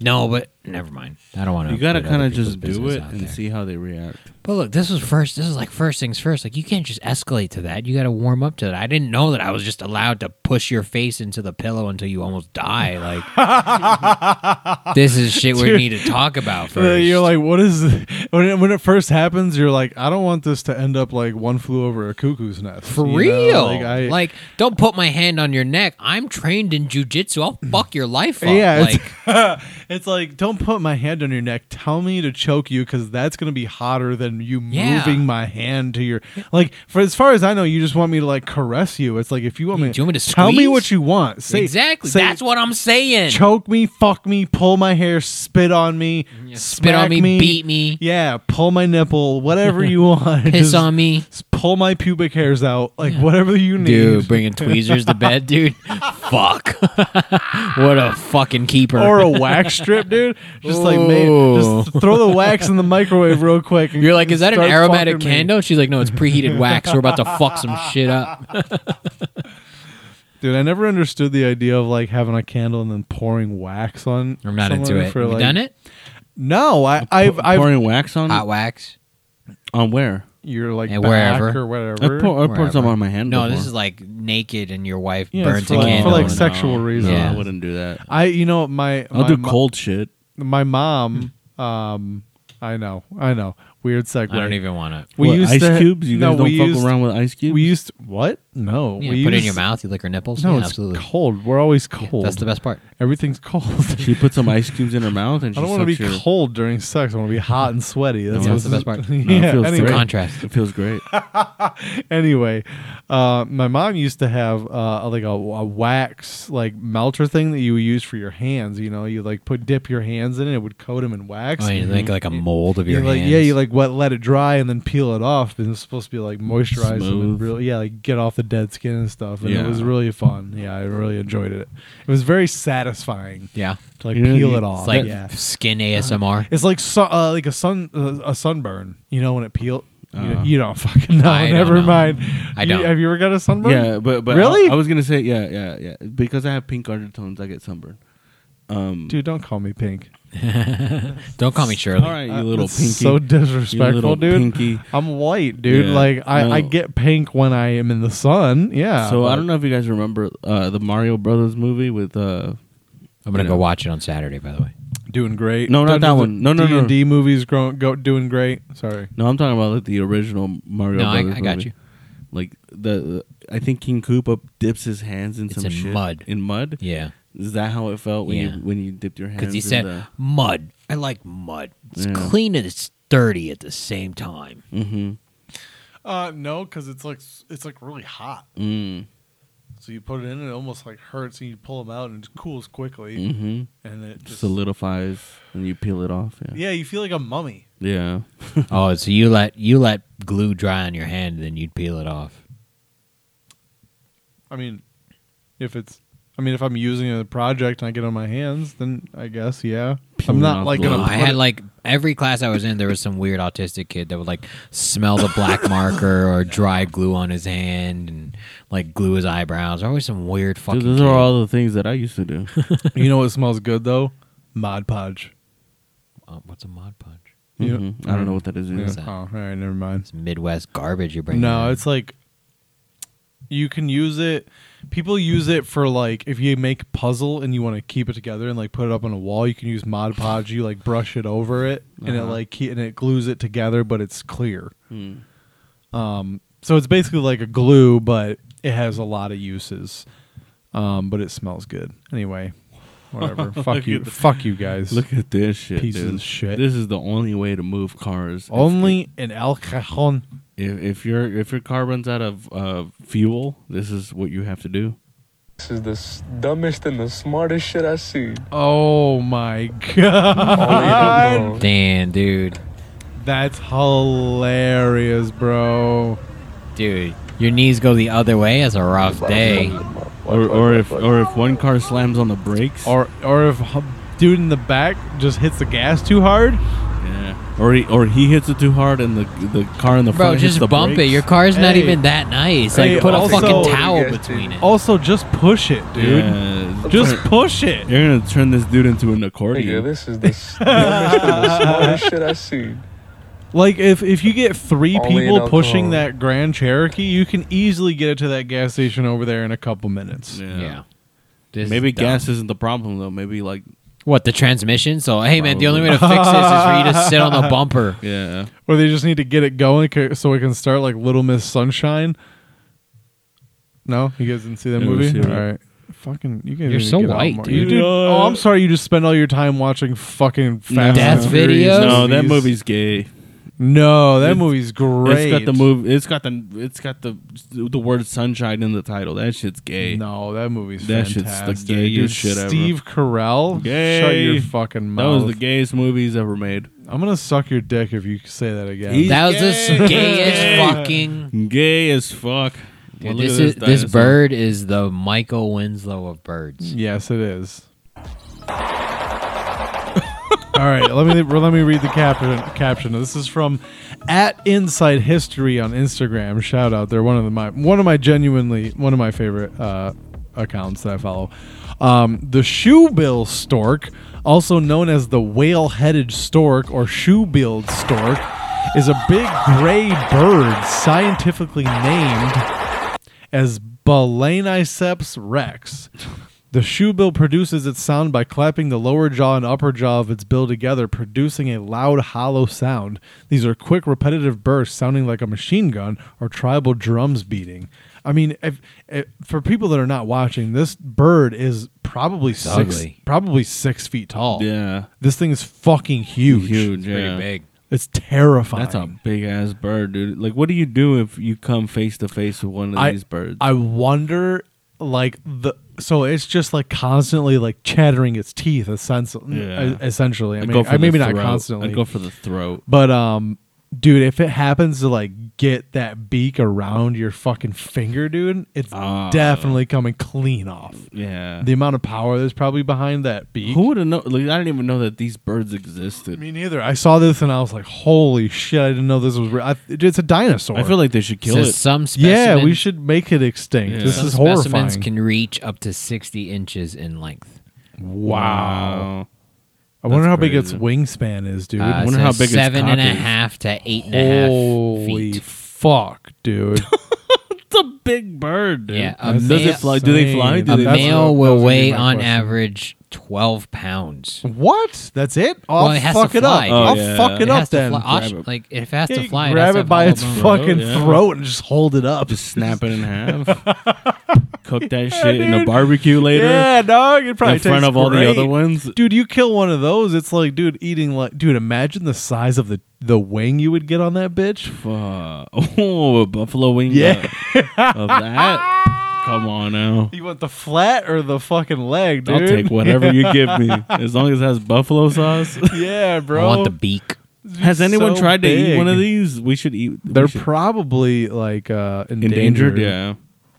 Speaker 4: No, but never mind. I don't want to.
Speaker 3: You gotta kind of just do it and see how they react.
Speaker 4: But look, this was first. This is like first things first. Like you can't just escalate to that. You got to warm up to that. I didn't know that I was just allowed to push your face into the pillow until you almost die. Like this is shit we need to talk about
Speaker 5: Uh,
Speaker 4: first.
Speaker 5: You're like, what is when it, when it first happens? You're like, I don't want this to end up like one flew over a cuckoo's nest.
Speaker 4: For
Speaker 5: you know?
Speaker 4: real,
Speaker 5: Like,
Speaker 4: like,
Speaker 5: I,
Speaker 4: don't put my hand on your neck. I'm trained in jujitsu. I'll fuck your life up.
Speaker 5: yeah,
Speaker 4: like
Speaker 5: it's, it's like, don't put my hand on your neck. Tell me to choke you because that's gonna be hotter than you
Speaker 4: Yeah.
Speaker 5: moving my hand to your. Like, for as far as I know, you just want me to like caress you. It's like if you want me,
Speaker 4: do you want me to
Speaker 5: tell me
Speaker 4: squeeze?
Speaker 5: what you want. Say,
Speaker 4: exactly.
Speaker 5: say-
Speaker 4: That's what I'm saying.
Speaker 5: choke me, fuck me, pull my hair, spit on me,
Speaker 4: Mm, Spit on
Speaker 5: smack
Speaker 4: me, beat me.
Speaker 5: Yeah, pull my nipple, whatever you want.
Speaker 4: Piss
Speaker 5: Just
Speaker 4: on me.
Speaker 5: s- Pull my pubic hairs out, like whatever you need.
Speaker 4: Dude, bringing tweezers to bed, dude. Fuck. what a fucking keeper.
Speaker 5: Or a wax strip, dude. Just like, man, just throw the wax in the microwave real quick. and-
Speaker 4: You're like, is that an
Speaker 5: start
Speaker 4: aromatic
Speaker 5: fucking me."
Speaker 4: candle? She's like, no, it's preheated wax. We're about to fuck some shit up.
Speaker 5: Dude, I never understood the idea of like having a candle and then pouring wax on.
Speaker 4: I'm not into
Speaker 5: someone
Speaker 4: it.
Speaker 5: for,
Speaker 4: you
Speaker 5: like-
Speaker 4: done it?
Speaker 5: No, I, I've, I've,
Speaker 3: pouring wax on
Speaker 4: Hot wax?
Speaker 3: on where?
Speaker 5: you're like
Speaker 4: And
Speaker 5: back
Speaker 4: wherever.
Speaker 5: or
Speaker 3: I
Speaker 5: whatever.
Speaker 3: pour, I poured some
Speaker 4: Wherever.
Speaker 3: on my hand.
Speaker 4: No,
Speaker 3: before.
Speaker 4: this is like naked and your wife
Speaker 5: Yeah,
Speaker 4: burns
Speaker 5: it's for,
Speaker 4: a
Speaker 5: like, for
Speaker 4: candle.
Speaker 5: like
Speaker 4: and-
Speaker 5: sexual reasons.
Speaker 4: Yeah.
Speaker 3: I wouldn't do that.
Speaker 5: I, you know, my
Speaker 3: I'll
Speaker 5: my
Speaker 3: do
Speaker 5: mo-
Speaker 3: cold shit.
Speaker 5: my mom um i know i know weird segue
Speaker 4: I don't even want to.
Speaker 5: we
Speaker 3: What,
Speaker 5: used
Speaker 3: ice
Speaker 5: to,
Speaker 3: cubes. You
Speaker 5: no,
Speaker 3: guys don't
Speaker 5: we
Speaker 3: fuck
Speaker 5: used,
Speaker 3: around with ice cubes.
Speaker 5: we used what no
Speaker 4: Yeah,
Speaker 5: we
Speaker 4: put it in
Speaker 5: used-
Speaker 4: your mouth. You lick her nipples.
Speaker 5: no
Speaker 4: yeah,
Speaker 5: it's
Speaker 4: absolutely.
Speaker 5: cold we're always cold
Speaker 4: That's the best part.
Speaker 5: everything's cold
Speaker 3: she put some ice cubes in her mouth and she
Speaker 5: i don't want to be
Speaker 3: sucks your,
Speaker 5: cold during sex i want to be hot and sweaty that's,
Speaker 4: that's the
Speaker 5: what's-
Speaker 4: best part. No,
Speaker 3: No, it
Speaker 5: yeah,
Speaker 3: feels
Speaker 5: anyway.
Speaker 3: great.
Speaker 4: Contrast.
Speaker 3: It feels great.
Speaker 5: anyway, uh, my mom used to have uh, like a, a wax like melter thing that you would use for your hands. You know, you like put dip your hands in it, it would coat them in wax.
Speaker 4: Oh, you make like a mold of your
Speaker 5: you like
Speaker 4: hands.
Speaker 5: yeah, you like wet let it dry and then peel it off. And it's supposed to be like moisturize them and
Speaker 3: Smooth.
Speaker 5: really yeah, like get off the dead skin and stuff. And
Speaker 3: Yeah.
Speaker 5: it was really fun. Yeah, I really enjoyed it. It was very satisfying
Speaker 4: Yeah.
Speaker 5: to like
Speaker 3: You know,
Speaker 5: peel
Speaker 3: you-
Speaker 5: it off.
Speaker 4: It's like
Speaker 5: Oh, yeah.
Speaker 4: skin ASMR.
Speaker 5: It's like su- uh, like a sun uh, a sunburn. You know when it peel. You,
Speaker 3: Uh.
Speaker 5: you don't fucking know.
Speaker 4: I don't
Speaker 5: Never
Speaker 4: know.
Speaker 5: mind.
Speaker 4: I
Speaker 5: You-
Speaker 4: don't.
Speaker 5: have you ever got a sunburn?
Speaker 3: yeah, but but
Speaker 5: Really?
Speaker 3: I, I was gonna say yeah, yeah, yeah. Because I have pink undertones, I get sunburn. Um,
Speaker 5: Dude, don't call me pink. Uh,
Speaker 4: Don't call me Shirley.
Speaker 3: all right, you little
Speaker 5: That's
Speaker 3: pinky,
Speaker 5: So disrespectful,
Speaker 3: you little
Speaker 5: dude.
Speaker 3: pinky.
Speaker 5: I'm white, dude.
Speaker 3: Yeah.
Speaker 5: Like I,
Speaker 3: No.
Speaker 5: I get pink when I am in the sun. Yeah.
Speaker 3: So I
Speaker 5: but-
Speaker 3: don't know if you guys remember uh, the Mario Brothers movie with uh,
Speaker 4: I'm gonna
Speaker 3: You
Speaker 4: go
Speaker 3: know.
Speaker 4: watch it on Saturday. By the way,
Speaker 5: Doing great.
Speaker 3: No, not that
Speaker 5: Dungeons
Speaker 3: one.
Speaker 5: and-
Speaker 3: No, no, no.
Speaker 5: D&D movies grow, go doing great. Sorry.
Speaker 3: no, I'm talking about like the original Mario
Speaker 4: no, I,
Speaker 3: Brothers.
Speaker 4: I got
Speaker 3: movie.
Speaker 4: you.
Speaker 3: Like the, I think King Koopa dips his hands in
Speaker 4: It's
Speaker 3: some
Speaker 4: in
Speaker 3: shit
Speaker 4: mud.
Speaker 3: In mud.
Speaker 4: Yeah,
Speaker 3: Is that how it felt when
Speaker 4: Yeah.
Speaker 3: you when you dipped your hands?
Speaker 4: because he
Speaker 3: in
Speaker 4: said
Speaker 5: uh,
Speaker 3: the-
Speaker 4: mud. I like mud. It's
Speaker 3: Yeah.
Speaker 4: clean and it's dirty at the same time.
Speaker 3: mm-hmm,
Speaker 5: Uh, no, because it's like it's like really hot.
Speaker 3: mm,
Speaker 5: So you put it in, and it almost like hurts, and you pull them out, and it cools quickly,
Speaker 3: hmm
Speaker 5: and it just
Speaker 3: solidifies and you peel it off. Yeah.
Speaker 5: yeah, you feel like a mummy.
Speaker 3: Yeah.
Speaker 4: oh, so you let you let glue dry on your hand, then you'd peel it off.
Speaker 5: I mean, if it's, I mean, if I'm using it in a project and I get it on my hands, then I guess yeah. I'm
Speaker 3: Peeling
Speaker 5: not
Speaker 3: off
Speaker 5: like
Speaker 3: blood.
Speaker 5: gonna.
Speaker 4: Oh, I
Speaker 5: put
Speaker 4: had
Speaker 5: it-
Speaker 4: like every class I was in, there was some weird autistic kid that would like smell the black marker or dry glue on his hand and like glue his eyebrows. Always some weird fucking.
Speaker 3: Dude, those
Speaker 4: kid.
Speaker 3: are all the things that I used to do.
Speaker 5: you know what smells good though? Mod Podge.
Speaker 4: Uh, what's a mod punch?
Speaker 5: You-
Speaker 3: Mhm. I don't know what that is.
Speaker 5: Yeah.
Speaker 3: either.
Speaker 4: that?
Speaker 5: Oh, all right, never mind.
Speaker 4: It's Midwest garbage you're bringing.
Speaker 5: No,
Speaker 4: in.
Speaker 5: it's like You can use it. People use it for like if you make puzzle and you want to keep it together and like put it up on a wall, you can use Mod Podge. You like brush it over it and
Speaker 3: Uh-huh.
Speaker 5: it like ke- and it glues it together, but it's clear.
Speaker 3: Hmm.
Speaker 5: Um, so it's basically like a glue, but it has a lot of uses. Um, but it smells good anyway. Whatever.
Speaker 3: Look
Speaker 5: fuck you.
Speaker 3: at the-
Speaker 5: fuck you guys.
Speaker 3: Look at this shit.
Speaker 5: Pieces
Speaker 3: dude.
Speaker 5: of shit.
Speaker 3: This is the only way to move cars.
Speaker 5: Only an El Cajon.
Speaker 3: If, if your if your car runs out of uh, fuel, this is what you have to do.
Speaker 9: This is the s- dumbest and the smartest shit I've seen.
Speaker 5: Oh my god. Uh-uh.
Speaker 9: Holy
Speaker 4: Damn, dude.
Speaker 5: That's hilarious, bro.
Speaker 4: Dude, your knees go the other way. It's a rough day.
Speaker 3: Or, or if or if one car slams on the brakes,
Speaker 5: Or or if h- dude in the back just hits the gas too hard,
Speaker 3: yeah. or he, or he hits it too hard and the the car in the
Speaker 4: Bro,
Speaker 3: front hits
Speaker 4: just
Speaker 3: the
Speaker 4: bump it.
Speaker 3: brakes.
Speaker 4: Your car's not
Speaker 5: Hey.
Speaker 4: even that nice. Like,
Speaker 5: Hey,
Speaker 4: put a
Speaker 5: also-
Speaker 4: fucking towel
Speaker 9: Yes, dude.
Speaker 4: between it.
Speaker 5: also just push it, dude.
Speaker 3: Yeah.
Speaker 5: Just push it.
Speaker 3: You're gonna turn this dude into an accordion.
Speaker 9: Nigga, this is the s- dumbest and the smartest shit I've seen.
Speaker 5: Like if if you get three
Speaker 9: Only an
Speaker 5: people
Speaker 9: El Cajon.
Speaker 5: pushing that Grand Cherokee, you can easily get it to that gas station over there in a couple minutes.
Speaker 3: Yeah.
Speaker 4: yeah. This is
Speaker 3: Maybe
Speaker 4: dumb.
Speaker 3: gas isn't the problem though. Maybe like
Speaker 4: What, the transmission? So, hey, man, the only way
Speaker 3: Probably.
Speaker 4: to fix this is for you to sit on the bumper.
Speaker 3: yeah.
Speaker 5: Or they just need to get it going ca- so it can start like Little Miss Sunshine. No, you guys didn't see that
Speaker 3: No, we
Speaker 5: movie.
Speaker 3: see it.
Speaker 5: All right, fucking you guys.
Speaker 4: You're
Speaker 5: need to
Speaker 4: so
Speaker 5: get out
Speaker 4: white,
Speaker 5: more.
Speaker 4: dude.
Speaker 5: You did- oh, I'm sorry. You just spend all your time watching fucking Fast
Speaker 4: Death
Speaker 5: and Furious
Speaker 4: videos?
Speaker 3: No, that
Speaker 5: movies.
Speaker 3: movie's gay.
Speaker 5: No, that
Speaker 3: It's-
Speaker 5: movie's great.
Speaker 3: It's got the move. It's got the. It's got the the word sunshine in the title. That shit's gay.
Speaker 5: No, that movie's
Speaker 3: That shit's the
Speaker 5: fantastic.
Speaker 3: gayest
Speaker 5: Dude,
Speaker 3: shit ever.
Speaker 5: Steve Carell,
Speaker 3: Gay.
Speaker 5: shut your fucking
Speaker 3: that
Speaker 5: mouth.
Speaker 3: was the gayest movies ever made.
Speaker 5: I'm gonna suck your dick if you say that again.
Speaker 3: He's
Speaker 4: That was
Speaker 3: gay.
Speaker 4: the
Speaker 3: Gay.
Speaker 4: gayest fucking.
Speaker 3: Gay as fuck.
Speaker 4: Dude,
Speaker 3: Well, look
Speaker 4: this
Speaker 3: at
Speaker 4: is this
Speaker 3: dinosaur.
Speaker 4: bird is the Michael Winslow of birds.
Speaker 5: yes, it is. All right, let me let me read the caption. Caption. This is from at Inside History on Instagram. Shout out! They're one of the, my one of my genuinely one of my favorite uh, accounts that I follow. Um, the shoebill stork, also known as the whale-headed stork or shoebilled stork, is a big gray bird scientifically named as Balaniceps rex. The shoebill produces its sound by clapping the lower jaw and upper jaw of its bill together, producing a loud, hollow sound. These are quick, repetitive bursts sounding like a machine gun or tribal drums beating. I mean, if, if, for people that are not watching, this bird is probably six,
Speaker 4: ugly.
Speaker 5: probably six feet tall.
Speaker 3: Yeah,
Speaker 5: This thing is fucking huge.
Speaker 3: huge.
Speaker 4: Pretty
Speaker 3: yeah.
Speaker 4: big.
Speaker 5: It's terrifying.
Speaker 3: That's a big ass bird, dude. Like, what do you do if you come face to face with one of
Speaker 5: I-
Speaker 3: these birds?
Speaker 5: I wonder, like the so it's just like constantly like chattering its teeth, essentially.
Speaker 3: Yeah.
Speaker 5: Essentially, I
Speaker 3: I'd
Speaker 5: mean, I,
Speaker 3: the
Speaker 5: maybe not
Speaker 3: throat.
Speaker 5: constantly.
Speaker 3: I'd go for the throat.
Speaker 5: but um, dude, if it happens to like get that beak around your fucking finger, dude, it's
Speaker 3: Ah.
Speaker 5: definitely coming clean off.
Speaker 3: Yeah.
Speaker 5: The amount of power that's probably behind that beak.
Speaker 3: Who would have known? Like, I didn't even know that these birds existed.
Speaker 5: me neither. I saw this and I was like, "Holy shit! I didn't know this was real." I, it's a dinosaur.
Speaker 3: I feel like they should kill
Speaker 4: Says
Speaker 3: it.
Speaker 4: some specimens,
Speaker 5: yeah, we should make it extinct.
Speaker 3: Yeah.
Speaker 5: This
Speaker 4: Some
Speaker 5: is
Speaker 4: specimens
Speaker 5: horrifying.
Speaker 4: can reach up to sixty inches in length.
Speaker 5: wow. I wonder
Speaker 3: That's
Speaker 5: how big
Speaker 3: crazy.
Speaker 5: its wingspan is, dude.
Speaker 4: Uh,
Speaker 3: wonder
Speaker 4: it
Speaker 3: how
Speaker 4: says
Speaker 3: big its
Speaker 4: seven
Speaker 3: cock
Speaker 4: and a
Speaker 3: is.
Speaker 4: half to eight and a half
Speaker 5: Holy
Speaker 4: feet.
Speaker 5: fuck, dude.
Speaker 3: It's a big bird. Dude.
Speaker 4: Yeah, a
Speaker 3: does
Speaker 4: male-
Speaker 3: it fly? Do they fly? Do
Speaker 4: A
Speaker 5: Dude,
Speaker 3: they
Speaker 5: that's-
Speaker 4: male
Speaker 5: that was
Speaker 4: will
Speaker 5: gonna be
Speaker 4: weigh
Speaker 5: my
Speaker 4: on
Speaker 5: question.
Speaker 4: average twelve pounds.
Speaker 5: what? That's it? I'll
Speaker 4: Well, it has to
Speaker 5: fuck it up.
Speaker 4: fly,
Speaker 5: I'll
Speaker 3: dude. Oh, yeah.
Speaker 5: fuck it,
Speaker 4: It
Speaker 5: up
Speaker 4: has to
Speaker 5: then.
Speaker 4: fly. Osh-
Speaker 3: Grab it.
Speaker 4: like it has
Speaker 5: Yeah,
Speaker 4: to
Speaker 5: you
Speaker 4: fly. it has
Speaker 5: grab
Speaker 4: to
Speaker 5: it by
Speaker 4: follow
Speaker 5: its
Speaker 4: the moon.
Speaker 5: fucking
Speaker 3: yeah.
Speaker 5: throat and just hold it up.
Speaker 3: Just snap it in half. Cook that shit in a barbecue later.
Speaker 5: Yeah, dog. It probably
Speaker 3: in front
Speaker 5: tastes
Speaker 3: of all the
Speaker 5: great.
Speaker 3: other ones.
Speaker 5: Dude, you kill one of those, it's like, dude, eating like, dude, imagine the size of the the wing you would get on that bitch.
Speaker 3: Fuck. Oh, a buffalo wing.
Speaker 5: Yeah.
Speaker 3: uh, Of that. Come on now.
Speaker 5: You want the flat or the fucking leg, dude?
Speaker 3: I'll take whatever you give me, as long as it has buffalo sauce.
Speaker 5: Yeah,
Speaker 4: I
Speaker 5: bro.
Speaker 4: want the beak.
Speaker 3: Has anyone
Speaker 5: so
Speaker 3: tried to eat one of
Speaker 5: big.
Speaker 3: these? We should eat. we
Speaker 5: They're
Speaker 3: should-
Speaker 5: probably like uh, endangered.
Speaker 3: endangered. Yeah.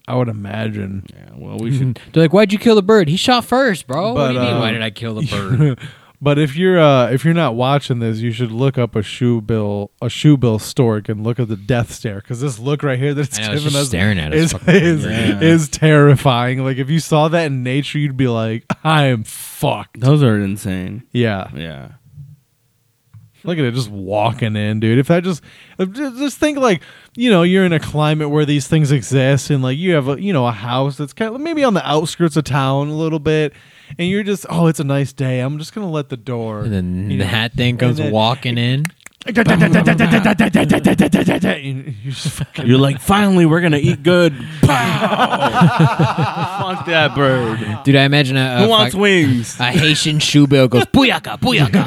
Speaker 5: I would imagine.
Speaker 3: Yeah. Well, we should.
Speaker 4: They're like, "Why'd you kill the bird? He shot first, bro. what
Speaker 5: But,
Speaker 4: do you mean?
Speaker 5: uh,
Speaker 4: Why did I kill the bird?
Speaker 5: But if you're uh, if you're not watching this, you should look up a shoebill a shoebill stork and look at the death stare because this look right here that it's
Speaker 4: I know,
Speaker 5: giving
Speaker 4: it's just
Speaker 5: us
Speaker 4: staring at us.
Speaker 5: is
Speaker 4: Fucking-
Speaker 5: is,
Speaker 3: Yeah.
Speaker 5: is terrifying. Like if you saw that in nature, you'd be like, I am fucked.
Speaker 3: Those are insane.
Speaker 5: Yeah,
Speaker 3: Yeah.
Speaker 5: Look at it just walking in, dude. If that just if- ju- just think like, you know, you're in a climate where these things exist and like you have a, you know, a house that's kind of maybe on the outskirts of town a little bit and you're just, oh, it's a nice day. I'm just going to let the door
Speaker 4: And then
Speaker 5: you know,
Speaker 4: that thing comes
Speaker 5: and then-
Speaker 4: walking in.
Speaker 5: Oh, and you just fucking-
Speaker 3: You're like, finally, we're gonna eat good. Pow! Fuck that bird.
Speaker 4: Dude, I imagine a, a
Speaker 3: Who wants
Speaker 4: fuck-
Speaker 3: wings?
Speaker 4: a Haitian shoe bill goes booyaka, booyaka.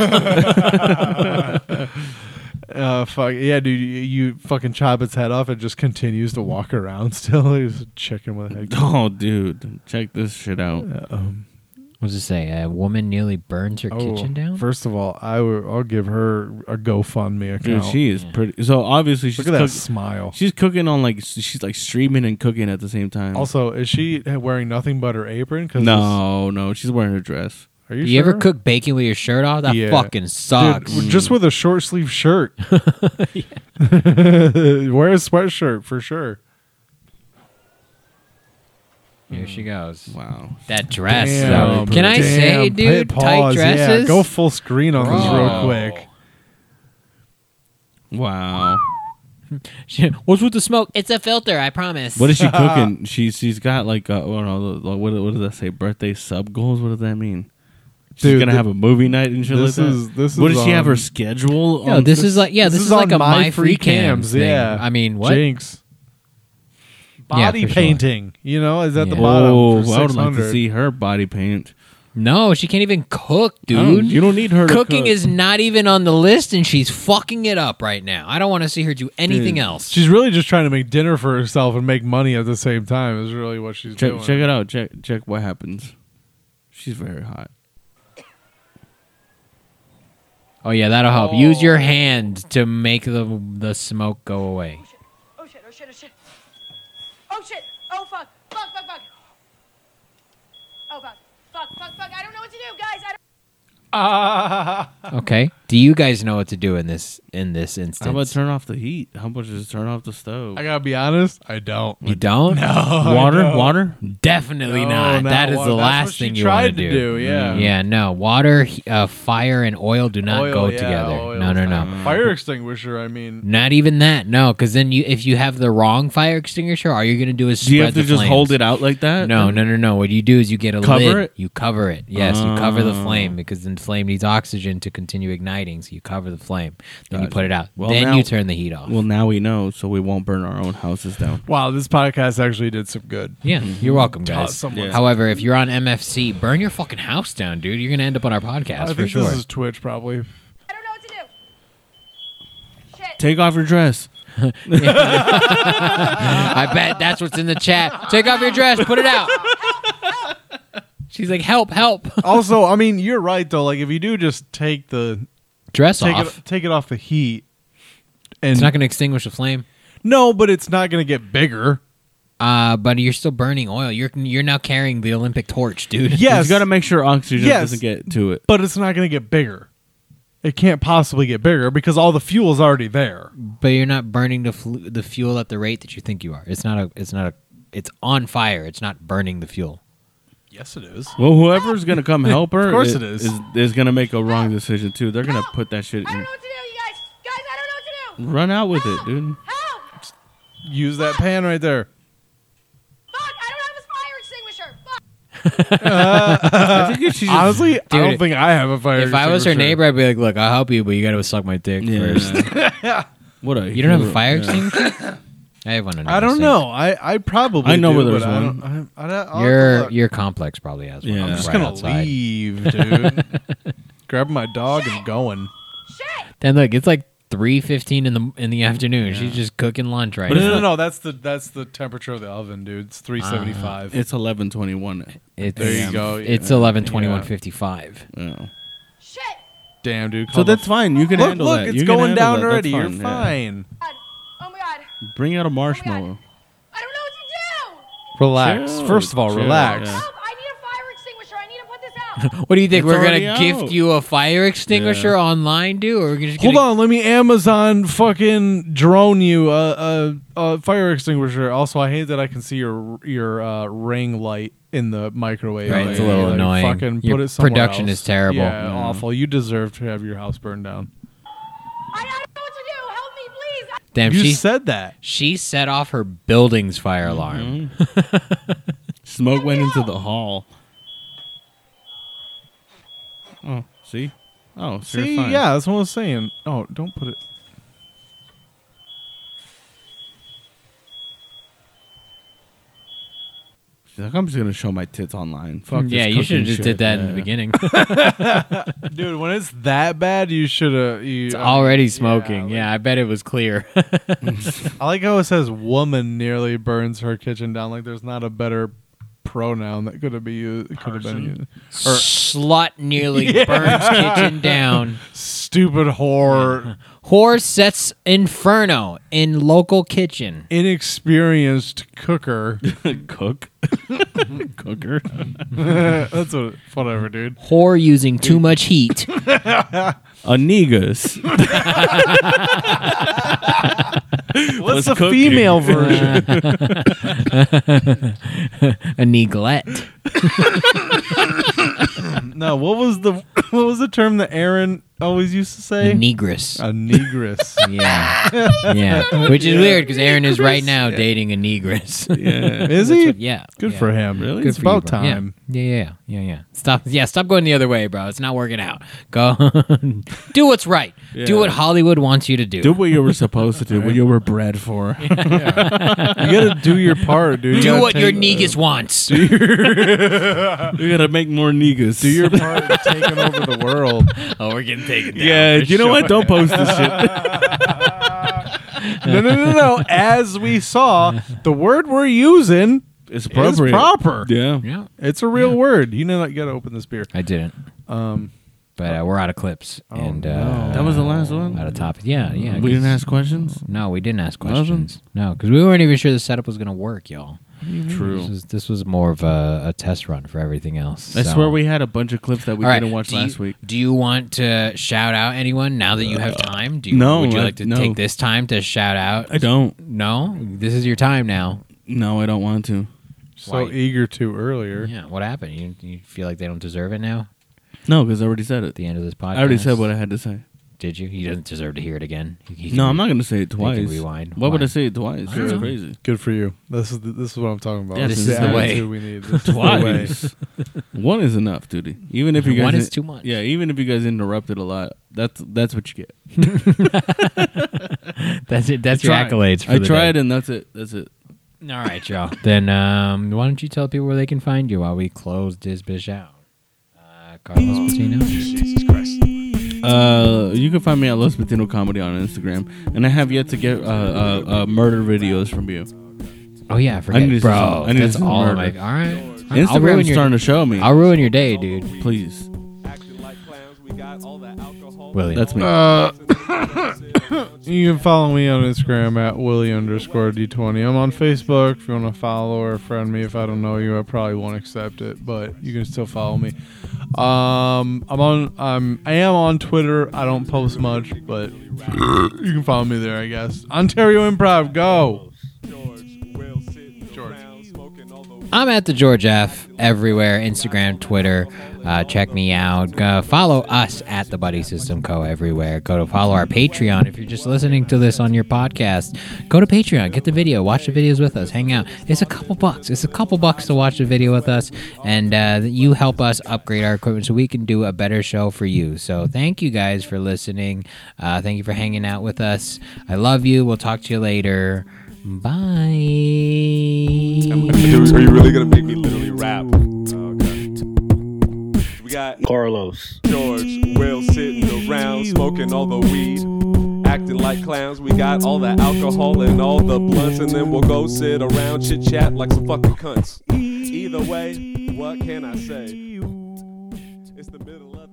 Speaker 5: Uh, fuck yeah, dude! You, you fucking chop its head off. It just continues to walk around. Still, he's a chicken with a head.
Speaker 3: Oh, dude, check this shit out.
Speaker 4: What's it say? A woman nearly burns her
Speaker 5: Oh,
Speaker 4: kitchen down.
Speaker 5: First of all, I will. I'll give her a GoFundMe
Speaker 3: Dude,
Speaker 5: account.
Speaker 3: she is pretty. So obviously, she's
Speaker 5: Look at that
Speaker 3: cook-
Speaker 5: smile.
Speaker 3: she's cooking on like she's like streaming and cooking at the same time.
Speaker 5: Also, is she wearing nothing but her apron? Cause it's-
Speaker 3: no, no, she's wearing her dress.
Speaker 5: Are you,
Speaker 4: you ever
Speaker 5: sure?
Speaker 4: cook bacon with your shirt off? That
Speaker 5: Yeah.
Speaker 4: fucking
Speaker 5: Dude,
Speaker 4: sucks.
Speaker 5: w- just with a short sleeve shirt. Wear a sweatshirt for sure.
Speaker 4: Here she goes.
Speaker 3: Wow.
Speaker 4: That dress.
Speaker 5: Damn,
Speaker 4: though. Can I
Speaker 5: damn,
Speaker 4: say,
Speaker 5: pa-
Speaker 4: dude, tight
Speaker 5: pause, yeah.
Speaker 4: dresses?
Speaker 5: go full screen on this real
Speaker 4: Bro.
Speaker 5: quick.
Speaker 3: Wow.
Speaker 4: Shit, What's with the smoke? It's a filter, I promise.
Speaker 3: What is she cooking? She's she's got like uh oh no, the- the- what what does that say? Birthday sub goals? What does that mean? She's
Speaker 5: Dude,
Speaker 3: gonna
Speaker 5: thi-
Speaker 3: have a movie night and shit
Speaker 5: this
Speaker 3: like that.
Speaker 5: is- this
Speaker 3: what
Speaker 5: is
Speaker 3: does she have
Speaker 5: on-
Speaker 3: her schedule?
Speaker 4: Yo,
Speaker 3: on
Speaker 4: this is like yeah,
Speaker 5: This
Speaker 4: this,
Speaker 5: is
Speaker 4: is, like
Speaker 5: on
Speaker 4: a
Speaker 5: My
Speaker 4: my,
Speaker 5: Free
Speaker 4: free cams.
Speaker 5: Cams,
Speaker 4: thing.
Speaker 5: yeah.
Speaker 4: I mean, what?
Speaker 5: Jinx.
Speaker 4: Yeah,
Speaker 5: Body
Speaker 4: for sure.
Speaker 5: painting, you know, is at the
Speaker 4: Yeah.
Speaker 5: bottom.
Speaker 3: Oh,
Speaker 5: for
Speaker 3: I would like
Speaker 5: 600.
Speaker 3: to see her body paint,
Speaker 4: No, she can't even cook,
Speaker 3: I don't-
Speaker 4: dude.
Speaker 3: you don't need her. to
Speaker 4: Cooking
Speaker 3: cook.
Speaker 4: is not even on the list, and she's fucking it up right now. I don't want to see her do anything
Speaker 3: Dude,
Speaker 4: else.
Speaker 5: She's really just trying to make dinner for herself and make money at the same time. Is really what she's
Speaker 3: Check
Speaker 5: doing.
Speaker 3: check it out. Check check what happens. She's very hot.
Speaker 4: Oh yeah, that'll help. Use
Speaker 10: Oh.
Speaker 4: your hand to make the the smoke go away.
Speaker 10: Oh shit, oh shit, oh shit. Oh shit, oh fuck, fuck, fuck, fuck. Oh fuck, fuck, fuck, fuck. I don't know what to do, guys. I
Speaker 4: Okay. Do you guys know what to do in this in this instance?
Speaker 3: How about turn off the heat? How about just turn off the stove?
Speaker 5: I gotta be honest, I don't.
Speaker 4: you don't? No.
Speaker 3: water, water.
Speaker 4: Definitely
Speaker 5: No,
Speaker 4: not. That is
Speaker 5: wa-
Speaker 4: the
Speaker 5: that's
Speaker 4: last
Speaker 5: what she
Speaker 4: thing you
Speaker 5: tried
Speaker 4: want
Speaker 5: to
Speaker 4: do.
Speaker 3: Mm.
Speaker 5: Yeah,
Speaker 4: Yeah, no. Water, he- uh, fire, and oil do not
Speaker 5: Oil,
Speaker 4: go
Speaker 5: yeah,
Speaker 4: together.
Speaker 5: oil
Speaker 4: no,
Speaker 5: is
Speaker 4: no,
Speaker 5: not-
Speaker 4: no.
Speaker 5: Fire extinguisher. I mean,
Speaker 4: Not even that. No, because then you, if you have the wrong fire extinguisher, all you're gonna do is
Speaker 3: Do you
Speaker 4: spread
Speaker 3: have to
Speaker 4: the
Speaker 3: just
Speaker 4: flames.
Speaker 3: hold it out like that?
Speaker 4: No, no, no, no. What you do is you get a
Speaker 3: Cover
Speaker 4: lid.
Speaker 3: it?
Speaker 4: You cover it. Yes, you cover the
Speaker 3: Oh.
Speaker 4: flame because then the flame needs oxygen to continue igniting. So you cover the flame. Then you
Speaker 3: Gotcha.
Speaker 4: put it out.
Speaker 3: Well,
Speaker 4: then
Speaker 3: now-
Speaker 4: you turn the heat off.
Speaker 3: Well, now we know, so we won't burn our own houses down.
Speaker 5: wow, this podcast actually did some good.
Speaker 4: yeah, you're welcome,
Speaker 5: Taught
Speaker 4: guys.
Speaker 5: someone
Speaker 3: Yeah.
Speaker 4: However, if you're on MFC, burn your fucking house down, dude. You're gonna end up on our podcast
Speaker 5: I
Speaker 4: for
Speaker 5: think
Speaker 4: sure.
Speaker 5: this is Twitch probably.
Speaker 10: I don't know what to do. Shit.
Speaker 3: Take off your dress.
Speaker 4: I bet that's what's in the chat. Take off your dress, put it out. She's like, help, help.
Speaker 5: also, I mean, you're right though. Like if you do just take the
Speaker 4: Dress
Speaker 5: take
Speaker 4: off.
Speaker 5: it take it off the heat, and
Speaker 4: It's not gonna extinguish the flame.
Speaker 5: no, but it's not gonna get bigger.
Speaker 4: Uh, but you're still burning oil. You're you're now carrying the Olympic torch, dude.
Speaker 5: Yes,
Speaker 3: You got to make sure oxygen
Speaker 5: Yes.
Speaker 3: doesn't get to it.
Speaker 5: but it's not gonna get bigger. It can't possibly get bigger because all the fuel's already there.
Speaker 4: But you're not burning the flu- the fuel at the rate that you think you are. It's not a. It's not a. It's on fire. It's not burning the fuel.
Speaker 5: Yes, it is.
Speaker 3: Well, whoever's gonna come help her,
Speaker 5: Of course it is.
Speaker 3: is, is gonna make a wrong decision too. They're gonna put that shit.
Speaker 10: I don't
Speaker 3: in.
Speaker 10: know what to do, you guys. Guys, I don't know what to do.
Speaker 3: Run out with it, dude.
Speaker 10: Help!
Speaker 5: Use that pan right there.
Speaker 10: Fuck, I don't have a fire extinguisher. Fuck.
Speaker 3: I think she just,
Speaker 5: Honestly, I don't
Speaker 4: Dude,
Speaker 5: think I have a fire.
Speaker 4: If I was her
Speaker 5: extinguisher.
Speaker 4: neighbor, I'd be like, "Look, I'll help you, but you got to suck my dick first.
Speaker 3: Yeah. what a
Speaker 4: You don't have a
Speaker 3: hero.
Speaker 4: fire
Speaker 3: Yeah.
Speaker 4: extinguisher? I have one. under
Speaker 5: I
Speaker 4: my
Speaker 5: don't
Speaker 4: sink.
Speaker 5: know. I, I probably
Speaker 3: I know
Speaker 5: do,
Speaker 3: where there's
Speaker 5: but I
Speaker 3: one.
Speaker 5: don't- I, I, don't- I'll have to
Speaker 4: Your
Speaker 5: look.
Speaker 4: your complex probably has one.
Speaker 3: Yeah.
Speaker 4: I'm
Speaker 3: I'm
Speaker 5: I'm just
Speaker 4: right
Speaker 5: gonna
Speaker 4: outside.
Speaker 5: leave, dude. Grabbing my dog and going.
Speaker 10: Shit!
Speaker 4: Then look, it's like three fifteen in the in the afternoon. She's just cooking lunch right
Speaker 5: But no,
Speaker 4: now.
Speaker 5: no, no. That's the that's the temperature of the oven, dude. It's Ah, 375.
Speaker 3: It's eleven twenty-one.
Speaker 4: It's, um,
Speaker 5: There you go.
Speaker 4: It's
Speaker 5: Yeah.
Speaker 4: eleven twenty one fifty five.
Speaker 3: Yeah.
Speaker 10: Shit!
Speaker 5: Damn, dude.
Speaker 3: So
Speaker 5: call
Speaker 3: that's
Speaker 5: the-
Speaker 3: fine. You can
Speaker 5: look,
Speaker 3: handle
Speaker 5: look,
Speaker 3: that.
Speaker 5: it's
Speaker 3: You can
Speaker 5: going
Speaker 3: handle
Speaker 5: down
Speaker 3: that. That's
Speaker 5: already. You're
Speaker 3: yeah.
Speaker 5: fine.
Speaker 10: God. Oh my god.
Speaker 3: Bring out a marshmallow.
Speaker 10: I don't know what to do!
Speaker 5: Relax.
Speaker 3: Chill,
Speaker 5: First of all,
Speaker 3: chill,
Speaker 5: relax.
Speaker 3: yeah.
Speaker 10: Help! I need a fire extinguisher. I need to put this out.
Speaker 4: What do you think?
Speaker 3: It's
Speaker 4: we're
Speaker 3: already
Speaker 4: gonna
Speaker 3: out.
Speaker 4: gift you a fire extinguisher
Speaker 3: Yeah.
Speaker 4: online, dude, or we're just
Speaker 5: Hold
Speaker 4: gonna-
Speaker 5: on, let me Amazon fucking drone you a, a, a fire extinguisher. Also, I hate that I can see your your uh, ring light in the microwave.
Speaker 4: Right, it's a
Speaker 5: Like,
Speaker 4: little
Speaker 5: like,
Speaker 4: annoying.
Speaker 5: Fucking
Speaker 4: Your
Speaker 5: put it somewhere
Speaker 4: production
Speaker 5: else.
Speaker 4: is terrible. Mm.
Speaker 5: Yeah,
Speaker 4: Yeah.
Speaker 5: awful. You deserve to have your house burned down.
Speaker 4: Damn,
Speaker 5: you
Speaker 4: she
Speaker 5: said Mm-hmm. that.
Speaker 4: she set off her building's fire alarm.
Speaker 3: Smoke went into the hall. Oh, see? Oh, so you're
Speaker 5: See,
Speaker 3: fine.
Speaker 5: yeah, that's what I was saying. Oh, don't put it.
Speaker 3: She's like, I'm just gonna show my tits online. Fuck. this
Speaker 4: yeah, you should have just
Speaker 3: cooking
Speaker 4: did
Speaker 3: shit.
Speaker 4: that in
Speaker 3: Yeah.
Speaker 4: the beginning.
Speaker 5: Dude, when it's that bad, you should have.
Speaker 4: It's already smoking. Yeah, I bet it was clear.
Speaker 5: I like how it says "woman" nearly burns her kitchen down. Like, there's not a better pronoun that could have been used. Could have been used. Or
Speaker 4: Slut nearly burns kitchen down.
Speaker 5: stupid whore,
Speaker 4: Whore sets inferno in local kitchen.
Speaker 5: inexperienced cooker.
Speaker 3: Cook. Cooker.
Speaker 5: that's what. Whatever, dude.
Speaker 4: Whore using too much heat.
Speaker 3: Anigas.
Speaker 5: What's the
Speaker 3: cook it.
Speaker 5: female version?
Speaker 4: A neglect.
Speaker 5: no, what was the what was the term that Aaron always used to
Speaker 4: A
Speaker 5: say?
Speaker 4: negress.
Speaker 5: a negress.
Speaker 4: Yeah. Yeah. Which is weird because Aaron is right now dating a negress.
Speaker 3: yeah.
Speaker 5: Is he?
Speaker 4: yeah.
Speaker 5: Good
Speaker 4: yeah.
Speaker 5: for him.
Speaker 3: Really?
Speaker 5: Really? It's
Speaker 4: Good for you,
Speaker 5: about
Speaker 4: bro. Yeah.
Speaker 5: time.
Speaker 4: Yeah. yeah, yeah, yeah, yeah. Stop. Yeah, stop going the other way, bro. It's not working out. Go, do what's right.
Speaker 3: Yeah.
Speaker 4: Do what Hollywood wants you to do.
Speaker 3: Do what you were supposed to do, what you were bred for.
Speaker 5: You gotta do your part, dude. You
Speaker 4: Do
Speaker 5: gotta
Speaker 4: what your
Speaker 5: take-
Speaker 4: negus wants.
Speaker 3: you gotta make more niggas.
Speaker 5: Do your part in taking over the world.
Speaker 4: oh, we're getting taken down.
Speaker 3: yeah,
Speaker 4: for
Speaker 3: you know
Speaker 4: sure.
Speaker 3: what? Don't post this shit.
Speaker 5: No, no, no, no. As we saw, the word we're using is
Speaker 3: It's appropriate.
Speaker 5: proper.
Speaker 3: Yeah.
Speaker 4: Yeah,
Speaker 5: It's a real word. You know, that you gotta open this beer.
Speaker 4: I didn't.
Speaker 5: Um,
Speaker 4: But uh, we're out of clips and uh,
Speaker 3: oh, That was the last one?
Speaker 4: out of topics. Yeah, yeah.
Speaker 3: We didn't
Speaker 4: 'cause-
Speaker 3: ask questions?
Speaker 4: No, we didn't ask
Speaker 3: Nothing?
Speaker 4: questions. No, because we weren't even sure the setup was gonna work, y'all. Mm-hmm. This
Speaker 3: True.
Speaker 4: was, this was more of a, a test run for everything else.
Speaker 3: That's
Speaker 4: so.
Speaker 3: where we had a bunch of clips that we
Speaker 4: All right,
Speaker 3: didn't watch
Speaker 4: do
Speaker 3: last
Speaker 4: you,
Speaker 3: week. Uh,
Speaker 4: Do you want to shout out anyone now that you have time? Do you,
Speaker 3: no,
Speaker 4: Would you
Speaker 3: I-
Speaker 4: like to
Speaker 3: no.
Speaker 4: take this time to shout out?
Speaker 3: I don't.
Speaker 4: No, this is your time now.
Speaker 3: No, I don't want to.
Speaker 5: so
Speaker 4: Why-
Speaker 5: eager to earlier.
Speaker 4: Yeah. What happened? You, you feel like they don't deserve it now?
Speaker 3: No, because I already said
Speaker 4: At
Speaker 3: it.
Speaker 4: the end of this podcast.
Speaker 3: I already said what I had to say.
Speaker 4: Did you? He doesn't deserve to hear it again. He- he
Speaker 3: No,
Speaker 4: can-
Speaker 3: I'm not going to say it twice.
Speaker 4: rewind.
Speaker 3: Why would
Speaker 4: Why?
Speaker 3: I say it twice? That's crazy.
Speaker 5: Good for you. This is the, this is what I'm talking about.
Speaker 3: Yeah,
Speaker 4: this is the way.
Speaker 5: attitude we need. This is the way.
Speaker 3: Twice. One is enough, dude. Even if you guys
Speaker 4: One is too much.
Speaker 3: Yeah, even if you guys interrupted a lot, that's that's what you get.
Speaker 4: That's it. That's your
Speaker 3: Tried.
Speaker 4: accolades. For
Speaker 3: I
Speaker 4: the
Speaker 3: tried,
Speaker 4: day.
Speaker 3: and that's it. That's it.
Speaker 4: All right, y'all. then um, why don't you tell people where they can find you while we close this bitch out? Uh, Carlos Patino.
Speaker 3: Uh, you can find me at Los Patino Comedy on Instagram, and I have yet to get uh, uh, uh murder videos from you.
Speaker 4: Oh yeah, I forget,
Speaker 3: need to see
Speaker 4: bro.
Speaker 3: some- I need to
Speaker 4: that's
Speaker 3: see some
Speaker 4: all of my.
Speaker 3: murder.
Speaker 4: All right. I'll
Speaker 3: Instagram
Speaker 4: ruin
Speaker 3: is
Speaker 4: your-
Speaker 3: starting to show me.
Speaker 4: I'll ruin your day, dude.
Speaker 3: Please,
Speaker 4: William.
Speaker 3: that's me.
Speaker 5: Uh, You can follow me on Instagram at Willie underscore D20. I'm on Facebook. If you want to follow or friend me, if I don't know you, I probably won't accept it, but you can still follow me. Um, I'm on. I'm. I am on Twitter. I don't post much, but you can follow me there, I guess. Ontario Improv, go.
Speaker 4: I'm at the George F everywhere Instagram, Twitter. Uh, check me out. Uh, follow us at the Buddy System Co. everywhere. Go to follow our Patreon. If you're just listening to this on your podcast, go to Patreon, get the video, watch the videos with us, hang out. It's a couple bucks. It's a couple bucks to watch the video with us, and uh, you help us upgrade our equipment so we can do a better show for you. So thank you guys for listening. Uh, thank you for hanging out with us. I love you. We'll talk to you later. Bye.
Speaker 2: Dude, are you really gonna make me literally rap? Okay. We got
Speaker 9: Carlos.
Speaker 2: George Will sitting around smoking all the weed. Acting like clowns, we got all the alcohol and all the blunts, and then we'll go sit around chit chat like some fucking cunts. Either way, what can I say? It's the middle of the